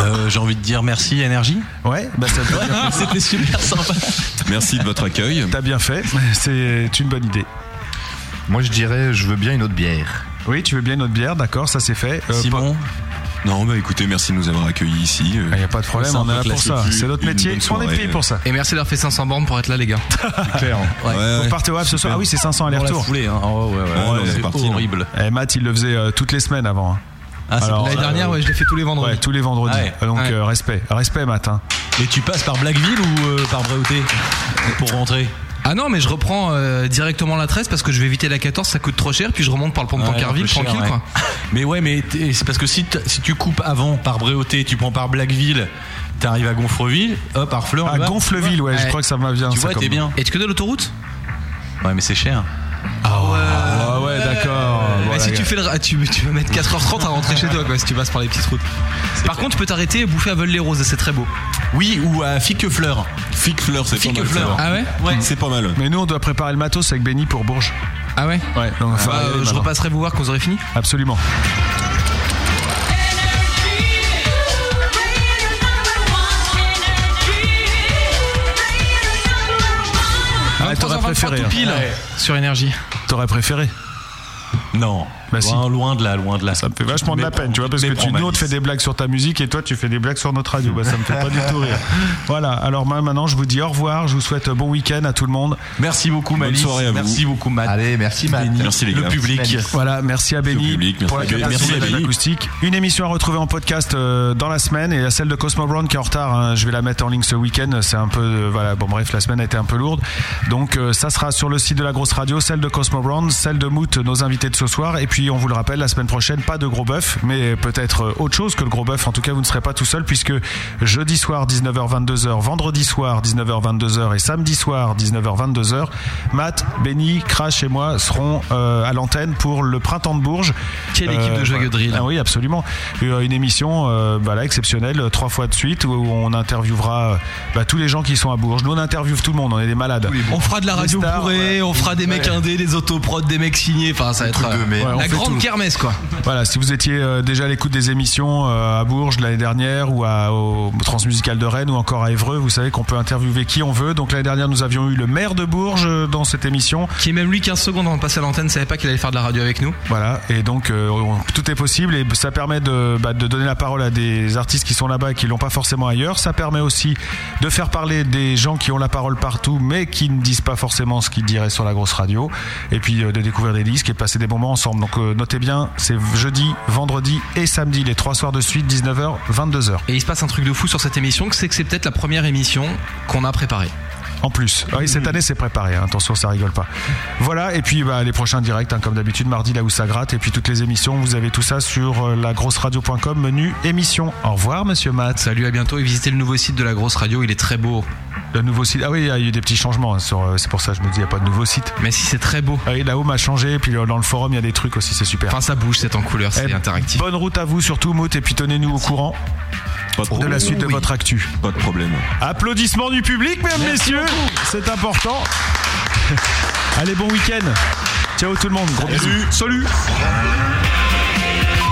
Speaker 7: Euh, J'ai envie de dire merci, énergie.
Speaker 2: Ouais, bah ça veut dire-
Speaker 7: C'était super sympa.
Speaker 9: Merci de votre accueil.
Speaker 2: T'as bien fait. C'est une bonne idée.
Speaker 21: Moi, je dirais, je veux bien une autre bière.
Speaker 2: Oui, tu veux bien notre bière, d'accord, ça c'est fait. Euh,
Speaker 9: Simon Non, bah écoutez, merci de nous avoir accueillis ici. euh, Il
Speaker 2: n'y Ah, a pas de problème, on est là pour ça. C'est notre métier. On est payé pour ça.
Speaker 6: Et merci d'avoir fait 500 bornes pour être là, les gars.
Speaker 2: clair.
Speaker 6: Ouais.
Speaker 2: Vous partez au Havre ce soir. Ah oui, c'est 500 aller-retour.
Speaker 7: hein. Ah c'est horrible.
Speaker 2: Et hein. Matt, il le faisait euh, toutes les semaines avant. hein.
Speaker 7: Ah, c'est-
Speaker 2: Alors,
Speaker 6: L'année
Speaker 2: euh,
Speaker 6: dernière, ouais, je l'ai fait tous les vendredis.
Speaker 2: ouais, tous les vendredis.
Speaker 7: Ouais.
Speaker 2: Euh, Donc
Speaker 7: Ouais.
Speaker 2: euh, respect, respect Matt. hein.
Speaker 7: Et tu passes par Blackville ou euh, par Bréauté pour rentrer
Speaker 6: Ah non, mais je reprends euh, directement la 13 parce que je vais éviter la 14, ça coûte trop cher, puis je remonte par le pont de
Speaker 7: Ouais,
Speaker 6: Pancarville,
Speaker 7: un peu cher,
Speaker 6: tranquille
Speaker 7: ouais.
Speaker 6: quoi.
Speaker 7: Mais ouais, mais t'es- c'est parce que si, t- si tu coupes avant par Bréauté, tu prends par Blackville, t'arrives à Gonfreville, hop, par Fleur.
Speaker 2: Ah,
Speaker 7: là-bas.
Speaker 2: Gonfleville, ouais, je crois que ça m'a bien.
Speaker 7: Tu
Speaker 2: ça,
Speaker 7: vois, t'es
Speaker 2: comme-
Speaker 7: bien.
Speaker 6: Et tu connais l'autoroute
Speaker 7: Ouais, mais c'est cher.
Speaker 2: Ah ouais, ah ouais, d'accord.
Speaker 6: Bah,
Speaker 2: Voilà,
Speaker 6: si
Speaker 2: gars.
Speaker 6: tu fais le ra- tu, tu vas mettre 4h30 à rentrer chez toi quoi, si tu passes par les petites routes. Par contre, tu peux t'arrêter et bouffer à Veul les Roses, et c'est très beau.
Speaker 7: Oui, ou à Fiquefleur.
Speaker 9: Fiquefleur, c'est pas mal.
Speaker 6: Fiquefleur.
Speaker 9: ça.
Speaker 6: Ah ouais Ouais.
Speaker 9: C'est pas mal.
Speaker 2: Mais nous, on doit préparer le matos avec Benny pour Bourges.
Speaker 6: Ah ouais
Speaker 2: Ouais, donc on va
Speaker 6: Bah,
Speaker 2: y aller
Speaker 6: euh, je
Speaker 2: maintenant.
Speaker 6: repasserai vous voir quand vous aurez fini.
Speaker 2: Absolument. Ah, t'aurais préféré.
Speaker 6: tout pile. Sur énergie.
Speaker 2: T'aurais hein. préféré.
Speaker 7: Non.
Speaker 2: Bah si.
Speaker 7: loin, loin de là, loin de là. Ça
Speaker 2: me fait vachement de la peine, tu vois, parce que tu, nous, on te fait des blagues sur ta musique et toi, tu fais des blagues sur notre radio. Bah, ça me fait pas du tout rire. Voilà, alors moi, maintenant, je vous dis au revoir. Je vous souhaite bon week-end à tout le monde.
Speaker 7: Merci beaucoup,
Speaker 2: Malice.
Speaker 7: Merci beaucoup, Matt.
Speaker 21: Allez, merci, Matt.
Speaker 7: Merci, les gars.
Speaker 2: Le public. Voilà, merci à Benny pour la captation de la acoustique. Une émission à retrouver en podcast euh, dans la semaine et à celle de Cosmo Brown qui est en retard. hein. Je vais la mettre en ligne ce week-end. C'est un peu. euh, voilà, bon, bref, la semaine a été un peu lourde. Donc, euh, ça sera sur le site de la grosse radio, celle de Cosmo Brown, celle de Moot, nos invités de ce soir. Et puis, on vous le rappelle, la semaine prochaine, pas de gros bœuf, mais peut-être euh, autre chose que le gros bœuf. En tout cas, vous ne serez pas tout seul puisque jeudi soir, 19h-22h, vendredi soir, 19h-22h et samedi soir, 19h-22h, Matt, Benny, Crash et moi seront euh, à l'antenne pour le printemps de Bourges.
Speaker 6: Quelle équipe de Joyeux Drill.
Speaker 2: Ah oui, absolument. Euh, Une émission euh, voilà, exceptionnelle, euh, trois fois de suite, où on interviewera euh, bah, tous les gens qui sont à Bourges. Nous, on interviewe tout le monde, on est des malades.
Speaker 6: On fera de la
Speaker 2: Des
Speaker 6: radio
Speaker 2: stars,
Speaker 6: bourrée,
Speaker 2: ouais.
Speaker 6: on fera des mecs
Speaker 2: Ouais.
Speaker 6: indés, des autoprods, des mecs signés. Enfin, ça va être euh,
Speaker 2: Ouais, on
Speaker 6: la
Speaker 2: fait
Speaker 6: grande
Speaker 2: tout.
Speaker 6: kermesse, quoi.
Speaker 2: Voilà, si vous étiez euh, déjà à l'écoute des émissions euh, à Bourges l'année dernière ou à, au Transmusical de Rennes ou encore à Évreux, vous savez qu'on peut interviewer qui on veut. Donc l'année dernière, nous avions eu le maire de Bourges euh, dans cette émission.
Speaker 6: Qui est même lui 15 secondes avant de passer à l'antenne, savait pas qu'il allait faire de la radio avec nous.
Speaker 2: Voilà, et donc euh, on- tout est possible et ça permet de, bah, de donner la parole à des artistes qui sont là-bas et qui l'ont pas forcément ailleurs. Ça permet aussi de faire parler des gens qui ont la parole partout mais qui ne disent pas forcément ce qu'ils diraient sur la grosse radio. Et puis euh, de découvrir des disques et de passer des moments ensemble. Donc euh, notez bien, c'est jeudi, vendredi et samedi, les trois soirs de suite, 19h, 22h.
Speaker 6: Et il se passe un truc de fou sur cette émission, c'est que c'est peut-être la première émission qu'on a préparée.
Speaker 2: En plus, Ah oui,
Speaker 6: Mm-hmm.
Speaker 2: cette année c'est préparé, hein. attention ça rigole pas. Voilà, et puis bah, les prochains directs, hein, comme d'habitude, mardi là où ça gratte, et puis toutes les émissions, vous avez tout ça sur euh, lagrosseradio.com, menu émission. Au revoir monsieur Matt.
Speaker 6: Salut, à bientôt et visitez le nouveau site de la grosse radio, il est très beau.
Speaker 2: Le nouveau site, ah oui, il y a eu des petits changements, hein, sur, euh, c'est pour ça que je me dis, il n'y a pas de nouveau site.
Speaker 6: Mais si c'est très beau.
Speaker 2: Ah oui, la home a changé, et puis euh, dans le forum il y a des trucs aussi, c'est super.
Speaker 6: Enfin, ça bouge, c'est en couleur, c'est
Speaker 2: Eh,
Speaker 6: interactif.
Speaker 2: Bonne route à vous surtout, Mout, et puis tenez-nous au courant de, la suite de votre actu.
Speaker 9: Pas de problème.
Speaker 2: Applaudissements du public, mesdames, messieurs, c'est important. Allez, bon week-end. Ciao tout le monde, gros bisous. Salut.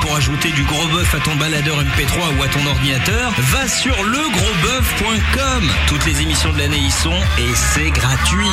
Speaker 1: Pour ajouter du gros bœuf à ton baladeur MP3 ou à ton ordinateur, va sur legrosboeuf.com. Toutes les émissions de l'année y sont et c'est gratuit.